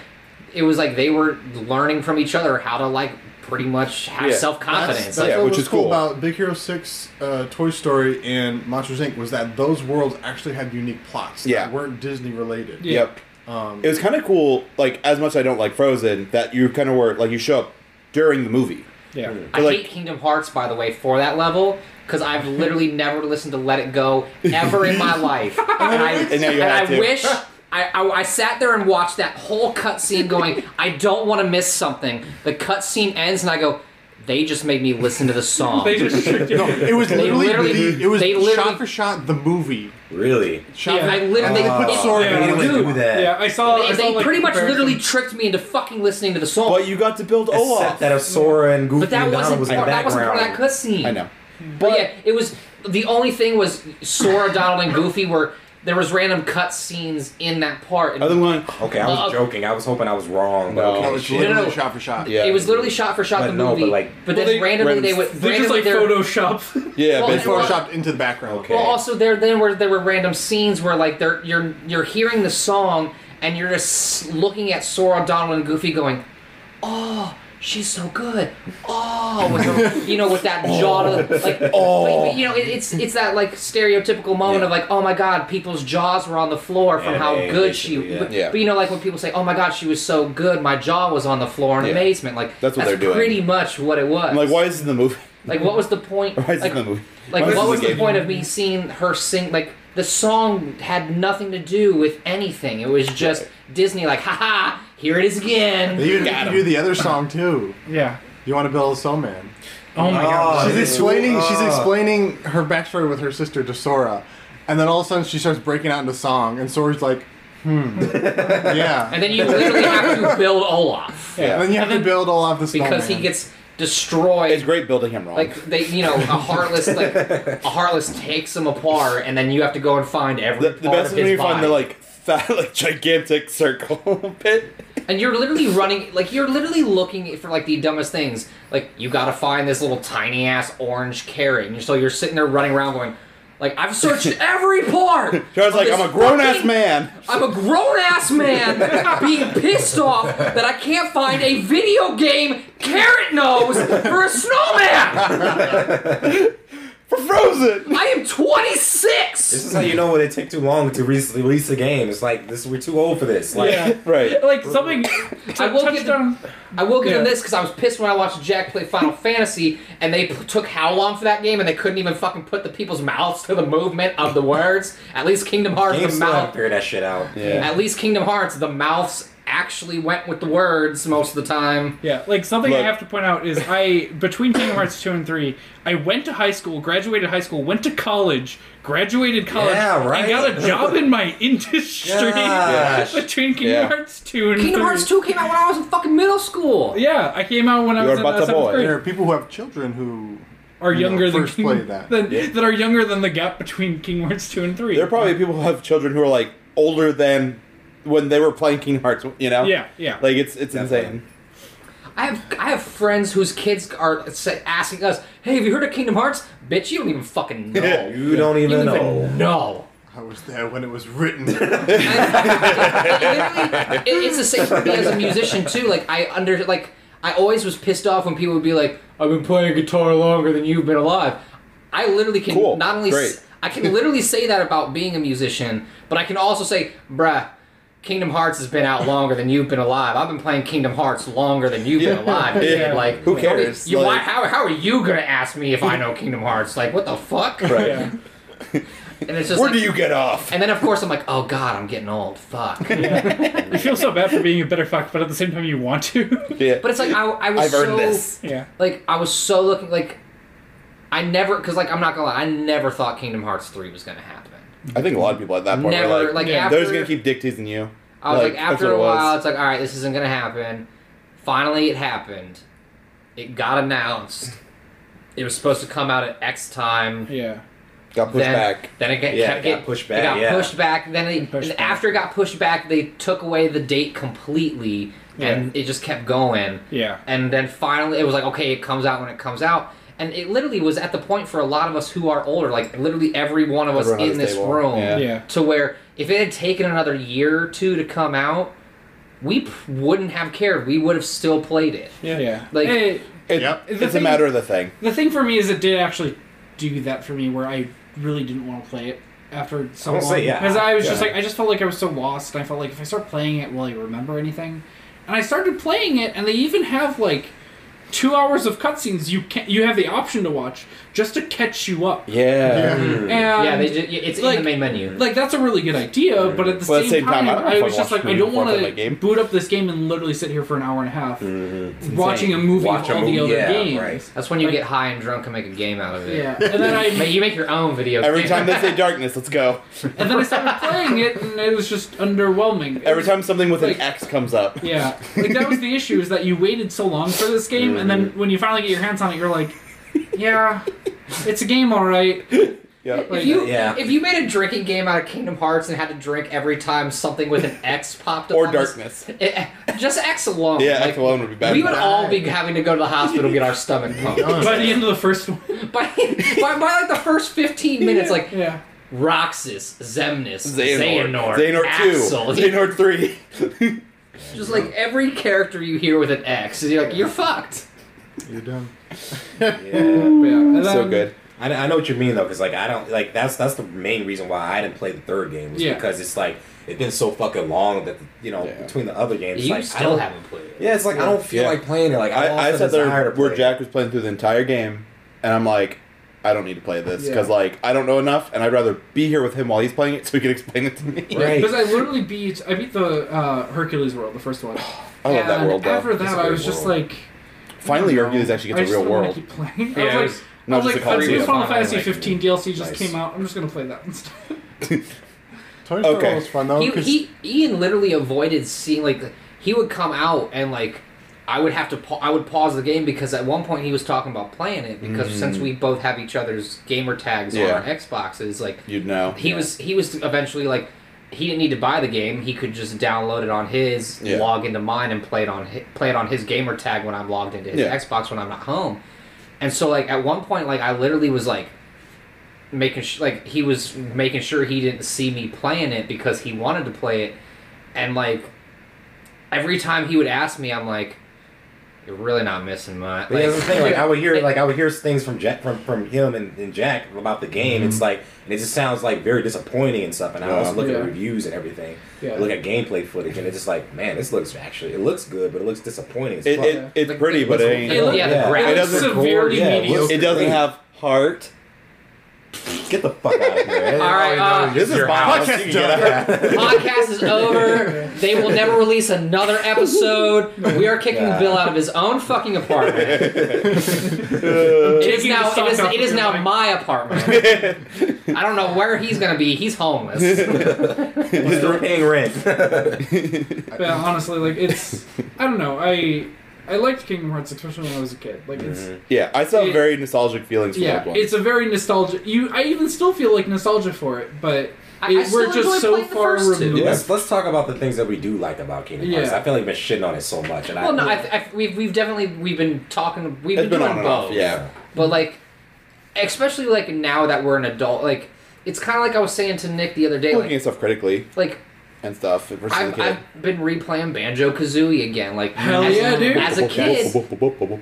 S5: it was like they were learning from each other how to like pretty much have
S2: Yeah.
S5: self confidence.
S3: That's, that's
S2: Yeah,
S3: what
S2: which
S3: was
S2: is
S3: cool,
S2: cool.
S3: about Big Hero Six, uh, Toy Story, and Monsters Inc. was that those worlds actually had unique plots
S2: Yeah.
S3: that weren't Disney related.
S1: Yeah.
S2: Yep. it was kind of cool. Like as much as I don't like Frozen, that you kind of were like you show up during the movie.
S1: Yeah.
S5: I
S2: like-
S5: hate Kingdom Hearts by the way for that level because I've literally never listened to Let It Go ever in my life, and I,
S2: And now you
S5: and
S2: have
S5: I
S2: to.
S5: wish. I, I, I sat there and watched that whole cutscene going, I don't want to miss something. The cutscene ends and I go, they just made me listen to the song.
S1: They just tricked you.
S3: No, it was
S5: They
S3: literally,
S5: literally-
S3: the, it was
S5: they literally-
S3: shot for shot the movie.
S4: Really?
S3: Shot
S5: Yeah,
S3: for- Uh,
S5: I literally-
S3: and they
S5: they-
S3: put Sora
S1: yeah,
S3: in
S4: They
S3: it.
S4: didn't do that.
S1: Yeah, I saw. I
S5: They,
S1: saw,
S5: they
S1: like,
S5: pretty much
S1: comparison.
S5: literally tricked me into fucking listening to the song.
S2: But you got to build Olaf.
S4: Except that of Sora and Goofy
S5: But that
S4: and
S5: wasn't
S4: Donald was in the
S5: part, that wasn't part of that
S4: background.
S5: cutscene.
S2: I know.
S5: But, yeah, it was the only thing was Sora, Donald, and Goofy were there was random cutscenes in that part. And
S2: Other one.
S4: Okay, I was
S5: Uh,
S4: joking. I was hoping I was wrong.
S2: No.
S4: But
S3: That
S4: okay,
S3: was
S4: shit.
S3: literally
S5: no.
S3: shot for shot.
S2: Yeah.
S5: It was literally shot for shot
S4: But
S5: the
S4: no, but,
S5: movie.
S4: like-
S5: but
S1: Well,
S5: then
S1: they-
S5: randomly they would
S1: They just
S5: randomly
S1: like
S5: there-
S1: Photoshop.
S2: Yeah,
S5: Well,
S2: Ben
S5: and
S2: Ford-
S5: well-
S3: photoshopped into the background.
S4: Okay.
S5: Well, also there then were there were random scenes where like they're you're you're hearing the song and you're just looking at Sora, Donald, and Goofy going, oh. She's so good, oh, with her, you know, with that jaw, to, like, oh, you know, it, it's it's that like stereotypical moment
S4: Yeah.
S5: of like, oh my god, people's jaws were on the floor from
S4: Yeah,
S5: how
S4: yeah,
S5: good she,
S4: basically, yeah.
S5: But,
S2: Yeah.
S5: but, you know, like when people say, oh my god, she was so good, my jaw was on the floor in
S2: Yeah.
S5: amazement, like
S2: That's what they're doing.
S5: pretty much what it was.
S2: I'm like, why is this in the movie?
S5: Like, what was the point?
S2: Why is this
S5: like,
S2: in the movie?
S5: like
S2: Why is
S5: what
S2: this
S5: was
S2: a
S5: the
S2: game?
S5: point of me seeing her sing? Like, the song had nothing to do with anything. It was just Disney, like, haha, here it is
S3: They
S5: again.
S3: even
S2: Got
S3: made you
S2: him.
S3: do the other song too.
S1: Yeah.
S3: You want to build a snowman?
S6: Oh my
S4: Oh,
S6: god.
S3: She's
S4: dude.
S3: explaining. She's
S4: Oh.
S3: explaining her backstory with her sister to Sora, and then all of a sudden she starts breaking out into song, and Sora's like, "Hmm, yeah."
S5: And then you literally have to build
S2: Oh,
S5: Olaf
S3: And then you have
S6: And then-
S3: to build all of the snowman
S5: because he gets destroyed.
S2: It's great building him wrong.
S5: like they, you know, a heartless like a heartless takes him apart, and then you have to go and find every
S2: the, the
S5: part
S2: best
S5: of
S2: is when
S5: his
S2: you
S5: body.
S2: find the like fat, like gigantic circle pit.
S5: And you're literally running, like you're literally looking for like the dumbest things. Like you gotta find this little tiny ass orange carrot, and so you're sitting there running around going, like I've searched every part.
S2: So I was
S5: of
S2: like,
S5: this
S2: I'm a grown ass
S5: fucking-
S2: man.
S5: I'm a grown ass man being pissed off that I can't find a video game carrot nose for a snowman.
S2: For Frozen.
S5: I am 26.
S4: This is how you know when it take too long to re- release a game. It's like this. We're too old for this. Like,
S1: Yeah.
S2: Right.
S6: Like something.
S5: I will get the-
S6: Touchdown.
S5: I will give him
S1: Yeah.
S5: this because I was pissed when I watched Jack play Final Fantasy, and they p- took how long for that game, and they couldn't even fucking put the people's mouths to the movement of the words. At least Kingdom Hearts,
S4: games
S5: the
S4: still haven't
S5: mouth.
S4: figured that shit out.
S2: Yeah.
S5: At least Kingdom Hearts, the mouths actually went with the words most of the time.
S1: Yeah, like something I
S2: Look.
S1: have to point out is I between Kingdom Hearts two and three, I went to high school, graduated high school, went to college, graduated college,
S4: Yeah,
S1: and
S4: right.
S1: got a job in my industry
S4: Gosh.
S1: between Kingdom
S2: Yeah.
S1: Hearts two and
S5: Kingdom
S1: three.
S5: Hearts 2 came out when I was in fucking middle school.
S1: Yeah, I came out when I
S2: You
S1: was
S2: are
S1: in
S2: but
S1: uh,
S2: a
S1: seventh
S2: boy.
S1: grade.
S3: There are people who have children who
S1: Are
S3: you know,
S1: younger than
S3: first
S1: King-
S3: played that.
S1: than- that are younger than the gap between Kingdom Hearts two and three.
S2: There are probably people who have children who are like older than when they were playing Kingdom Hearts. You know?
S1: Yeah, yeah.
S2: Like it's it's
S4: Definitely.
S2: insane.
S5: I have I have friends whose kids are say, asking us, "Hey, have you heard of Kingdom Hearts?" Bitch, you don't even fucking know.
S4: You don't
S5: you don't
S4: even know.
S5: even know.
S3: I was there when it was written.
S5: Literally, it- it's the same for me as a musician too. Like I under like I always was pissed off when people would be like, "I've been playing guitar longer than you've been alive." I literally can
S2: Cool.
S5: not only
S2: Great.
S5: s- I can literally say that about being a musician, but I can also say, "Bruh, Kingdom Hearts has been out longer than you've been alive. I've been playing Kingdom Hearts longer than you've
S2: Yeah.
S5: been alive." dude."
S2: Yeah.
S5: Like
S2: Who cares?
S5: You, why,
S2: Like-
S5: how, how are you gonna ask me if I know Kingdom Hearts? Like what the fuck?
S2: Right.
S1: Yeah.
S5: And it's just
S2: Where
S5: like-
S2: do you get off?
S5: And then of course I'm like, oh god, I'm getting old. Fuck.
S1: You feel so bad for being a bitter fuck, but at the same time you want to.
S2: Yeah.
S5: But it's like I, I was
S2: I've earned
S5: so
S2: this.
S1: yeah.
S5: like I was so looking like I never because like I'm not gonna lie, I never thought Kingdom Hearts three was gonna happen.
S2: I think a lot of people at that point
S5: Never,
S2: were like,
S5: like,
S2: yeah,
S5: after-
S2: they're just gonna keep dick teasing you.
S5: I was like,
S2: that's
S5: after
S2: what
S5: a
S2: it was.
S5: while, it's like all right, this isn't gonna happen. Finally, it happened. It got announced. It was supposed to come out at X time.
S1: Yeah.
S2: got pushed
S5: then,
S2: back.
S5: Then it, get,
S4: Yeah,
S5: kept
S4: it got
S5: get-
S4: pushed
S5: It
S4: back,
S5: got
S4: yeah.
S5: pushed back. Then they,
S1: pushed
S5: and
S1: back.
S5: after it got pushed back, they took away the date completely, and it just kept going.
S1: Yeah.
S5: And then finally, it was like, okay, it comes out when it comes out. And it literally was at the point for a lot of us who are older, like literally every one of us
S2: Everyone
S5: in
S2: on this
S5: this
S2: table.
S5: room,
S2: Yeah.
S1: Yeah.
S5: to where if it had taken another year or two to come out, we p- wouldn't have cared. We would have still played it.
S1: Yeah.
S5: Like-
S1: Hey,
S2: It,
S3: Yep.
S1: The
S2: It's a
S1: thing-
S2: matter of the thing.
S1: the thing for me is it did actually do that for me where I really didn't want to play it after so
S4: I
S1: long.
S4: will say, yeah.
S1: Because I was just
S2: Yeah.
S1: like I just felt like I was so lost and I felt like if I start playing it will I remember anything? And I started playing it and they even have like two hours of cutscenes you can you have the option to watch just to catch you up.
S2: Yeah.
S1: And
S5: yeah, they just, it's in
S1: like-
S5: the main menu.
S1: like that's a really good idea, but at the,
S2: Well,
S1: same, time,
S2: I don't know
S1: I,
S2: if I
S1: was just
S2: watch
S1: like, I don't
S2: movie before I
S1: want
S2: play my
S1: to
S2: game.
S1: boot up this game and literally sit here for an hour and a half watching a movie
S4: Watch
S1: of
S4: a
S1: all
S4: movie,
S1: the other
S4: yeah,
S1: games.
S4: right.
S5: That's when you
S1: like-
S5: get high and drunk and make a game out of it.
S1: Yeah, and then I
S5: But you make your own video
S2: Every
S5: game.
S2: time they say darkness, let's go.
S1: and then I started playing it, and it was just underwhelming. It
S2: Every
S1: was-
S2: time something with
S1: Like-
S2: an X comes up.
S1: yeah, like that was the issue is that you waited so long for this game, and
S2: Mm-hmm.
S1: then when you finally get your hands on it, you're like, yeah, it's a game, all right.
S2: Yep.
S1: Like,
S5: If you
S4: Yeah.
S5: if you made a drinking game out of Kingdom Hearts and had to drink every time something with an X popped up,
S2: Or
S5: on this-
S2: darkness.
S5: eh, eh, just X alone.
S2: Yeah,
S5: like,
S2: X alone would be bad.
S5: We would all be having to go to the hospital to get our stomach pumped.
S1: by the end of the first one,
S5: by, by, by like the first fifteen minutes, like
S1: yeah,
S5: Roxas, Zemnis,
S2: Xehanort.
S5: Xehanort, Axel,
S2: 2. Xehanort 3.
S5: just like every character you hear with an X, you're like you're fucked.
S3: You're done.
S4: Yeah.
S1: yeah. And then,
S2: so good.
S4: I, I know what you mean though, because like I don't like that's that's the main reason why I didn't play the third game was
S1: Yeah.
S4: because it's like it's been so fucking long that you know
S2: Yeah.
S4: between the other games
S5: you
S4: like I
S5: still
S4: don't
S5: haven't played it.
S4: yeah it's like I don't feel
S2: Yeah.
S4: like playing it like
S2: I,
S4: I,
S2: I
S4: lost the
S2: sat
S4: desire
S2: there
S4: to play
S2: where
S4: it.
S2: Jack was playing through the entire game, and I'm like, I don't need to play this
S1: Yeah.
S2: because like I don't know enough, and I'd rather be here with him while he's playing it so he can explain it to me.
S4: Right.
S1: because I literally beat I beat the uh, Hercules world, the first one.
S2: I love that
S1: And
S2: world though.
S1: After
S4: It's a
S1: that,
S4: great
S1: I was just
S4: world.
S1: like,
S2: Finally,
S1: I don't
S2: Hercules
S1: know.
S2: actually
S1: I
S2: gets a
S1: just
S2: real
S1: don't wanna
S2: world.
S1: keep playing.
S6: Yeah,
S1: I
S6: it
S1: was
S6: was
S1: like,
S2: not
S1: I was
S2: just
S1: like,
S2: a Coliseum.
S1: Final Fantasy
S4: Like,
S1: 15 DLC just
S4: nice.
S1: came out. I'm just gonna play that instead.
S3: Toy Story
S2: Okay.
S3: was fun though.
S5: he,
S3: 'cause-
S5: he Ian literally avoided seeing like he would come out and like I would have to pa- I would pause the game because at one point he was talking about playing it because since we both have each other's gamer tags
S2: Yeah.
S5: on our Xboxes like
S2: You'd know.
S5: he was he was eventually like he didn't need to buy the game he could just download it on his
S2: Yeah.
S5: log into mine and play it on hi- play it on his gamer tag when I'm logged into his
S2: Yeah.
S5: Xbox when I'm not home and so like at one point like I literally was like making sh- like he was making sure he didn't see me playing it because he wanted to play it and like every time he would ask me I'm like you're really not missing much
S4: But yeah, that's the thing. Like I would hear,
S5: It-
S4: like I would hear things from Jack, from from him and, and Jack about the game. It's like, and it just sounds like very disappointing and stuff. And I also
S2: Mm-hmm. Yeah.
S4: look
S1: Yeah.
S4: at reviews and everything.
S1: Yeah.
S4: I look at gameplay footage, and it's just like, man, this looks actually, it looks good, but it looks disappointing. As
S2: It,
S4: fuck.
S2: it, it's
S5: Like,
S2: pretty,
S5: it
S2: but
S4: looks
S2: it ain't.
S4: real.
S5: yeah,
S4: Yeah.
S5: the graphics
S2: It doesn't-
S1: severely
S4: Yeah, it
S1: mediocre.
S2: It doesn't have heart.
S4: Get the fuck out of here.
S5: All right, uh,
S2: This is
S4: Your
S2: my
S4: house.
S2: house. You can get out.
S5: podcast is over. They will never release another episode. We are kicking
S4: Yeah.
S5: Bill out of his own fucking apartment. It is
S6: Taking
S5: now
S6: the
S5: it is,
S6: sock off
S5: it is
S6: of your
S5: now
S6: leg.
S5: my apartment. I don't know where he's gonna be. He's homeless.
S4: He's still paying rent.
S1: But honestly, like it's I don't know. I I liked Kingdom Hearts, especially when I was a kid. Like it's
S2: yeah, I still have
S1: It-
S2: very nostalgic feelings for that
S1: yeah,
S2: one.
S1: it's a very nostalgic. You I even still feel like nostalgia for it, but
S5: I- I
S1: it,
S5: still
S1: we're
S5: enjoy
S1: just so
S5: playing the
S1: far
S5: first two.
S1: removed.
S2: Yeah.
S4: Let's let's talk about the things that we do like about Kingdom Hearts.
S1: Yeah.
S4: I feel like we've been shitting on it so much, and
S5: well,
S4: I,
S5: no, I, I, we've we've definitely we've been talking. We've
S2: it's been
S5: been doing
S2: on and
S5: both.
S2: off. Yeah.
S5: But like, especially like now that we're an adult, like it's kind of like I was saying to Nick the other day,
S2: Looking
S5: like
S2: at stuff critically
S5: like
S2: and stuff versus a
S5: I've,
S2: kid.
S5: I've been replaying Banjo Kazooie again. Like
S1: Hell
S5: as,
S1: yeah, dude.
S5: As a kid,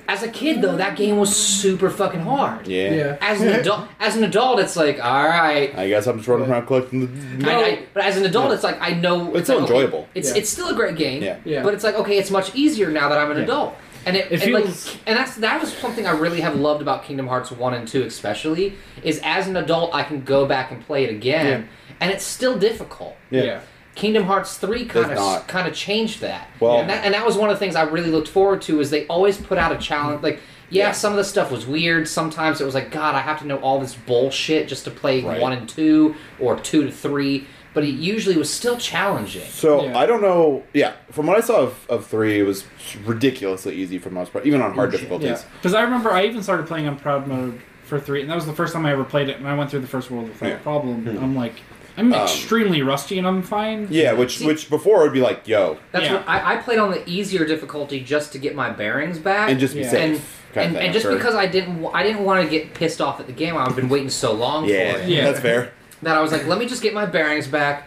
S5: as a kid though, that game was super fucking hard.
S2: Yeah.
S1: Yeah.
S5: As an adult, as an adult, it's like all right.
S2: I guess I'm just running around collecting the.
S5: I, I, but as an adult, it's like I know
S2: It's
S5: like,
S2: still enjoyable.
S5: It's
S1: Yeah.
S5: it's still a great game.
S2: Yeah.
S1: Yeah.
S5: But it's like okay, it's much easier now that I'm an adult. And it,
S1: It
S5: and like
S1: feels-
S5: and that's that was something I really have loved about Kingdom Hearts one and two especially is as an adult I can go back and play it again and it's still difficult.
S1: yeah.
S5: Kingdom Hearts three kind of
S2: not.
S5: kind of changed that.
S2: Well-
S5: and that, and that was one of the things I really looked forward to is they always put out a challenge. Like, yeah,
S2: Yeah.
S5: some of the stuff was weird. Sometimes it was like, God, I have to know all this bullshit just to play
S2: Right.
S5: one and two or two to three. But it usually was still challenging.
S2: So
S1: Yeah.
S2: I don't know. Yeah, from what I saw of, of three, it was ridiculously easy for the most part, even on hard
S1: Yeah,
S2: difficulties.
S6: Because I remember I even started playing on proud mode for three, and that was the first time I ever played it. And I went through the first world without
S2: Yeah.
S6: a problem. I'm like, I'm extremely rusty, and I'm fine.
S2: Yeah, which which before would be like, yo,
S5: That's
S6: Yeah.
S5: what I, I played on the easier difficulty just to get my bearings back
S2: and just be
S1: Yeah.
S5: and.
S2: safe. kind of
S5: And,
S2: thing,
S5: and
S2: I'm
S5: just
S2: sure.
S5: because I didn't, w- I didn't want to get pissed off at the game. I've been waiting so long for
S2: yeah,
S5: it.
S1: Yeah.
S2: that's fair.
S5: that I was like, let me just get my bearings back.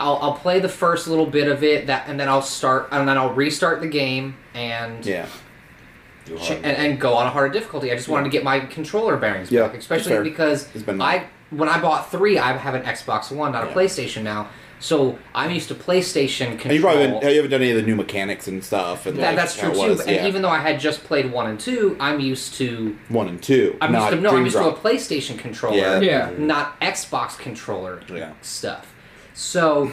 S5: I'll, I'll play the first little bit of it that, and then I'll start, and then I'll restart the game and
S2: Yeah,
S4: You
S5: ch-
S4: hard.
S5: and, and go on a harder difficulty. I just wanted to get my controller bearings
S2: Yeah,
S5: back, especially
S2: fair.
S5: because
S2: It's been-
S5: I when I bought three, I have an Xbox One, not a
S2: Yeah.
S5: PlayStation now, so I'm used to PlayStation control.
S2: and you probably haven't, you haven't done any of the new mechanics and stuff. And
S5: that,
S2: like,
S5: that's true
S2: how
S5: too.
S2: it was,
S5: and
S2: yeah.
S5: even though I had just played one and two, I'm used to
S2: one and two,
S5: I'm
S2: not
S5: used to no, I'm
S2: Dream
S5: used
S2: Drop.
S5: to a PlayStation controller,
S2: Yeah.
S1: Yeah.
S5: not Xbox controller
S2: Yeah.
S5: stuff. So,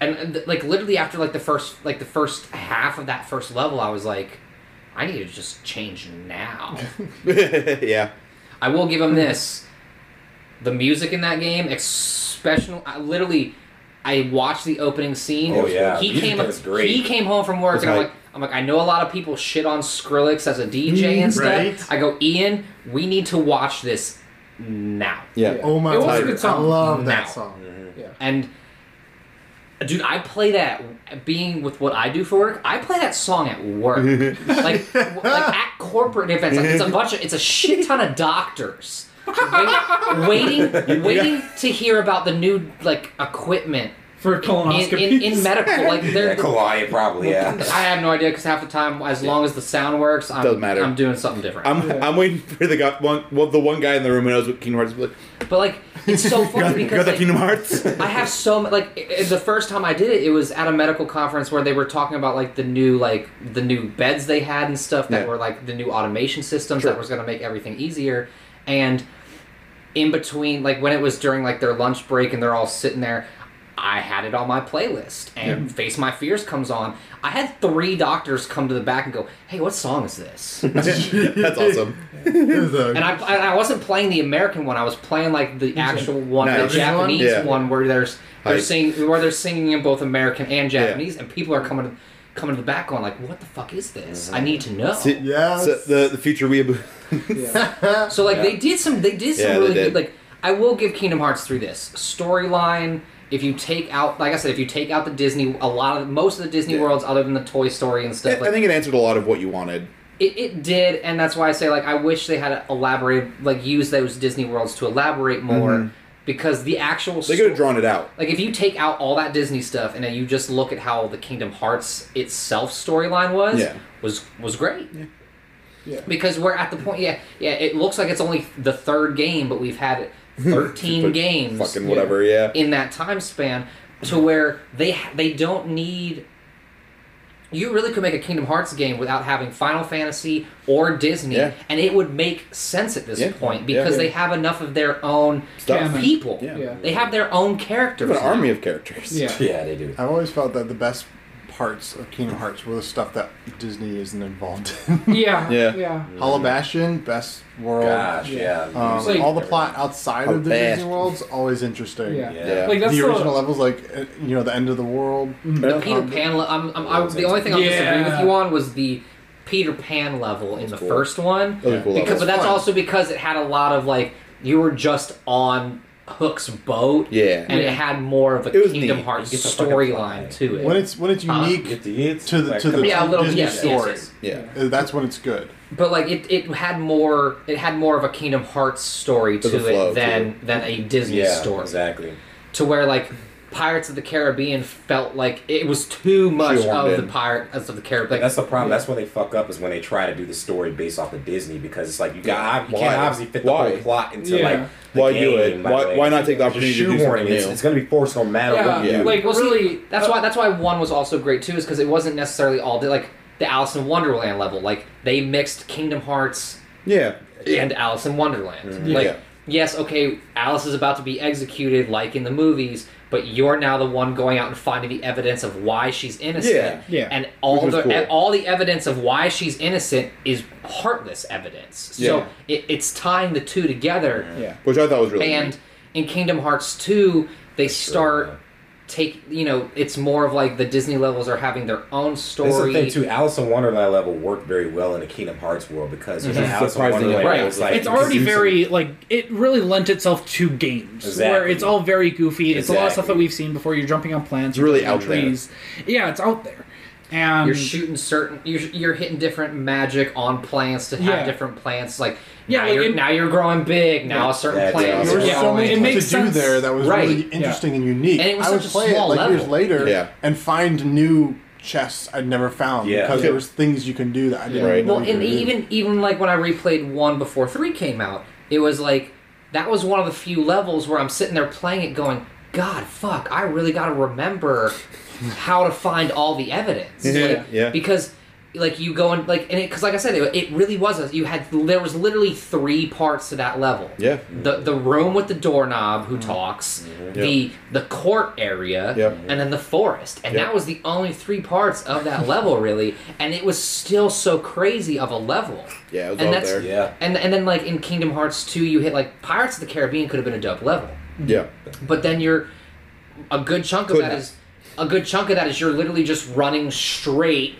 S5: and, and th- like literally after like the first like the first half of that first level, I was like, I need to just change now.
S2: yeah,
S5: I will give him
S4: Hmm.
S5: this: the music in that game, especially I literally. I watched the opening scene.
S4: Oh, yeah.
S5: he
S4: Music
S5: came.
S4: is great.
S5: He came home from work,
S2: It's
S5: and I'm
S2: like-
S5: like, I'm like, I know a lot of people shit on Skrillex as a DJ and stuff.
S3: Right.
S5: I go, Ian, we need to watch this now.
S2: yeah,
S1: Yeah.
S3: Oh my
S1: It was a
S3: god,
S1: good song.
S3: I love
S5: Now.
S3: that song.
S5: And dude, I play that being with what I do for work. I play that song at work, like, w- like at corporate events. Like, it's a bunch of it's a shit ton of doctors wait- waiting waiting to hear about the new like equipment
S1: for
S5: in,
S1: colonoscopy.
S5: in, in medical. Like
S4: yeah,
S5: they're.
S4: Kalani probably. Yeah.
S5: I have no idea because half the time, as long as the sound works, I'm,
S2: Doesn't matter.
S5: I'm doing something different.
S2: I'm I'm waiting for the guy, one well, the one guy in the room who knows what Kingdom Hearts. Is like,
S5: but like, it's so funny
S2: got,
S5: because
S2: got that
S5: like,
S2: Kingdom Hearts.
S5: I have so mu- like i- i- the first time I did it, it was at a medical conference where they were talking about like the new like the new beds they had and stuff that
S2: Yeah.
S5: were like the new automation systems
S2: Sure.
S5: that was going to make everything easier. And in between, like when it was during like their lunch break and they're all sitting there, I had it on my playlist and Face My Fears comes on. I had three doctors come to the back and go, "Hey, what song is this?"
S2: that's awesome.
S5: And I, and I wasn't playing the American one. I was playing like the actual one,
S2: No,
S5: the
S2: this
S3: one?
S5: Japanese one,
S2: Yeah.
S5: where there's they're
S2: Hype.
S5: singing where they're singing in both American and Japanese, and people are coming to, coming to the back going like, "What the fuck is this?
S2: Mm-hmm.
S5: I need to know."
S2: Sit-
S3: Yes.
S2: So the the future weeaboo.
S5: So like they did some they did some
S2: Yeah, they
S5: really
S2: did.
S5: good like I will give Kingdom Hearts through this storyline. If you take out like I said, if you take out the Disney, a lot of most of the Disney
S2: Yeah.
S5: worlds other than the Toy Story and stuff. like,
S2: I think it answered a lot of what you wanted.
S5: It, it did, and that's why I say like I wish they had elaborated like used those Disney worlds to elaborate more because the actual
S2: They could have drawn it out.
S5: like if you take out all that Disney stuff and then you just look at how the Kingdom Hearts itself storyline was
S2: Yeah.
S5: was was great. Yeah.
S1: Yeah.
S5: Because we're at the point yeah yeah it looks like it's only the third game but we've had 13
S2: But
S5: games
S2: Fucking whatever. Yeah.
S5: in that time span to where they they don't need you really could make a Kingdom Hearts game without having Final Fantasy or Disney,
S2: Yeah.
S5: and it would make sense at this
S2: Yeah.
S5: point
S2: Yeah,
S5: because
S2: yeah.
S5: they have enough of their own
S2: Stuff.
S5: people.
S2: Yeah.
S1: Yeah.
S5: They have their own
S2: They
S5: characters.
S2: have an army of characters.
S1: Yeah.
S4: Yeah, they do.
S3: I've always felt that the best parts of Kingdom Hearts were the stuff that Disney isn't involved in.
S1: Yeah.
S2: Yeah.
S1: Yeah.
S3: Hollow Bastion, best world.
S4: Gosh, yeah.
S3: Um,
S1: Like-
S3: all the plot outside of the
S2: Hollow
S3: Disney
S2: Bastion.
S3: world's always interesting.
S1: Yeah.
S4: Yeah.
S1: Like that's
S3: the original
S1: the,
S3: levels, like uh, you know, the end of the world.
S5: Mm, The Peter Pan. Le- I'm, I'm, I, the only thing I'll disagree
S1: Yeah.
S5: with you on was the Peter Pan level in the
S4: cool.
S5: first one.
S2: Those are cool
S5: Because,
S2: levels.
S5: but that's
S3: fun.
S5: also because it had a lot of like you were just on Hook's boat,
S2: Yeah.
S5: and it had more of a
S2: It was
S5: Kingdom
S2: neat.
S5: Hearts
S4: You get to fucking fly.
S5: storyline to it.
S3: When it's when it's
S5: Huh?
S3: unique
S4: Get the hits.
S3: to the
S4: Like,
S3: to the
S4: come
S5: Yeah, a little-
S3: Disney
S5: yes, yes,
S3: story,
S5: yes.
S2: Yeah.
S3: uh, that's when it's good.
S5: but like it, it had more it had more of a Kingdom Hearts story
S2: There's a
S5: to
S2: flow
S5: it
S2: to
S5: than than a Disney
S4: Yeah,
S5: story.
S4: exactly.
S5: To where like Pirates of the Caribbean felt like it was too much
S2: Shoehorned
S5: of
S2: in.
S5: the Pirates of the Caribbean.
S4: That's the problem. That's when they fuck up is when they try to do the story based off of Disney because it's like you got you
S2: Why?
S4: can't obviously fit the
S2: Why?
S4: whole plot into
S1: Yeah.
S4: like the
S2: Why
S4: game,
S2: do it?
S4: by
S2: Why-
S4: the way.
S2: why not take the
S4: You're
S2: opportunity to do
S4: shoehorning
S2: something
S4: it. It's,
S2: new?
S4: it's going to be forced no matter
S1: yeah,
S4: what you do.
S1: like
S5: Well, see,
S1: really uh,
S5: that's why that's why one was also great too, is because it wasn't necessarily all the, like the Alice in Wonderland level. Like they mixed Kingdom Hearts
S2: Yeah. Mm-hmm.
S5: and Alice in Wonderland. Like
S2: Yeah.
S5: yes, okay, Alice is about to be executed, like in the movies, but you're now the one going out and finding the evidence of why she's innocent.
S2: Yeah,
S1: yeah.
S5: And all
S2: Which was
S5: the
S2: cool.
S5: and all the evidence of why she's innocent is heartless evidence. So
S2: Yeah.
S5: it, it's tying the two together.
S1: yeah.
S2: Which I thought was really
S5: And
S2: neat.
S5: in Kingdom Hearts 2, they start
S4: yeah.
S5: take you know, it's more of like the Disney levels are having their own story.
S4: That's the thing too. Alice in Wonderland level worked very well in the Kingdom Hearts world because
S2: Mm-hmm.
S4: there's an Alice in
S2: Surprisingly,
S4: Wonderland.
S5: right.
S4: where It's, like,
S6: it's
S4: you can
S6: already
S4: do
S6: very like it really lent itself to games where
S4: Exactly.
S6: it's all very goofy. It's a lot of stuff
S4: Exactly.
S6: that we've seen before. You're jumping on plants,
S2: It's really
S6: you're jumping on
S2: out there.
S6: trees. Yeah, it's out there, and
S5: You're shooting certain you're, you're hitting different magic on plants to have
S6: Yeah.
S5: different plants like
S6: Yeah,
S5: now,
S6: like
S5: you're,
S6: in-
S5: now you're growing big, now a certain
S4: That's
S5: plant
S4: awesome.
S5: is
S3: There was
S1: Yeah,
S3: so
S5: growing.
S3: many
S1: it
S3: things
S1: makes
S3: to
S1: sense.
S3: do there that was
S5: Right,
S3: really interesting and unique.
S5: And it was
S3: I would
S5: such a
S3: play it
S5: small
S3: like years
S5: level.
S3: later
S2: Yeah.
S3: and find new chests I'd never found
S4: Yeah.
S3: because
S4: Yeah.
S3: there was things you can do that I didn't
S2: Right.
S3: know
S5: Well,
S3: you
S5: and
S3: could do.
S5: even even like when I replayed one before three came out, it was like that was one of the few levels where I'm sitting there playing it, going, "God, fuck! I really got to remember how to find all the evidence." Like,
S2: yeah.
S5: Because like you go and like and because like I said, it, it really was. A, you had there was literally three parts to that level.
S2: Yeah.
S5: The the room with the doorknob who talks,
S2: Mm-hmm.
S5: the the court area,
S2: Yeah.
S5: and then the forest. And
S2: Yeah.
S5: that was the only three parts of that level, really. And it was still so crazy of a level.
S2: Yeah, it was
S5: and
S2: out
S5: that's,
S2: there.
S4: Yeah.
S5: And and then like in Kingdom Hearts two, you hit like Pirates of the Caribbean could have been a dope level,
S2: Yeah.
S5: but then you're a good chunk of
S2: Could
S5: that
S2: have.
S5: is a good chunk of that is you're literally just running straight.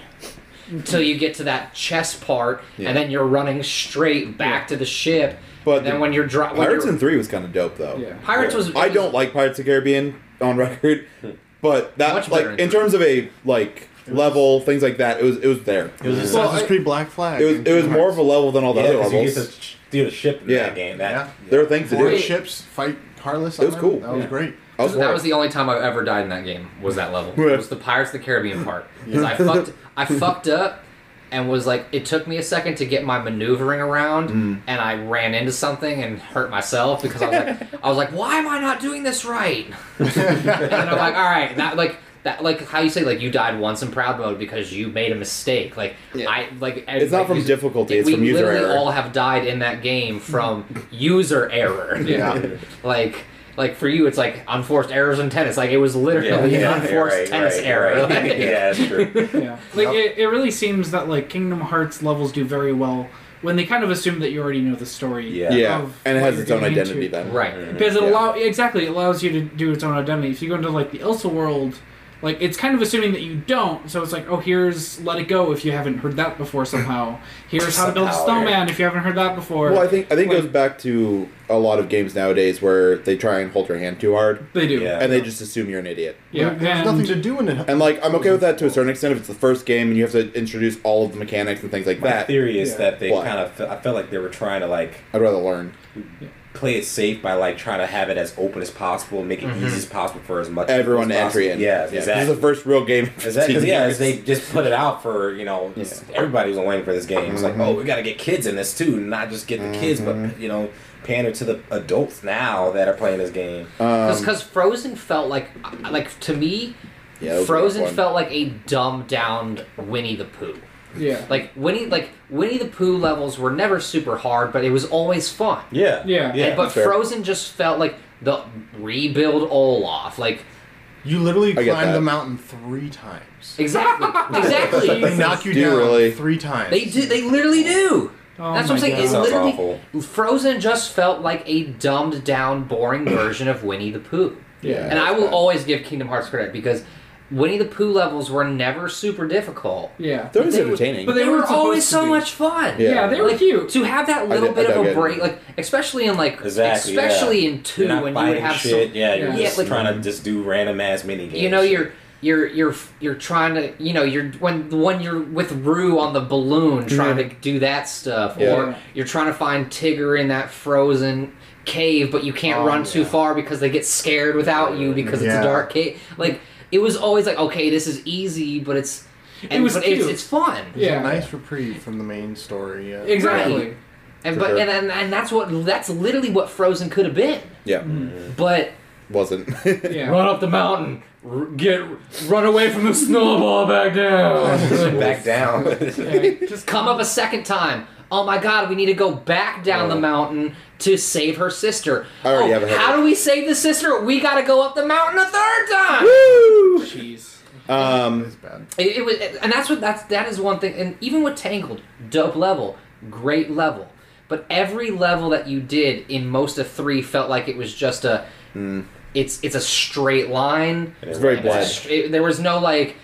S5: Until you get to that chest part,
S2: Yeah.
S5: and then you're running straight back to the ship.
S2: But
S5: But then
S2: the-
S5: when you're dropping,
S2: Pirates in 3 was kind of dope, though.
S1: Yeah.
S5: Pirates was
S2: I
S5: it was-
S2: don't like Pirates of the Caribbean on record, but that
S5: Much better
S2: like
S5: in
S2: in terms of a like level things like that, it was it was there.
S3: it was Assassin's Creed Black Flag.
S2: It was it was more of a level than all the
S4: Yeah,
S2: other
S4: 'cause you get to
S2: levels.
S4: sh- do the ship in
S2: Yeah.
S4: that game. That,
S3: Yeah.
S2: There are things to
S3: Board
S2: do.
S3: ships fight Carlos.
S2: It was
S3: Island.
S2: cool.
S3: That was
S1: Yeah.
S3: great.
S2: I was
S5: that
S2: bored.
S5: was the only time I've ever died in that game. Was that level?
S2: Yeah.
S5: It was the Pirates of the Caribbean part. 'Cause I fucked, I fucked up, and was like, it took me a second to get my maneuvering around, and I ran into something and hurt myself because I was like, I was like, why am I not doing this right? and then I'm like, all right, that like. That, like how you say like you died once in proud mode because you made a mistake like I like
S2: It's not from difficulty, it's
S5: we
S2: from user
S5: literally
S2: error.
S5: all have died in that game from user error
S3: Yeah.
S5: like like for you it's like unforced errors and tennis like it was literally an
S4: you're
S5: unforced
S4: right,
S5: tennis
S4: right,
S5: error
S4: right.
S5: Like,
S4: yeah, that's true.
S1: Yeah. Like it, it really seems that like Kingdom Hearts levels do very well when they kind of assume that you already know the story.
S4: Yeah.
S2: yeah,
S1: of
S2: and it
S1: what
S2: has
S1: you're
S2: its own
S1: getting
S2: identity
S1: into.
S2: then.
S4: Mm-hmm.
S5: right
S1: Because it
S2: Yeah.
S1: allow exactly it allows you to do its own identity. If you go into like the Elsa world, like it's kind of assuming that you don't. So it's like, oh, here's Let It Go if you haven't heard that before somehow. Here's How to Build a
S4: Somehow,
S1: Snowman if you haven't heard that before.
S2: Well, I think I think it
S1: Like-
S2: goes back to a lot of games nowadays where they try and hold your hand too hard,
S1: they do.
S4: Yeah.
S2: and they just assume you're an idiot.
S1: Yeah,
S3: There- there's
S1: and-
S3: nothing to do in it.
S2: And like, I'm okay with that to a certain extent if it's the first game and you have to introduce all of the mechanics and things like
S4: My
S2: that.
S4: theory is
S1: Yeah.
S4: that they
S2: Why?
S4: kind of. I felt like they were trying to like
S2: I'd rather learn.
S4: play it safe by like trying to have it as open as possible, make it
S5: Mm-hmm.
S4: easy as possible for as much
S2: Everyone
S4: people
S2: to
S4: as
S2: entry in.
S4: possible. Yeah,
S2: This is the
S4: exactly.
S2: first real game. in
S4: Is that
S2: 15
S4: because yeah, as
S2: years.
S4: they just put it out for you know it's- everybody was waiting for this game. It's
S2: Mm-hmm.
S4: like oh, we got to get kids in this too, not just get the kids, but you know pander to the
S2: Uh, Um,
S4: adults now that are playing this game.
S5: because Frozen felt like like to me
S2: Yeah, that was a rough
S5: Frozen
S2: one.
S5: felt like a dumbed down Winnie the Pooh.
S1: Yeah.
S5: Like Winnie, like Winnie the Pooh levels were never super hard, but it was always fun.
S4: Yeah.
S1: Yeah.
S4: Yeah.
S5: but
S2: fair.
S5: Frozen just felt like the rebuild Olaf. Like
S3: You literally
S2: I get
S3: climbed
S2: that.
S3: the mountain three times.
S5: exactly, exactly.
S3: They knock you
S2: Do you
S3: down
S2: really?
S3: three times.
S5: They do. They literally do.
S1: Oh
S5: That's what
S1: my
S5: I'm saying. It
S1: God.
S4: Sounds
S5: literally
S4: awful.
S5: Frozen just felt like a dumbed down, boring version of Winnie the Pooh.
S1: Yeah.
S5: and I will always give Kingdom Hearts credit because Winnie the Pooh levels were never super difficult.
S1: Yeah.
S2: That was
S5: They were-
S2: entertaining.
S1: but
S5: They, were,
S1: weren't supposed
S5: always
S1: to
S5: so
S1: be.
S5: much fun.
S2: Yeah.
S1: Yeah, they were
S5: like,
S1: cute.
S5: To have that little
S2: I
S5: bit
S2: dug
S5: of a
S2: it.
S5: break, like especially in like
S4: Exactly. yeah.
S5: especially in 2
S4: You're not
S5: when you would
S4: fighting
S5: have
S4: shit.
S5: some
S4: yeah, you're
S1: Yeah.
S4: just
S5: Yeah, like-
S4: trying to just do random ass mini games.
S5: you know you're you're you're you're trying to you know you're when when you're with Rue on the balloon
S1: Mm-hmm.
S5: trying to do that stuff
S2: Yeah.
S5: or you're trying to find Tigger in that frozen cave but you can't
S3: Oh,
S5: run too
S3: yeah.
S5: far because they get scared without you because it's a
S3: Yeah.
S5: dark cave like it was always like okay this is easy but it's and
S1: was
S5: but it's
S1: cute.
S5: it's fun
S3: It's
S1: Yeah.
S3: a nice reprieve from the main story. Yeah.
S1: Exactly.
S5: Right. and
S2: For
S5: but
S2: sure.
S5: and, and and that's what that's literally what Frozen could have been
S2: yeah,
S5: but
S2: wasn't.
S1: Yeah.
S5: run up the mountain r- get run away from the snowball back down
S4: back down.
S5: Just come up a second time. Oh my god, we need to go back down the mountain to save her sister.
S2: Oh. I already
S5: oh,
S2: have a headache.
S5: how do we save the sister? We gotta go up the mountain a third time.
S1: Jeez.
S2: um,
S3: It's bad.
S5: It, it was, and that's what that's that is one thing. And even with Tangled, dope level, great level. But every level that you did in most of three felt like it was just a.
S4: Mm.
S5: It's it's a straight line.
S2: it's very
S5: It's a
S2: bland.
S5: str- it- there was no like,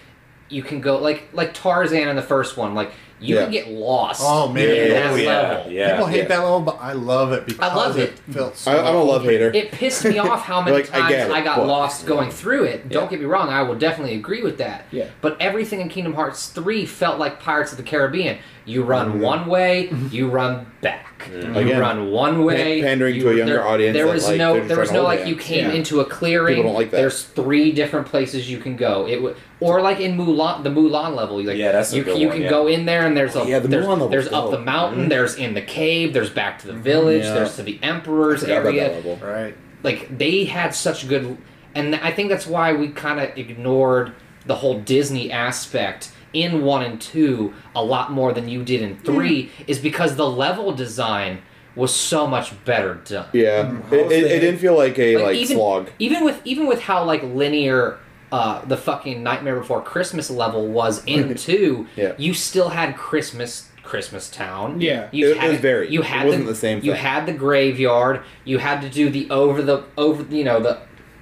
S5: you can go like like Tarzan in the first one. Like you
S2: Yeah.
S5: can get lost.
S3: Oh, man.
S5: in that
S4: Oh, yeah.
S5: level.
S4: Yeah.
S3: People hate
S2: Yeah.
S3: that level, but I love it because
S5: love
S3: it.
S5: it.
S3: felt so
S2: I, I'm a love hater.
S5: it pissed me off how many
S2: Like, I
S5: times I,
S2: get it,
S5: got
S2: but-
S5: lost going through it. Don't
S2: Yeah.
S5: get me wrong, I will definitely agree with that.
S1: Yeah.
S5: But everything in Kingdom Hearts 3 felt like Pirates of the Caribbean. You run one way, you run back. You
S2: Mm-hmm. Again,
S5: run one way.
S2: pandering
S5: you-
S2: to a younger
S5: there-
S2: audience
S5: There
S2: that,
S5: was
S2: like, they're
S5: no
S2: just
S5: there was
S2: trying to
S5: no
S2: hold
S5: like you
S2: hands.
S5: came
S1: Yeah.
S5: into a clearing.
S2: People don't like that.
S5: There's three different places you can go. It would or like in Mulan the Mulan level, you like
S4: Yeah, that's a
S5: you,
S4: good
S5: you
S4: one,
S5: can
S4: yeah.
S5: go in there and there's a
S2: yeah, the
S5: there's,
S2: Mulan level's
S5: there's up
S2: dope.
S5: the mountain, there's in the cave, there's back to the village,
S2: Mm-hmm. Yeah.
S5: there's to the
S2: I
S5: emperor's
S2: forgot about
S5: area
S2: that level.
S3: Right.
S5: like they had such good and i think that's why we kind of ignored the whole disney aspect in one and two a lot more than you did in
S2: Mm.
S5: three is because the level design was so much better done
S2: Yeah, it,
S4: was
S2: it, it
S4: the-
S2: didn't feel like a like,
S5: even,
S2: slog.
S5: even with even with how like linear uh, the fucking Nightmare Before Christmas level was in two,
S2: Yeah.
S5: you still had Christmas Christmas Town.
S1: Yeah.
S5: you
S2: It- it was varied.
S5: You
S2: It
S5: had
S2: wasn't the same
S5: You
S2: thing.
S5: had the graveyard. You had to do the over the over you know the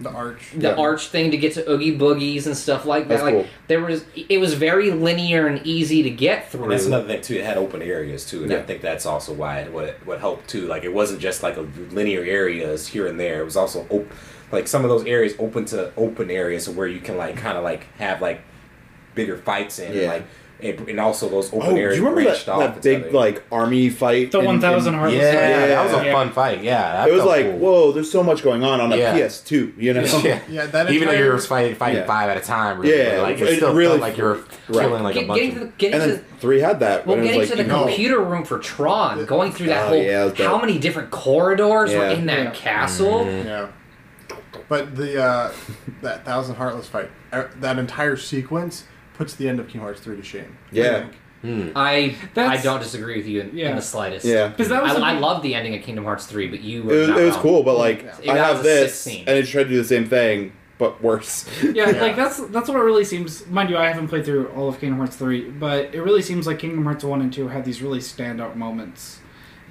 S3: The arch.
S5: the
S2: Yeah.
S5: arch thing to get to Oogie Boogies and stuff like that.
S2: That's
S5: like
S2: cool.
S5: there was, it was very linear and easy to get through.
S4: And that's another thing too. It had open areas too, and I
S2: Yeah.
S4: think that's also why it, what it, what helped too. Like it wasn't just like a linear areas here and there. It was also op- like some of those areas open to open areas where you can like kind of like have like bigger fights in and
S2: Yeah.
S4: like and, and also those open
S2: Oh, do you
S4: areas
S2: remember that,
S4: branched off.
S2: that
S4: and
S2: big
S4: stuff.
S2: like army fight?
S6: The
S2: in- in-
S6: 1000
S4: yeah,
S6: Hearts.
S4: that was a
S6: Yeah.
S4: fun fight. Yeah, that
S2: It was
S4: felt
S2: like,
S4: cool.
S2: whoa, there's so much going on on a
S4: Yeah.
S2: PS2. You know,
S4: Yeah.
S3: Yeah, that
S4: Even though
S3: entire-
S4: you were fighting, fighting
S2: Yeah.
S4: five at a time, really,
S2: Yeah,
S4: but, like it,
S2: it
S4: still
S2: really-
S4: felt like you were
S2: right.
S4: killing like a
S5: Get-
S4: bunch
S5: getting
S4: of
S5: to the, getting
S2: and
S5: to
S2: then three had that.
S5: well,
S2: and it
S5: getting
S2: was
S5: to
S2: like,
S5: the
S2: you know,
S5: computer room for Tron, going through that
S2: Oh,
S5: whole
S2: yeah, it was dope.
S5: how many different corridors were
S2: Yeah. Mm.
S5: in that
S1: Yeah.
S5: castle.
S3: Yeah. But the uh, that thousand heartless fight, uh, that entire sequence puts the end of Kingdom Hearts three to shame. I
S2: Yeah.
S3: think.
S5: I
S1: That's-
S5: I don't disagree with you in, in
S1: Yeah.
S5: the slightest.
S2: yeah.
S1: Because that was a-
S5: I, I love the ending of Kingdom Hearts three, but you were
S2: It was,
S5: not
S2: it was
S5: wrong.
S2: cool, but like
S5: Yeah.
S2: I
S5: That
S2: have
S5: was a
S2: this,
S5: 16.
S2: and it tried to do the same thing, but worse.
S1: Yeah,
S3: Yeah.
S1: like that's that's what it really seems. Mind you, I haven't played through all of Kingdom Hearts three, but it really seems like Kingdom Hearts one and two had these really standout moments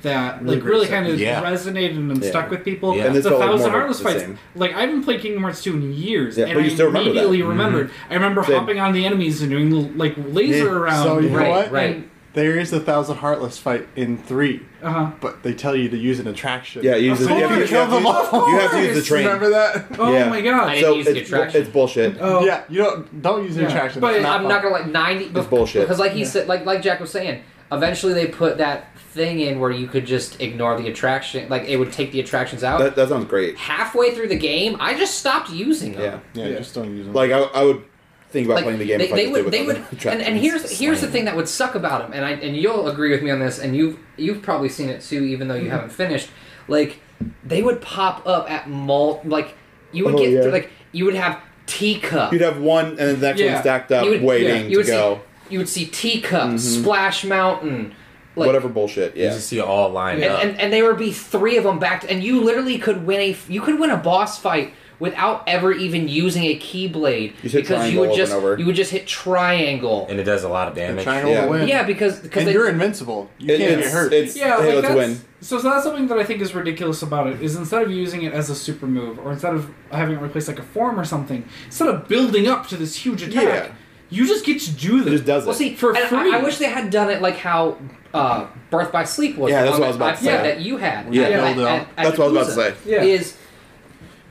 S1: that
S3: Really
S1: like
S3: great
S1: really
S3: stuff.
S1: kind of
S4: Yeah.
S1: resonated and
S2: Yeah.
S1: stuck with people.
S4: Yeah. And
S2: this
S1: the
S2: felt like
S1: Thousand
S2: more of
S1: Heartless
S2: the
S1: fights.
S2: same.
S1: Like I haven't played Kingdom Hearts two in years,
S2: Yeah,
S1: and
S2: but you
S1: I
S2: still remember that.
S1: immediately
S4: Mm-hmm.
S1: remembered. I remember
S2: Same.
S1: hopping on the enemies and doing like laser
S2: Yeah.
S1: around.
S3: So you
S5: Right,
S3: know what?
S5: right.
S3: There is the thousand heartless fight in three,
S1: uh huh.
S3: but they tell you to use an attraction.
S2: yeah, you, use the- you have, to-
S3: course.
S2: you have to-
S3: Kill them all.
S2: you have to use the train.
S3: Remember that?
S1: Oh
S2: Yeah.
S1: my god.
S5: I-
S2: So
S5: didn't use the
S2: it's,
S5: attraction.
S2: it's bullshit.
S1: oh
S3: Yeah, you don't don't use an
S1: Yeah.
S3: attraction.
S1: But
S3: That's
S5: I'm
S3: fun.
S5: not
S1: uh,
S5: gonna like ninety.
S2: It's bullshit.
S5: Because like he said, like like Jack was saying, eventually they put that thing in where you could just ignore the attraction. Like it would take the attractions out.
S2: That, that sounds great.
S5: Halfway through the game, I just stopped using them.
S2: Yeah,
S3: Yeah, just don't use them.
S2: like I, I would think about
S5: Like,
S2: playing the game
S5: they,
S2: if I
S5: they
S2: could
S5: would,
S2: do
S5: they
S2: without
S5: would,
S2: the
S5: and, and
S2: attractions.
S5: here's here's the
S4: Slam.
S5: thing that would suck about them, and I and you'll agree with me on this, and you've you've probably seen it too, even though you
S2: Mm-hmm.
S5: haven't finished. Like they would pop up at mall, like you would
S2: Oh,
S5: get
S2: yeah.
S5: like you would have teacup.
S2: You'd have one, and then the next
S1: Yeah.
S2: one stacked up,
S5: You would-
S2: waiting
S5: you
S2: to
S5: would
S2: go. Mm-hmm.
S5: See, you would see teacup, splash mountain, like,
S2: Whatever bullshit.
S4: You
S2: Yeah.
S4: just see it all lined
S5: and,
S4: up.
S5: and, and there would be three of them back, and you literally could win a you could win a boss fight without ever even using a keyblade
S2: You hit
S5: because you
S2: triangle
S5: would
S2: over
S5: just
S2: and over.
S5: you would just hit triangle.
S4: and it does a lot of damage.
S3: Triangle
S2: Yeah.
S3: will win.
S5: yeah, because because
S3: and
S5: they,
S3: you're invincible. You
S2: It-
S3: can't
S2: it's,
S3: get hurt.
S2: It's,
S1: Yeah,
S2: hey,
S1: like
S2: let's
S1: that's,
S2: win.
S1: So, so that's something that I think is ridiculous about it is instead of using it as a super move or instead of having it replace like a form or something, instead of building up to this huge attack,
S2: Yeah.
S1: you just get to do
S2: It
S1: this.
S2: just does
S5: well,
S2: it.
S5: see,
S1: For
S5: and I-
S1: free.
S5: I, wish they had done it like how uh, Birth by Sleep was.
S2: Yeah, that's
S5: on
S2: what I was
S5: that
S2: about to
S5: iPad
S2: say.
S5: That you had.
S2: Yeah.
S5: at-
S3: Build it
S5: at-
S3: up.
S5: at
S2: That's what I was about to
S5: Yakuza.
S2: say.
S1: Yeah.
S5: Is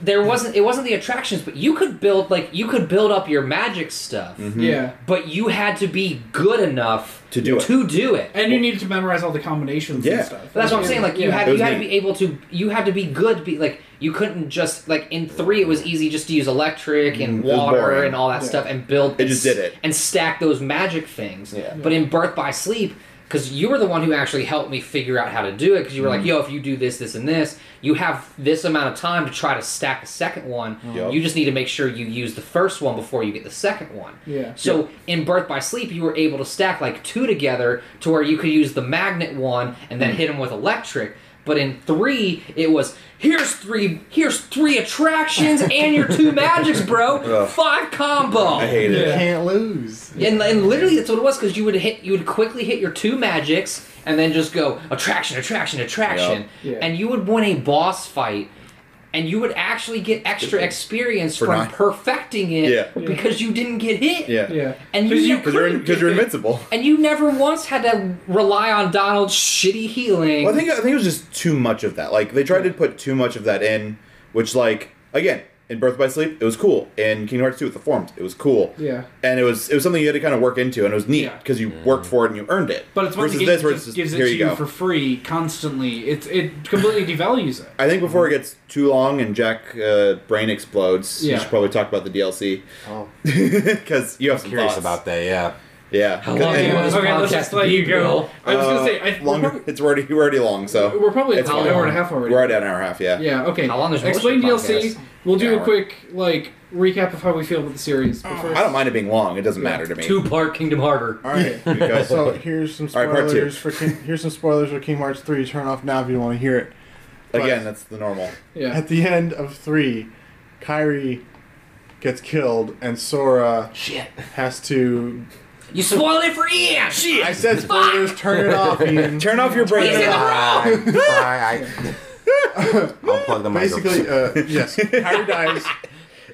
S5: there wasn't it wasn't the attractions, but you could build like you could build up your magic stuff.
S1: Yeah.
S5: but you had to be good enough
S2: Mm-hmm. To do it.
S5: To do it.
S1: And you needed to memorize all the combinations
S2: Yeah.
S1: and stuff.
S5: But that's what I'm saying. Like you
S1: Yeah.
S5: had
S2: It
S5: you
S2: was
S5: had to
S2: neat.
S5: be able to you had to be good. To be like you couldn't just like in three it was easy just to use electric
S2: Mm,
S5: and
S2: It was
S5: water
S2: boring.
S5: and all that
S1: Yeah.
S5: stuff and build.
S2: It just
S5: and
S2: did it.
S5: and stack those magic things.
S2: Yeah.
S5: But in Birth by Sleep. Because you were the one who actually helped me figure out how to do it. Because you were like,
S2: Mm-hmm.
S5: "Yo, if you do this, this, and this, you have this amount of time to try to stack a second one.
S2: Yep.
S5: You just need to make sure you use the first one before you get the second one."
S1: Yeah.
S5: So in Birth by Sleep, you were able to stack like two together to where you could use the magnet one and
S2: Hmm.
S5: then hit them with electric. But in three, it was here's three here's three attractions and your two magics, bro.
S2: Ugh.
S5: Five combo.
S2: I hate
S3: you
S2: it.
S1: Yeah.
S3: can't lose.
S5: And, and literally that's what it was because you would hit you would quickly hit your two magics and then just go attraction attraction attraction
S1: Yep. Yeah.
S5: and you would win a boss fight and you would actually get extra experience
S2: For
S5: from
S2: nine.
S5: perfecting it
S2: Yeah. Yeah.
S5: because you didn't get hit
S2: Yeah.
S1: Yeah.
S5: and you,
S1: Because you-
S5: ne-
S2: Because you're, in- 'cause you're invincible.
S5: and you never once had to rely on Donald's shitty healing.
S2: Well, I think I think it was just too much of that. Like they tried to put too much of that in, which like again in Birth by Sleep it was cool. In Kingdom Hearts two with the forms it was cool.
S1: Yeah.
S2: And it was it was something you had to kind of work into, and it was neat
S1: Yeah.
S2: because you worked
S4: Mm.
S2: for it and you earned it.
S1: But it's when
S2: versus
S1: the game
S2: this where it's
S1: just
S2: just
S1: gives it
S2: here
S1: to
S2: you
S1: you,
S2: go.
S1: for free constantly. It's it completely devalues it.
S2: I think before
S1: Mhm.
S2: it gets too long and Jack uh, brain explodes, you
S1: Yeah.
S2: should probably talk about the DLC
S3: Oh.
S2: because you have some
S4: Curious
S2: thoughts.
S4: about that, yeah.
S2: yeah.
S5: How long
S2: And-
S5: do you want this
S1: Okay, let's
S5: podcast
S1: just
S5: to
S1: let
S5: be,
S1: you go.
S5: Bill?
S1: I was gonna
S2: Uh,
S1: say I, we're,
S2: longer.
S1: probably-
S2: It's already we're already long, so
S1: we're probably
S2: It's
S1: an
S2: fine.
S1: hour and a half already.
S2: we're at an hour and a half. Yeah.
S1: Yeah. Okay.
S5: How long is most
S1: Explain
S5: of your
S1: DLC.
S5: podcast?
S1: We'll do
S2: An
S1: a
S2: hour.
S1: quick like recap of how we feel about the series. But first,
S2: Uh, I don't mind it being long. It doesn't matter to me.
S5: Two part Kingdom Harder.
S3: All right.
S2: Because-
S3: so here's some
S2: All right, part two.
S3: spoilers for King, here's some spoilers for Kingdom Hearts three. Turn off now if you don't want to hear it.
S2: Again, that's the normal.
S1: Yeah.
S3: At the end of three, Kyrie gets killed and Sora
S5: Shit.
S3: has to.
S5: You spoiled it for Ian! Shit!
S3: I said spoilers. Turn it off, Ian.
S2: Turn off your brain.
S5: He's in the
S4: Bye. Bye. I, will plug the
S3: Basically,
S4: microphone.
S3: uh, yes, Kyrie dies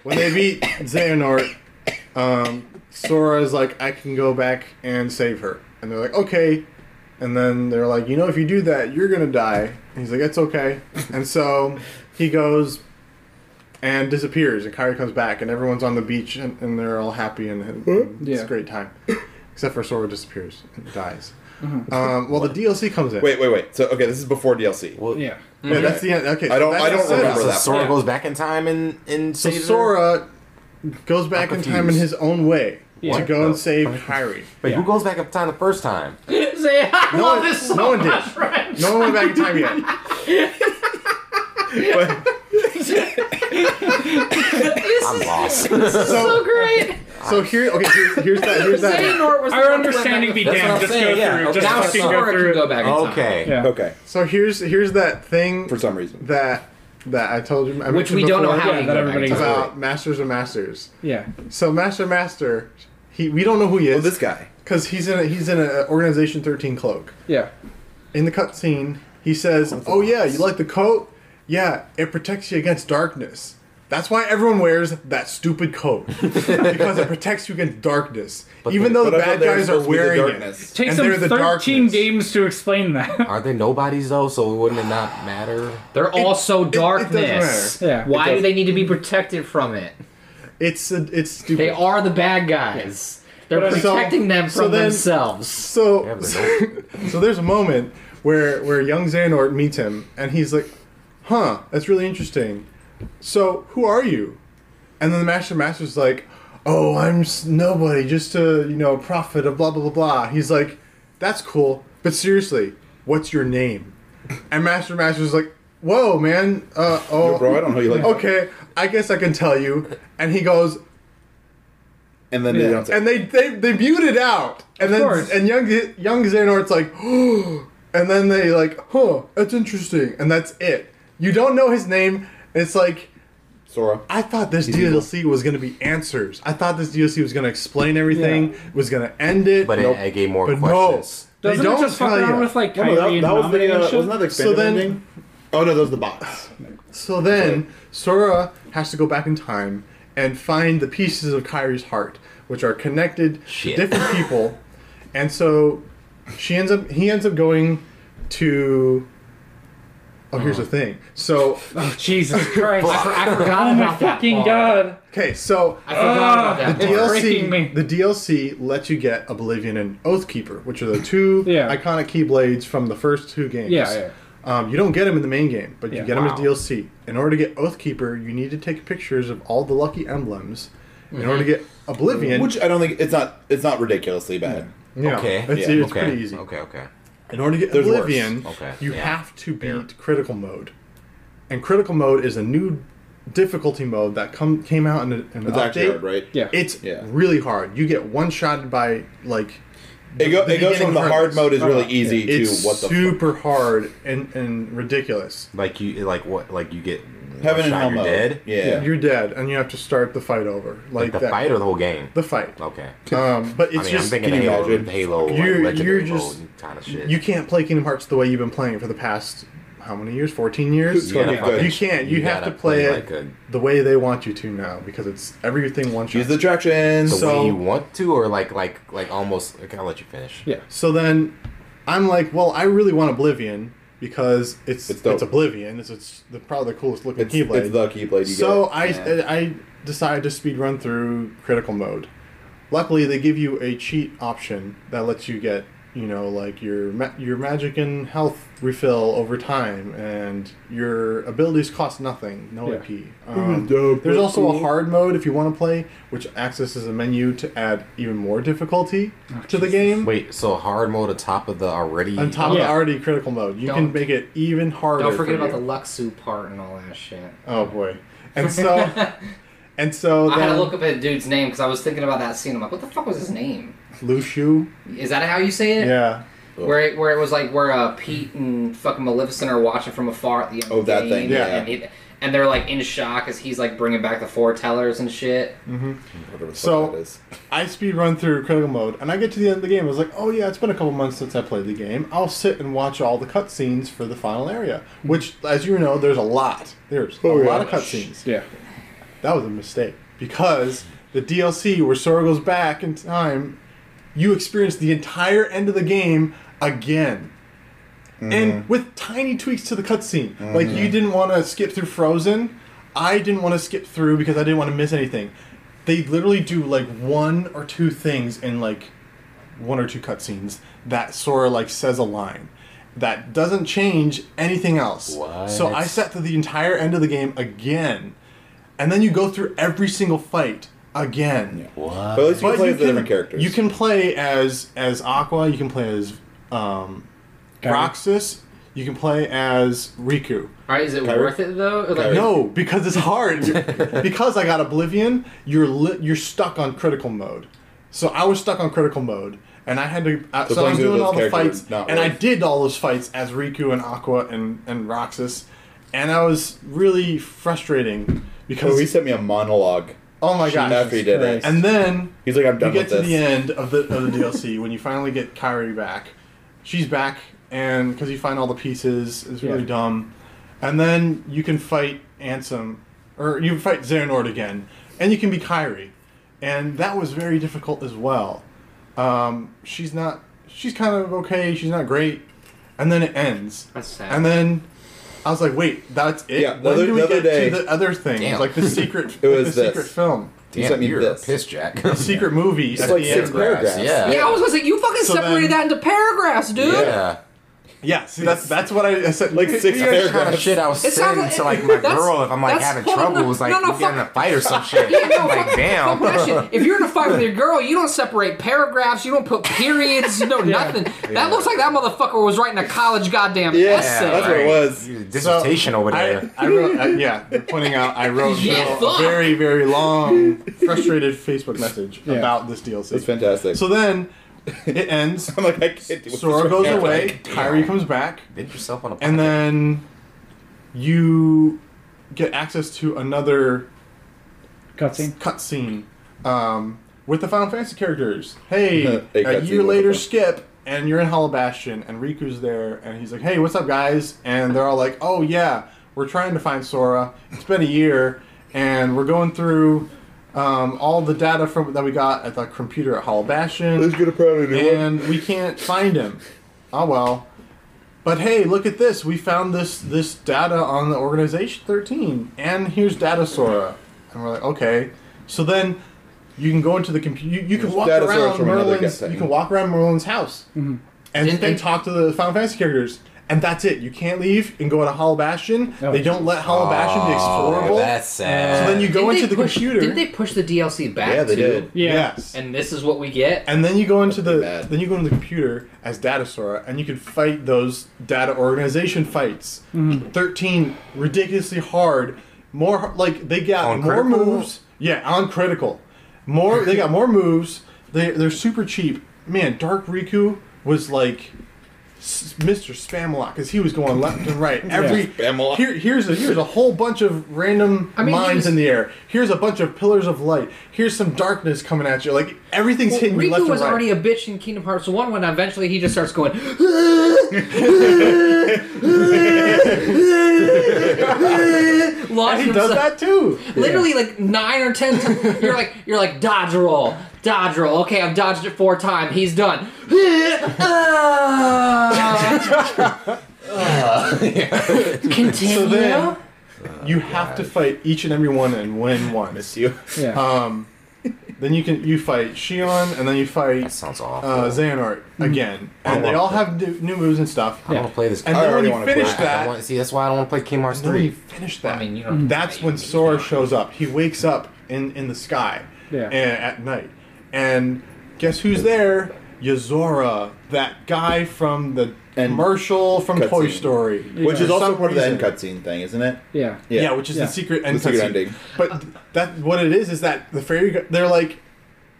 S3: when they beat Xehanort. Um, Sora's like, I can go back and save her, and they're like, okay. And then they're like, you know, if you do that, you're gonna die. And he's like, it's okay. And so he goes and disappears, and Kyrie comes back, and everyone's on the beach, and, and they're all happy, and, and it's
S1: Yeah.
S3: a great time. Except for Sora disappears and dies. Um, well, the DLC comes in.
S2: Wait, wait, wait. So okay, this is before DLC.
S4: Well,
S1: Yeah.
S3: Wait, that's the end. Okay,
S2: I don't-
S3: that's
S2: I don't
S3: the setup.
S2: remember
S4: So
S2: that
S4: Sora
S1: part.
S4: goes back in time and and
S3: So
S4: saves her?
S3: Sora goes back
S4: I'm
S3: in time in
S4: confused.
S3: his own way
S1: Yeah.
S3: to go
S4: What
S3: and
S4: the-
S3: save Kyrie.
S4: Wait,
S1: Yeah.
S4: who goes back in time the first time?
S5: Say, I
S3: No
S5: love
S3: one-
S5: this so
S3: no one did.
S5: much, Ryan.
S3: No one went back in time yet.
S5: This
S4: I'm
S5: is
S4: lost.
S5: so,
S3: So-
S5: great.
S3: So here, okay, here, here's that. Here's that.
S5: Xehanort was the
S6: Our
S5: one who went
S6: understanding
S5: back
S6: be
S5: to- That's
S6: damned.
S5: what I'm
S6: Just
S5: saying,
S6: go
S5: yeah.
S6: through-
S5: Okay.
S6: just
S5: now
S6: fucking go
S5: Sora
S6: through.
S5: can go back in time.
S4: Okay.
S6: Yeah.
S2: Okay,
S3: So here's here's that thing
S2: for some reason.
S3: that that I told you. I
S5: Which
S3: mentioned
S5: we don't know
S3: before
S5: how
S1: Yeah,
S5: he
S1: that
S5: got
S1: everybody-
S5: back
S3: about masters of masters.
S1: Yeah.
S3: So master master, he we don't know who he
S2: Oh,
S3: is.
S2: this guy.
S3: because he's in a, he's in an organization thirteen cloak.
S1: Yeah.
S3: in the cutscene, he says, "Oh yeah, you like the coat? Yeah, it protects you against darkness. That's why everyone wears that stupid coat because it protects you against darkness. Even though the
S2: but I thought
S3: bad
S2: they were
S3: guys are
S2: supposed to be the
S3: wearing
S2: darkness.
S3: it,
S6: Take
S3: and
S6: some
S3: they're the
S6: 13
S3: darkness.
S6: games to explain that.
S4: Aren't they nobodies though? So wouldn't it not matter?
S5: They're also
S3: doesn't
S5: darkness.
S6: matter. Yeah.
S5: Why do they need to be protected from it?
S3: It's a, it's stupid.
S5: They are the bad guys. They're
S3: But, uh, so-
S5: protecting them
S3: so
S5: from
S3: then-
S5: themselves.
S3: So
S4: Yeah, but no-
S3: so there's a moment where where young Xehanort meets him, and he's like, "Huh, that's really interesting. So who are you?" And then the Master Master's like, "Oh, I'm s- nobody, just a you know prophet of blah blah blah blah." He's like, "That's cool, but seriously, what's your name?" And Master Master's like, "Whoa, man, uh, oh,
S2: Yo, bro, I don't know you like.
S3: okay, I guess I can tell you." And he goes,
S2: and then they
S1: Yeah.
S2: don't say.
S3: and they they they muted out, and then
S1: course.
S3: and young young Xehanort's like, oh, and then they like, huh, that's interesting, and that's it. You don't know his name. and It's like
S2: Sora.
S3: I thought this DLC was going to be answers. I thought this DLC was going to explain everything, was going to end it.
S4: But it-
S3: Nope.
S4: it gave more
S3: But
S4: questions.
S3: No, they
S1: Doesn't
S3: don't
S1: it just fuck
S3: tell
S1: around
S3: you.
S1: with like
S2: No,
S1: Kyrie
S2: that,
S1: and
S2: that was
S1: Dominic
S2: the uh,
S1: and shit?
S2: wasn't that the
S3: So
S2: expanded
S3: then-
S2: ending? Oh no, that was the box.
S3: So then Sora has to go back in time and find the pieces of Kyrie's heart, which are connected
S4: Shit.
S3: to different people. and so she ends up he ends up going to Oh, here's the thing. So
S1: Oh, Jesus Christ! I, for- I forgot
S6: Oh my
S1: about that.
S6: fucking
S1: part.
S6: god!
S3: okay, so
S1: I forgot about that.
S3: the
S1: part.
S3: DLC
S1: Breaking me.
S3: the DLC lets you get Oblivion and Oathkeeper, which are the two
S1: Yeah.
S3: iconic keyblades from the first two games.
S1: Yeah, yeah.
S3: Um, you don't get them in the main game, but
S1: Yeah.
S3: you get them
S1: Wow.
S3: as DLC. In order to get Oathkeeper, you need to take pictures of all the lucky emblems. In order to get Oblivion,
S2: Which I don't think it's not it's not ridiculously bad.
S3: yeah,
S4: Okay.
S3: it's,
S2: Yeah.
S3: it's
S4: okay.
S3: pretty easy.
S4: Okay. Okay.
S3: In order to get
S2: There's worse.
S3: Oblivion,
S4: Okay,
S3: you
S4: yeah.
S3: have to beat Critical Mode, and Critical Mode is a new difficulty mode that come came out in, a, in an
S2: It's actually
S3: update.
S2: hard, right?
S1: Yeah.
S3: It's
S2: Yeah.
S3: really hard. You get one shotted by like
S2: It, go, it goes
S3: beginning
S2: from the hard
S3: hurdles.
S2: mode is really
S1: Uh,
S2: easy to
S3: it's
S2: what the fuck.
S3: super hard and and ridiculous.
S4: Like you, like what, like you get
S2: heaven and
S4: shot,
S2: hell
S4: you're
S2: mode.
S4: dead.
S2: Yeah.
S3: You're dead, and you have to start the fight over. Like,
S4: Like the
S3: that.
S4: fight or the whole game.
S3: The fight.
S4: Okay.
S3: Um, but it's
S4: I mean,
S3: just
S4: I'm thinking
S2: can you
S4: Halo,
S2: imagine?
S4: Halo, like,
S3: You're-
S4: legendary
S3: you're just-
S4: mode kind of shit.
S3: you can't play Kingdom Hearts the way you've been playing it for the past how many years? Fourteen years.
S2: You gotta
S3: You,
S2: fucking-
S3: can't. You,
S4: you
S3: have to
S4: gotta
S3: play,
S4: play
S3: it
S4: like a-
S3: the way they want you to now because it's everything one shot.
S2: Use the attraction.
S4: the
S2: So
S4: way you want to, or like, like, like almost. Can I let you finish?
S1: Yeah.
S3: so then, I'm like, well, I really want Oblivion because it's
S2: It's
S3: it's,
S2: dope.
S3: Oblivion. It's, it's the, probably the coolest looking
S2: it's,
S3: keyblade.
S2: it's the keyblade. You
S3: so
S2: get.
S3: I,
S2: Yeah.
S3: I decided to speed run through critical mode. Luckily, they give you a cheat option that lets you get you know like your ma- your magic and health refill over time, and your abilities cost nothing, no
S1: Yeah.
S3: AP. Um,
S2: dope.
S3: there's also a
S2: Cool.
S3: hard mode if you want to play, which accesses a menu to add even more difficulty
S5: Oh,
S3: to the
S1: Jesus.
S3: game.
S4: Wait, so hard mode on top of the already.
S3: On top
S1: Yeah.
S3: of already critical mode, you can
S5: Don't-
S3: make it even harder.
S5: Don't forget
S3: for
S5: about
S3: you.
S5: the Luxu part and all that shit.
S3: Oh boy, and so and so
S5: I had to
S3: then
S5: look up a dude's name because I was thinking about that scene. I'm like, what the fuck was his name?
S3: Lushu,
S5: Is that how you say it?
S3: yeah.
S5: Where it, where it was like where uh, Pete and fucking Maleficent are watching from afar at the end.
S2: Oh,
S5: of the
S2: that
S5: game,
S2: thing, yeah.
S5: And, he- and they're like in shock as he's like bringing back the foretellers and shit.
S2: Mm-hmm. Whatever the fuck
S3: so-
S2: that is.
S3: I speed run through critical mode, and I get to the end of the game. I was like, "Oh yeah, it's been a couple months since I played the game. I'll sit and watch all the cutscenes for the final area." Which, as you know, there's a lot. There's
S2: Oh,
S3: a lot of cutscenes.
S1: Yeah.
S3: That was a mistake because the DLC where Sora goes back in time, you experience the entire end of the game again, and with tiny tweaks to the cutscene. Like you didn't want to skip through Frozen. I didn't want to skip through because I didn't want to miss anything. They literally do like one or two things in like one or two cutscenes that Sora like says a line that doesn't change anything else.
S4: What?
S3: So I sat through the entire end of the game again, and then you go through every single fight again.
S2: But at least you
S3: But
S2: play as the
S3: can-
S2: different characters.
S3: You can play as as Aqua. You can play as um, Roxas. You can play as Riku.
S5: All right, is it
S2: Kyrie?
S5: worth it though? Or, Like,
S2: Kyrie.
S3: No, because it's hard. because I got Oblivion, you're li- you're stuck on critical mode. So I was stuck on critical mode, and I had to. I,
S2: So
S3: so, I
S2: playing
S3: was
S2: through
S3: doing
S2: those
S3: all the
S2: characters
S3: fights,
S2: is not
S3: and I
S2: worth-
S3: did all those fights as Riku and Aqua and and Roxas, and I was really frustrating
S2: Oh, he
S3: because
S2: sent me a monologue.
S3: oh my gosh,
S2: Nephi did it.
S3: and then
S2: He's like, I'm
S3: you
S2: done
S3: get
S2: with
S3: to the
S2: this.
S3: end of the of the DLC when you finally get Kyrie back. She's back, and because you find all the pieces, it's really
S1: Yeah.
S3: dumb. And then you can fight Ansem, or you fight Xehanort again, and you can be Kyrie, and that was very difficult as well. Um, she's not. She's kind of okay. She's not great. And then it ends.
S5: That's sad.
S3: And then I was like, wait, that's it.
S2: Yeah, the
S3: when
S2: other-
S3: do we
S2: the other
S3: get
S2: day-
S3: to the other thing?
S4: Damn.
S3: Like the secret.
S2: It was
S3: the
S2: this.
S3: secret film,
S2: He
S4: Damn,
S2: sent me
S4: you're
S2: this.
S4: a piss jack.
S3: secret movie.
S2: It's
S3: at
S2: like
S3: the
S2: six
S3: end.
S2: paragraphs.
S4: Yeah.
S5: yeah, I was gonna say you fucking
S3: So
S5: separated
S3: then-
S5: that into paragraphs, dude.
S4: Yeah.
S2: Yeah, see,
S3: That's that's what I, I said.
S2: like six
S3: You're trying to
S2: paragraphs.
S4: shit I was
S5: It's
S4: saying
S5: not-
S4: to like my
S5: that's-
S4: girl if I'm like
S5: that's-
S4: having
S5: hold on,
S4: trouble
S5: no,
S4: was like
S5: no, no,
S4: we get in a
S5: fuck-
S4: fight or some shit.
S5: Yeah, no,
S4: like
S5: fuck,
S4: damn.
S5: fuck that shit. If you're in a fight with your girl, you don't separate paragraphs. You don't put periods. No, nothing. That looks like that motherfucker was writing a college goddamn
S2: Yeah,
S5: essay.
S2: that's what it was.
S4: You- Dissertation or whatever.
S3: I, I wrote, I, yeah, you're pointing out I wrote
S5: Yeah,
S3: Bill
S5: fuck.
S3: a very, very long, frustrated Facebook message
S1: Yeah.
S3: about this DLC.
S2: That's fantastic.
S3: So then it ends.
S2: I'm like, I can't do
S3: Sora goes
S2: Yeah,
S3: away.
S4: like, damn.
S3: Kyrie comes back,
S4: Bit yourself on a
S3: and
S4: pocket.
S3: then you get access to another
S6: Cutscene.
S3: cutscene um, with the Final Fantasy characters. Hey,
S2: A
S3: a
S2: cutscene
S3: year
S2: with
S3: later,
S2: them.
S3: Skip, and you're in Hollow Bastion, and Riku's there, and he's like, "Hey, what's up, guys?" And they're all like, "Oh yeah, we're trying to find Sora. It's been a year, and we're going through." Um, all the data from that we got at the computer at Hollow Bastion
S2: Let's get a proud new one.
S3: and we can't find him. Oh well. But hey, look at this. We found this this data on the organization 13, and here's data Sora. And we're like, okay. So then you can go into the computer. You, you can
S2: Here's
S3: walk
S2: Datasaurus
S3: around
S2: from another
S3: Merlin's.
S2: cassette.
S3: You can walk around Merlin's house, and,
S5: Didn't
S3: and
S5: they-
S3: talk to the Final Fantasy characters. And that's it. You can't leave and go to Hollow Bastion. they don't let Hollow Bastion be explorable.
S4: Oh, that's sad.
S3: so then you go
S5: Didn't
S3: into
S5: they
S3: the
S5: push-
S3: computer.
S5: Didn't they push the DLC back?
S2: Yeah, they
S5: too?
S2: did.
S3: Yes.
S5: And this is what we get.
S3: And then you go into
S2: That'd
S3: the
S2: be bad.
S3: then you go into the computer as Datasora, and you can fight those data organization fights. Thirteen ridiculously hard, more like they got
S4: On
S3: more
S4: critical?
S3: moves. Yeah, on critical, more they got more moves. They they're super cheap. Man, Dark Riku was like S- Mr. Spamalot because he was going left and right. Every
S2: Spamalot.
S3: here, here's a here's a whole bunch of random
S5: I mean, he
S3: mines
S5: was-
S3: in the air. Here's a bunch of pillars of light. Here's some darkness coming at you. Like everything's hitting you left
S5: Riku
S3: and
S5: was
S3: right.
S5: already a bitch in Kingdom Hearts 1 when eventually he just starts going,
S3: And
S5: launching
S3: he does
S5: himself-
S3: that too.
S5: Literally like nine or ten times. You're like you're like dodge roll, dodge roll. Okay, I've dodged it four times. He's done. Continue.
S3: So
S5: Uh,
S3: then you have to fight each and every one and win one.
S2: Miss you.
S1: Yeah.
S3: Then you can you fight Shion and then you
S4: that
S3: fight
S4: sounds awful.
S3: uh, Xehanort
S5: Mm-hmm.
S3: again, and they all have new, new moves and stuff.
S4: I want to play this.
S3: And
S4: game.
S2: I
S3: then when
S2: already
S3: you
S2: wanna play
S3: finish
S2: it.
S4: I
S3: that,
S4: wanna- see, that's why I don't want to play Kingdom Hearts
S3: then when you
S4: three.
S3: finish that,
S5: I mean, you don't.
S3: that's when Sora shows up. He wakes up in in the sky
S1: Yeah.
S3: a- at night, and guess who's there? Yazora, that guy from the
S2: And
S3: commercial from Toy
S2: cutscene.
S3: Story,
S2: Which is
S3: For
S2: also
S3: some
S2: part of the end
S3: reason-
S2: cutscene thing, isn't it?
S1: yeah.
S3: Yeah, which is
S1: Yeah.
S3: the secret end
S2: The secret
S3: cutscene.
S2: ending.
S3: But th- that what it is is that the fairy go- they're like,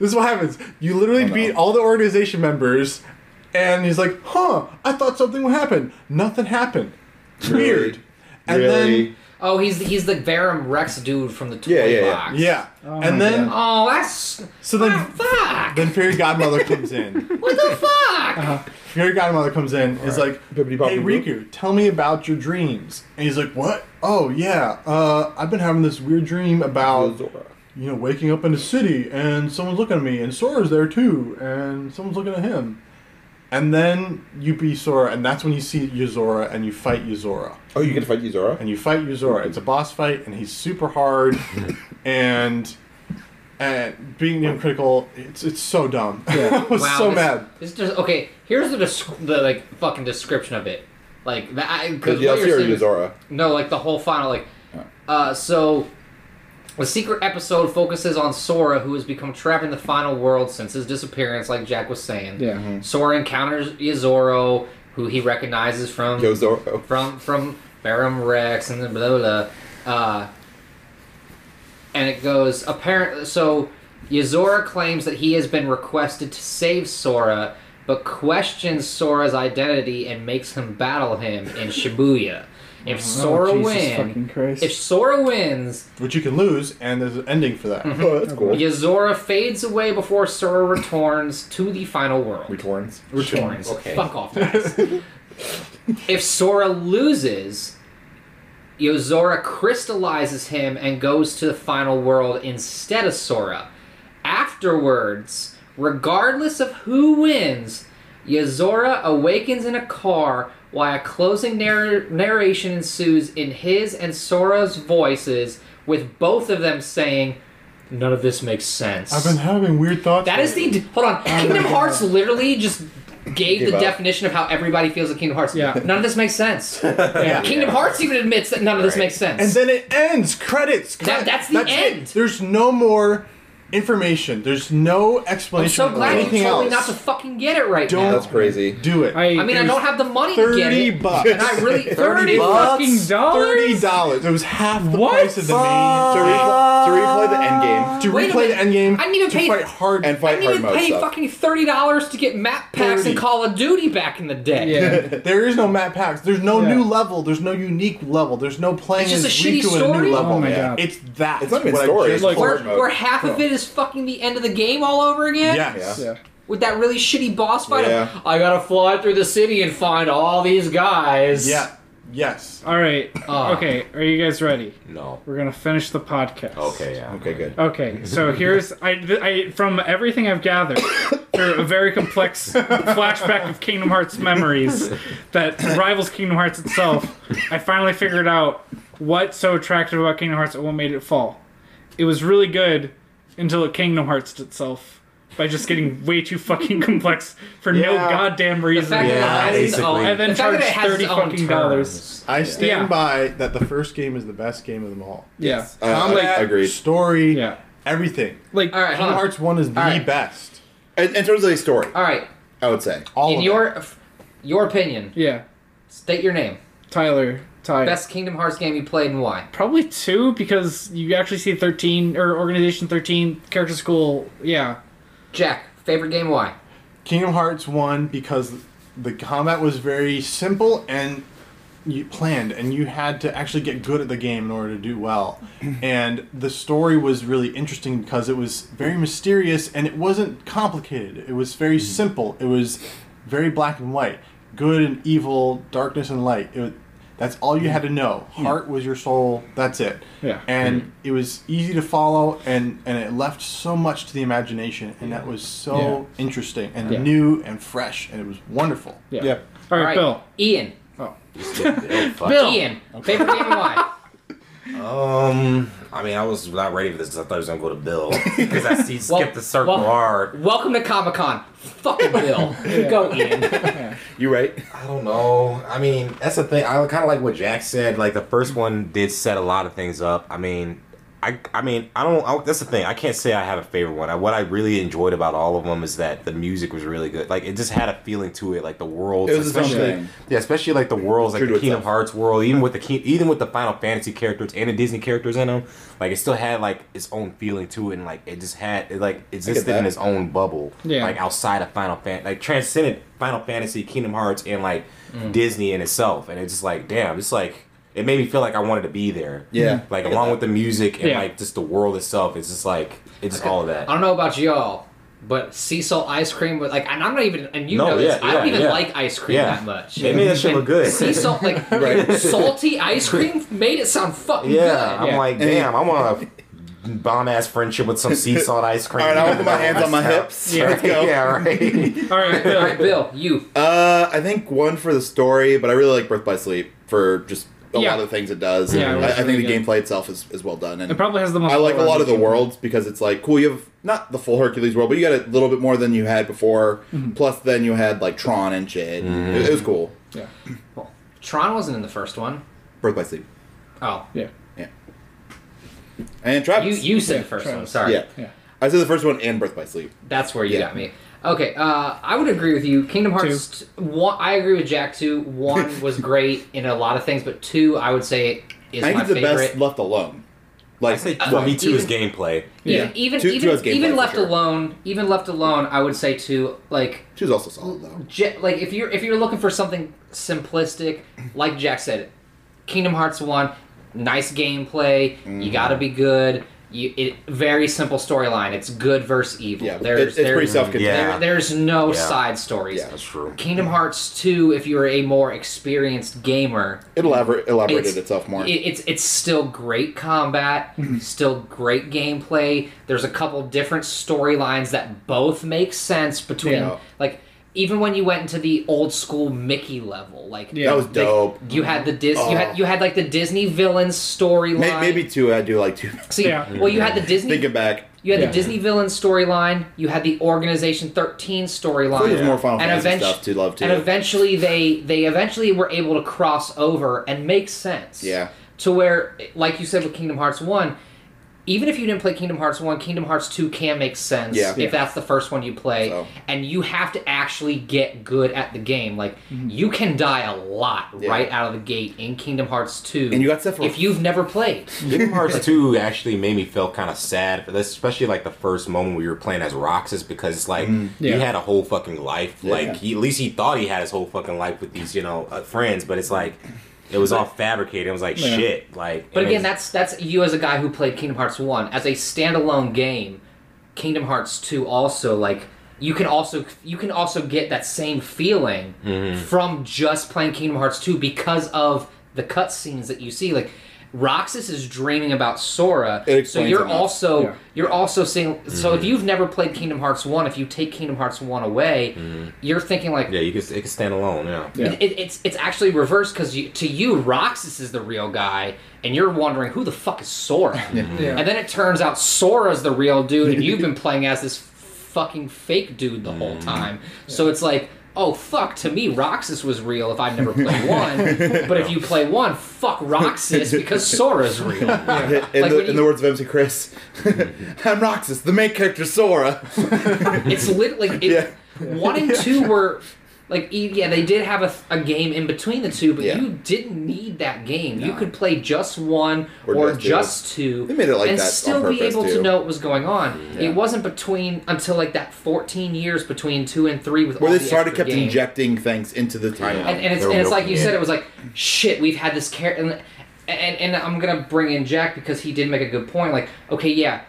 S3: this is what happens. You literally
S2: Oh, no.
S3: beat all the organization members, and he's like, huh? I thought something would happen. Nothing happened. Weird. And
S2: Really?
S5: Oh, he's the, he's the Verum Rex dude from the toy
S2: Yeah, yeah, yeah.
S5: box.
S3: then yeah, and then
S5: Oh, that's
S3: so then
S5: ah, fuck.
S3: then fairy godmother comes in.
S5: what the fuck?
S3: Uh-huh. Fairy godmother comes in. Is like,
S2: Bippity
S3: hey
S2: boppity boop."
S3: Riku, tell me about your dreams. And he's like, what? Oh yeah, uh, I've been having this weird dream about.
S2: Zora.
S3: you know, waking up in the city and someone's looking at me and Sora's there too and someone's looking at him. And then you be Sora and that's when you see Yuzora and you fight Yuzora.
S2: Oh, you get to fight Yuzora?
S3: And you fight Yuzora. It's a boss fight and he's super hard and and being near critical, it's it's so dumb. I was so
S5: this,
S3: mad.
S5: This just okay. Here's the, desc- the like fucking description of it. Like that
S2: The
S5: because what
S2: DLC
S5: you're
S2: or
S5: saying.
S2: Yuzora?
S5: No, like the whole final. Like, uh, so the secret episode focuses on Sora, who has become trapped in the final world since his disappearance. Like Jack was saying.
S1: Yeah.
S5: Sora encounters Yozoro, who he recognizes from
S2: Yozoro.
S5: from from Barum Rex and then blah blah. blah. Uh, and it goes apparently so. Yazora claims that he has been requested to save Sora, but questions Sora's identity and makes him battle him in Shibuya. If Sora
S1: Oh, Jesus fucking
S5: wins,
S1: Christ.
S5: if Sora wins,
S3: Which you can lose and there's an ending for
S5: Mm-hmm.
S3: that.
S2: Oh, that's cool.
S5: Yazora fades away before Sora returns to the final world.
S2: Retorns.
S5: Returns.
S4: Okay.
S5: Fuck off, guys. if Sora loses, Yozora crystallizes him and goes to the final world instead of Sora. Afterwards, regardless of who wins, Yozora awakens in a car while a closing narr- narration ensues in his and Sora's voices, with both of them saying, None of this makes sense.
S3: I've been having weird thoughts.
S5: That is the hold on. Kingdom Hearts literally just gave
S2: Give
S5: the
S2: up.
S5: definition of how everybody feels at Kingdom Hearts.
S1: Yeah.
S5: None of this makes sense.
S1: Yeah.
S5: Kingdom Hearts even admits that none of this
S4: Right.
S5: makes sense.
S3: And then it ends. Credits. credits.
S5: that's the
S3: it.
S5: end.
S3: There's no more information. There's no
S5: I'm
S3: explanation
S5: so
S3: of
S5: glad
S3: anything
S5: you
S3: else.
S5: told me not to fucking get it right
S3: Don't-
S5: now.
S2: That's crazy.
S3: Do it.
S1: I,
S5: I mean, I
S1: there's
S5: don't have the money to get
S3: Thirty
S5: it.
S3: bucks.
S5: And I really
S1: thirty
S5: thirty.
S1: fucking dollars.
S3: Thirty dollars. It was half the
S1: What?
S3: price of the
S2: To,
S3: main.
S2: repl- to replay the end game
S3: To, re-
S5: Wait
S3: to
S5: a
S3: replay the
S5: minute.
S3: end game.
S5: I didn't even
S3: to
S5: pay-
S3: Fight hard.
S2: and
S5: I
S2: fight
S5: didn't
S2: hard
S5: even
S2: mode
S5: pay
S2: stuff.
S5: fucking thirty dollars to get map packs in
S3: 30.
S5: Call of Duty back in the day.
S1: Yeah.
S3: There is no map packs. There's no
S1: Yeah.
S3: new level. There's no unique level. There's no playing
S5: It's just
S3: as
S5: a shitty
S3: Riku in a
S5: story?
S3: new level.
S1: Oh my
S2: Yeah.
S1: god.
S3: It's that.
S2: It's not even
S3: what I
S2: story,
S3: just
S2: it's like-
S3: told
S5: Where,
S2: Hard
S3: you.
S2: mode.
S5: where half of it is fucking the end of the game all over again?
S3: Yes.
S1: yeah.
S5: With that really shitty boss fight
S2: Yeah.
S5: of, I gotta fly through the city and find all these guys.
S3: Yeah. Yes.
S1: All right.
S5: Ah.
S1: okay. Are you guys ready?
S4: No.
S1: We're gonna finish the podcast.
S4: Okay, yeah.
S2: Okay, good.
S1: Okay, so here's I, th- I from everything I've gathered through a very complex flashback of Kingdom Hearts memories that rivals Kingdom Hearts itself. I finally figured out what's so attractive about Kingdom Hearts and what made it fall. It was really good until it Kingdom Hearts itself by just getting way too fucking complex for no
S3: Yeah.
S1: goddamn
S5: The
S1: reason.
S5: fact
S3: Yeah,
S5: that it has its
S4: basically.
S5: own,
S1: And then
S5: the fact that
S1: charge
S5: it has its
S1: 30
S5: own
S1: fucking dollars.
S5: terms.
S3: I stand
S1: Yeah.
S3: by that the first game is the best game of them all.
S1: Yeah.
S2: Uh, I- agreed.
S3: story,
S1: Yeah.
S3: everything.
S1: Like
S5: All right, hold
S3: Kingdom
S5: on.
S3: Hearts 1 is the
S5: Alright.
S3: best.
S2: In, in terms of the story,
S5: All right.
S2: I would say.
S3: All
S5: In
S3: of
S5: your f- your opinion,
S1: yeah.
S5: state your name.
S1: Tyler, Ty.
S5: Best Kingdom Hearts game you played and why?
S1: Probably two because you actually see thirteen or organization thirteen character school. Yeah,
S5: Jack, favorite game why?
S3: it. Kingdom Hearts 1 because the combat was very simple and you planned and you had to actually get good at the game in order to do well. and the story was really interesting because it was very mysterious and it wasn't complicated. It was
S1: Mhm.
S3: very simple. It was very black and white. Good and evil, darkness and light. It, wa- that's all you had to know. Heart was your soul. That's it.
S1: Yeah.
S3: And it was easy to follow and and it left so much to the imagination and that was so interesting and
S1: Yeah.
S3: new and fresh and it was wonderful.
S1: yeah. All right, Bill.
S5: Ian.
S4: Oh, fuck.
S5: Bill. Ian. Favorite game and why?
S4: Um, I mean, I was not ready for this because I thought I was gonna go to Bill because I see
S5: Well-
S4: skip the circle
S5: well-
S4: hard.
S5: Welcome to Comic Con. Fucking Bill. Go, Ian.
S2: You right?
S4: I don't know. I mean, that's the thing. I kind of like what Jack said. Like the first one did set a lot of things up. I mean, I I mean, I don't. I, that's the thing. I can't say I have a favorite one. I, what I really enjoyed about all of them is that the music was really good. Like it just had a feeling to it. Like the world,
S2: It was its own
S4: especially
S2: thing.
S4: yeah, especially like the worlds, like
S2: True
S4: the
S2: to
S4: Kingdom
S2: itself.
S4: Hearts world, even with the King, even with the Final Fantasy characters and the Disney characters in them. Like it still had like its own feeling to it, and like it just had it like existed in
S2: that.
S4: its own bubble.
S1: Yeah.
S4: Like outside of Final Fantasy, like transcended Final Fantasy, Kingdom Hearts, and like Disney in itself. And it's just like, damn, it's like it made me feel like I wanted to be there.
S2: Yeah.
S4: Like along with the music and
S1: Yeah.
S4: like just the world itself. It's just like it's just all of
S5: I
S4: that.
S5: don't know about y'all, but sea salt ice cream was like, and I'm not even, and you
S4: No,
S5: know this,
S4: yeah,
S5: I don't
S4: yeah,
S5: even
S4: yeah.
S5: like ice cream
S4: Yeah.
S5: that much.
S4: They made that shit
S5: And
S4: look good.
S5: Sea salt, like salty ice cream, made it sound fucking
S4: Yeah.
S5: good.
S4: I'm
S1: Yeah.
S4: like, damn, I want a bomb ass friendship with some sea salt ice cream.
S2: All right, I'll put my hands on my hips.
S1: Yeah.
S2: Let's go.
S4: yeah, right.
S1: All right, Bill.
S5: All right, Bill, you.
S2: Uh, I think one for the story, but I really like Birth by Sleep for just a
S1: Yeah.
S2: lot of the things it does.
S1: Yeah, it
S2: And
S1: was
S2: I, I think
S1: really
S2: the gameplay itself is, is well done. And
S1: It probably has the most.
S2: I like a lot of the
S1: overarching-
S2: worlds because it's like cool. You have not the full Hercules world, but you got a little bit more than you had before.
S5: Mm-hmm.
S2: Plus, then you had like Tron and shit. It, it
S4: Mm.
S2: was cool.
S1: Yeah,
S5: Well, Tron wasn't in the first one.
S2: Birth by Sleep.
S5: Oh,
S1: yeah,
S2: Yeah. And
S5: you
S2: Travis.
S5: you said
S1: Yeah,
S5: the first
S1: Tron.
S5: one. Sorry,
S2: yeah.
S1: yeah.
S2: I said the first one and Birth by Sleep.
S5: that's where you
S2: Yeah.
S5: got me. Okay, uh, I would agree with you. Kingdom Hearts. t- One, I agree with Jack too. One was great in a lot of things, but two, I would say, is
S2: I think
S5: my
S2: it's the
S5: favorite.
S2: best left alone.
S4: I
S2: Like
S4: say,
S5: Uh,
S4: well, me too is
S5: even-
S4: gameplay.
S1: Yeah.
S5: Even even
S2: Two- two
S5: even,
S2: has gameplay
S5: even
S2: for
S5: left
S2: sure.
S5: alone, even left alone, I would say too. Like
S2: she was also solid though.
S5: Ja- like if you're if you're looking for something simplistic, like Jack said, Kingdom Hearts One, nice gameplay.
S2: Mm-hmm.
S5: You got to be good. You, it very simple storyline. It's good versus evil.
S2: Yeah,
S5: there's
S2: it- it's
S5: there's,
S2: pretty self-contained.
S4: Yeah.
S5: there- there's no
S4: Yeah.
S5: side stories.
S2: Yeah.
S4: That's true.
S5: Kingdom Hearts Two, if you're a more experienced gamer,
S2: It elabor- elaborated
S5: It's-
S2: itself more. Mm-hmm.
S5: it, it's it's still great combat, still great gameplay. There's a couple different storylines that both make sense between
S2: Yeah.
S5: like even when you went into the old school Mickey level, like
S1: Yeah.
S2: That was
S5: like,
S2: dope.
S5: you had the Dis,
S2: Oh.
S5: you had you had like the Disney villain storyline.
S2: May- Maybe two. I do like two.
S5: See,
S1: Yeah.
S5: well, you had the Disney,
S2: Thinking back,
S5: you had
S1: Yeah.
S5: the Disney villain storyline. You had the Organization Thirteen
S2: I think there's
S5: storyline.
S2: more Final
S5: And
S2: Fantasy
S5: eventu-
S2: stuff to love too.
S5: and eventually they they eventually were able to cross over and make sense
S2: Yeah.
S5: to where like you said with kingdom hearts 1 even if you didn't play kingdom hearts 1 kingdom hearts 2 can make sense
S2: Yeah.
S5: if
S2: Yeah.
S5: that's the first one you play
S2: So.
S5: and you have to actually get good at the game like you can die a lot
S2: Yeah.
S5: right out of the gate in kingdom hearts 2
S2: And you got Sephiroth.
S5: if you've never played
S4: Kingdom Hearts 2 actually made me feel kind of sad for this, especially like the first moment we were playing as Roxas because it's like
S1: Yeah.
S4: he had a whole fucking life. Like he, at least he thought he had his whole fucking life with these, you know, uh, friends, but it's like it was all fabricated. It was like
S1: Yeah.
S4: shit. Like
S5: But
S4: and
S5: again,
S4: it's-
S5: that's that's you as a guy who played Kingdom Hearts one as a standalone game. Kingdom Hearts two also like you can also you can also get that same feeling
S2: Mm-hmm.
S5: from just playing Kingdom Hearts two because of the cutscenes that you see. Like Roxas is dreaming about Sora,
S2: It Mm-hmm.
S5: so
S2: explains
S5: you're
S2: a lot.
S5: also
S1: Yeah.
S5: you're also seeing. So if you've never played Kingdom Hearts one, if you take Kingdom Hearts one away,
S2: Mm-hmm.
S5: you're thinking like,
S4: yeah, you can it can stand alone. Yeah,
S1: Yeah.
S5: it, it, it's it's actually reversed because you, to you Roxas is the real guy, and you're wondering who the fuck is Sora,
S1: Yeah.
S5: and then it turns out Sora's the real dude, and you've been playing as this fucking fake dude the whole
S2: Mm.
S5: time. So it's like, oh fuck, to me Roxas was real if I've never played one, but if you play one, fuck Roxas because Sora's real.
S2: in,
S5: Like
S2: the,
S5: when
S2: in
S5: you-
S2: the words of MC Chris, I'm Roxas, the main character Sora.
S5: It's literally like it,
S2: Yeah.
S5: one and two were like e- yeah they did have a, th- a game in between the two, but
S2: Yeah.
S5: you didn't need that game. You could play just one
S2: Or
S5: or,
S2: just
S5: just,
S2: two.
S5: two.
S2: They made it like
S5: and
S2: that on
S5: still be
S2: purpose,
S5: able
S2: too.
S5: to know what was going on. It wasn't between until like that fourteen years between two and three with
S2: Where
S5: all
S2: they
S5: the
S2: started
S5: extra
S2: kept
S5: games.
S2: injecting things into the timeline.
S5: And, and it's
S4: They were
S5: and it's like
S4: milking
S5: you
S4: it.
S5: said, it was like shit. We've had this character, and, and and I'm gonna bring in Jack because he did make a good point. Like, okay, yeah,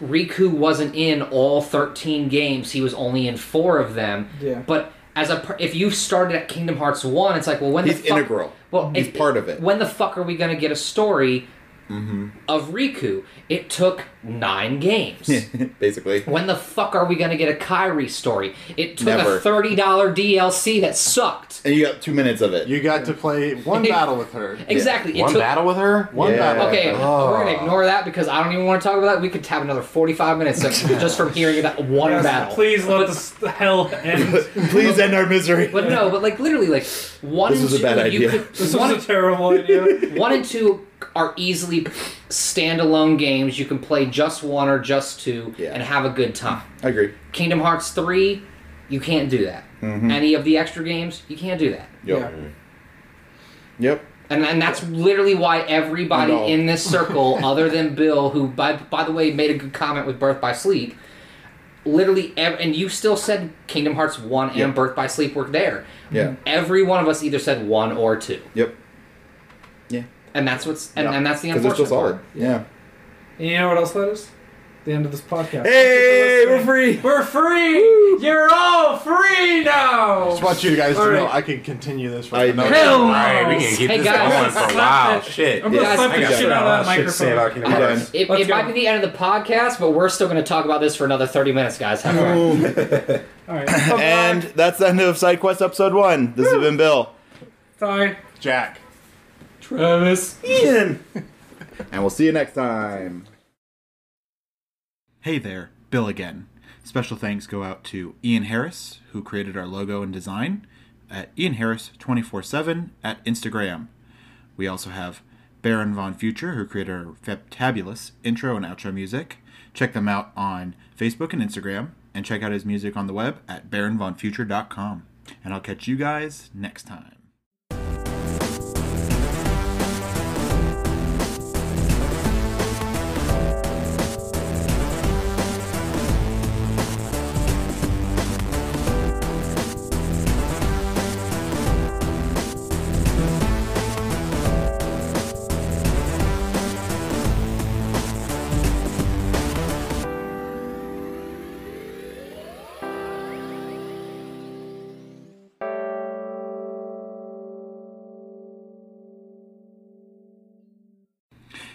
S5: Riku wasn't in all 13 games; he was only in four of them.
S1: Yeah.
S5: But as a per- if you started at Kingdom Hearts one, it's like, well, when
S2: He's
S5: the fuck,
S2: integral.
S5: Well,
S2: He's
S5: if-
S2: part of it. Mm-hmm.
S5: When the fuck are we gonna get a story? Of Riku, it took nine games.
S2: basically.
S5: When the fuck are we gonna get a Kyrie story? It took
S2: Never.
S5: a thirty dollar DLC that sucked.
S2: And you got two minutes of it.
S3: You got to play one battle with her.
S5: Exactly. it
S4: one
S5: took-
S4: battle with her.
S3: One
S2: Yeah.
S3: battle.
S5: Okay,
S4: Oh.
S5: we're gonna ignore that because I don't even want to talk about that. We could have another forty-five minutes of- just from hearing that one
S6: Yes,
S5: battle.
S6: Please let this hell end.
S2: Please end our misery.
S5: But no, but like literally, like one
S2: This
S5: and
S2: is a
S5: two,
S2: bad
S5: you
S2: idea.
S5: could
S6: this
S5: one,
S6: was a terrible idea.
S5: one and two are easily standalone games. You can play just one or just two
S2: Yeah.
S5: and have a good time.
S2: I agree.
S5: Kingdom Hearts three, you can't do that.
S2: Mm-hmm.
S5: Any of the extra games, you can't do that.
S2: Yep. Yep.
S5: And, and that's literally why everybody
S2: I know.
S5: in this circle, other than Bill, who by by the way made a good comment with Birth by Sleep, literally, ev- and you still said Kingdom Hearts one and
S2: Yeah.
S5: Birth by Sleep were there.
S2: Yeah.
S5: Every one of us either said one or two,
S2: Yep. Yeah.
S5: and that's what's and,
S1: Yeah.
S5: and that's the
S2: Because they're still
S5: unfortunate
S2: solid.
S5: part.
S2: Yeah.
S1: And you know what else that is? The end of this podcast. Thank
S2: Hey, we're
S1: you for
S2: free.
S1: listening. We're free. You're all free now.
S3: just want you guys to
S1: All
S3: know
S1: right.
S3: I can continue this for
S2: I-
S3: another
S5: Hell
S4: All right, we can keep
S5: Hey,
S4: this
S5: guys.
S4: going for a
S6: Slap
S4: while.
S6: that-
S4: Shit.
S6: I'm gonna
S5: Yeah,
S6: slap
S5: I
S6: the
S2: got
S6: shit out of that
S4: shit to say about
S6: microphone.
S4: Kingdom
S2: I'm
S4: Hearts.
S2: done.
S5: It,
S1: Let's
S5: it
S1: go.
S5: might be the end of the podcast, but we're still going to talk about this for another thirty minutes, guys. Have fun.
S1: All right. Bye-bye.
S2: And that's the end of Side Quest Episode 1. This has been Bill.
S1: Bye.
S3: Jack.
S1: Travis.
S2: Ian. And we'll see you next time.
S8: Hey there, Bill again. Special thanks go out to Ian Harris, who created our logo and design, at Ian Harris 24 7 at Instagram. We also have Baron Von Future, who created our fabulous intro and outro music. Check them out on Facebook and Instagram, and check out his music on the web at baronvonfuture.com. And I'll catch you guys next time.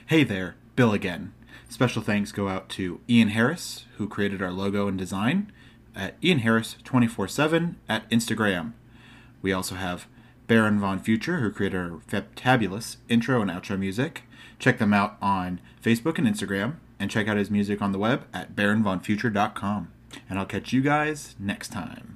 S8: Hey there, Bill again. Special thanks go out to Ian Harris, who created our logo and design, at Ian Harris 24 7 at Instagram. We also have Baron Von Future, who created our fabulous intro and outro music. Check them out on Facebook and Instagram, and check out his music on the web at baronvonfuture.com. And I'll catch you guys next time.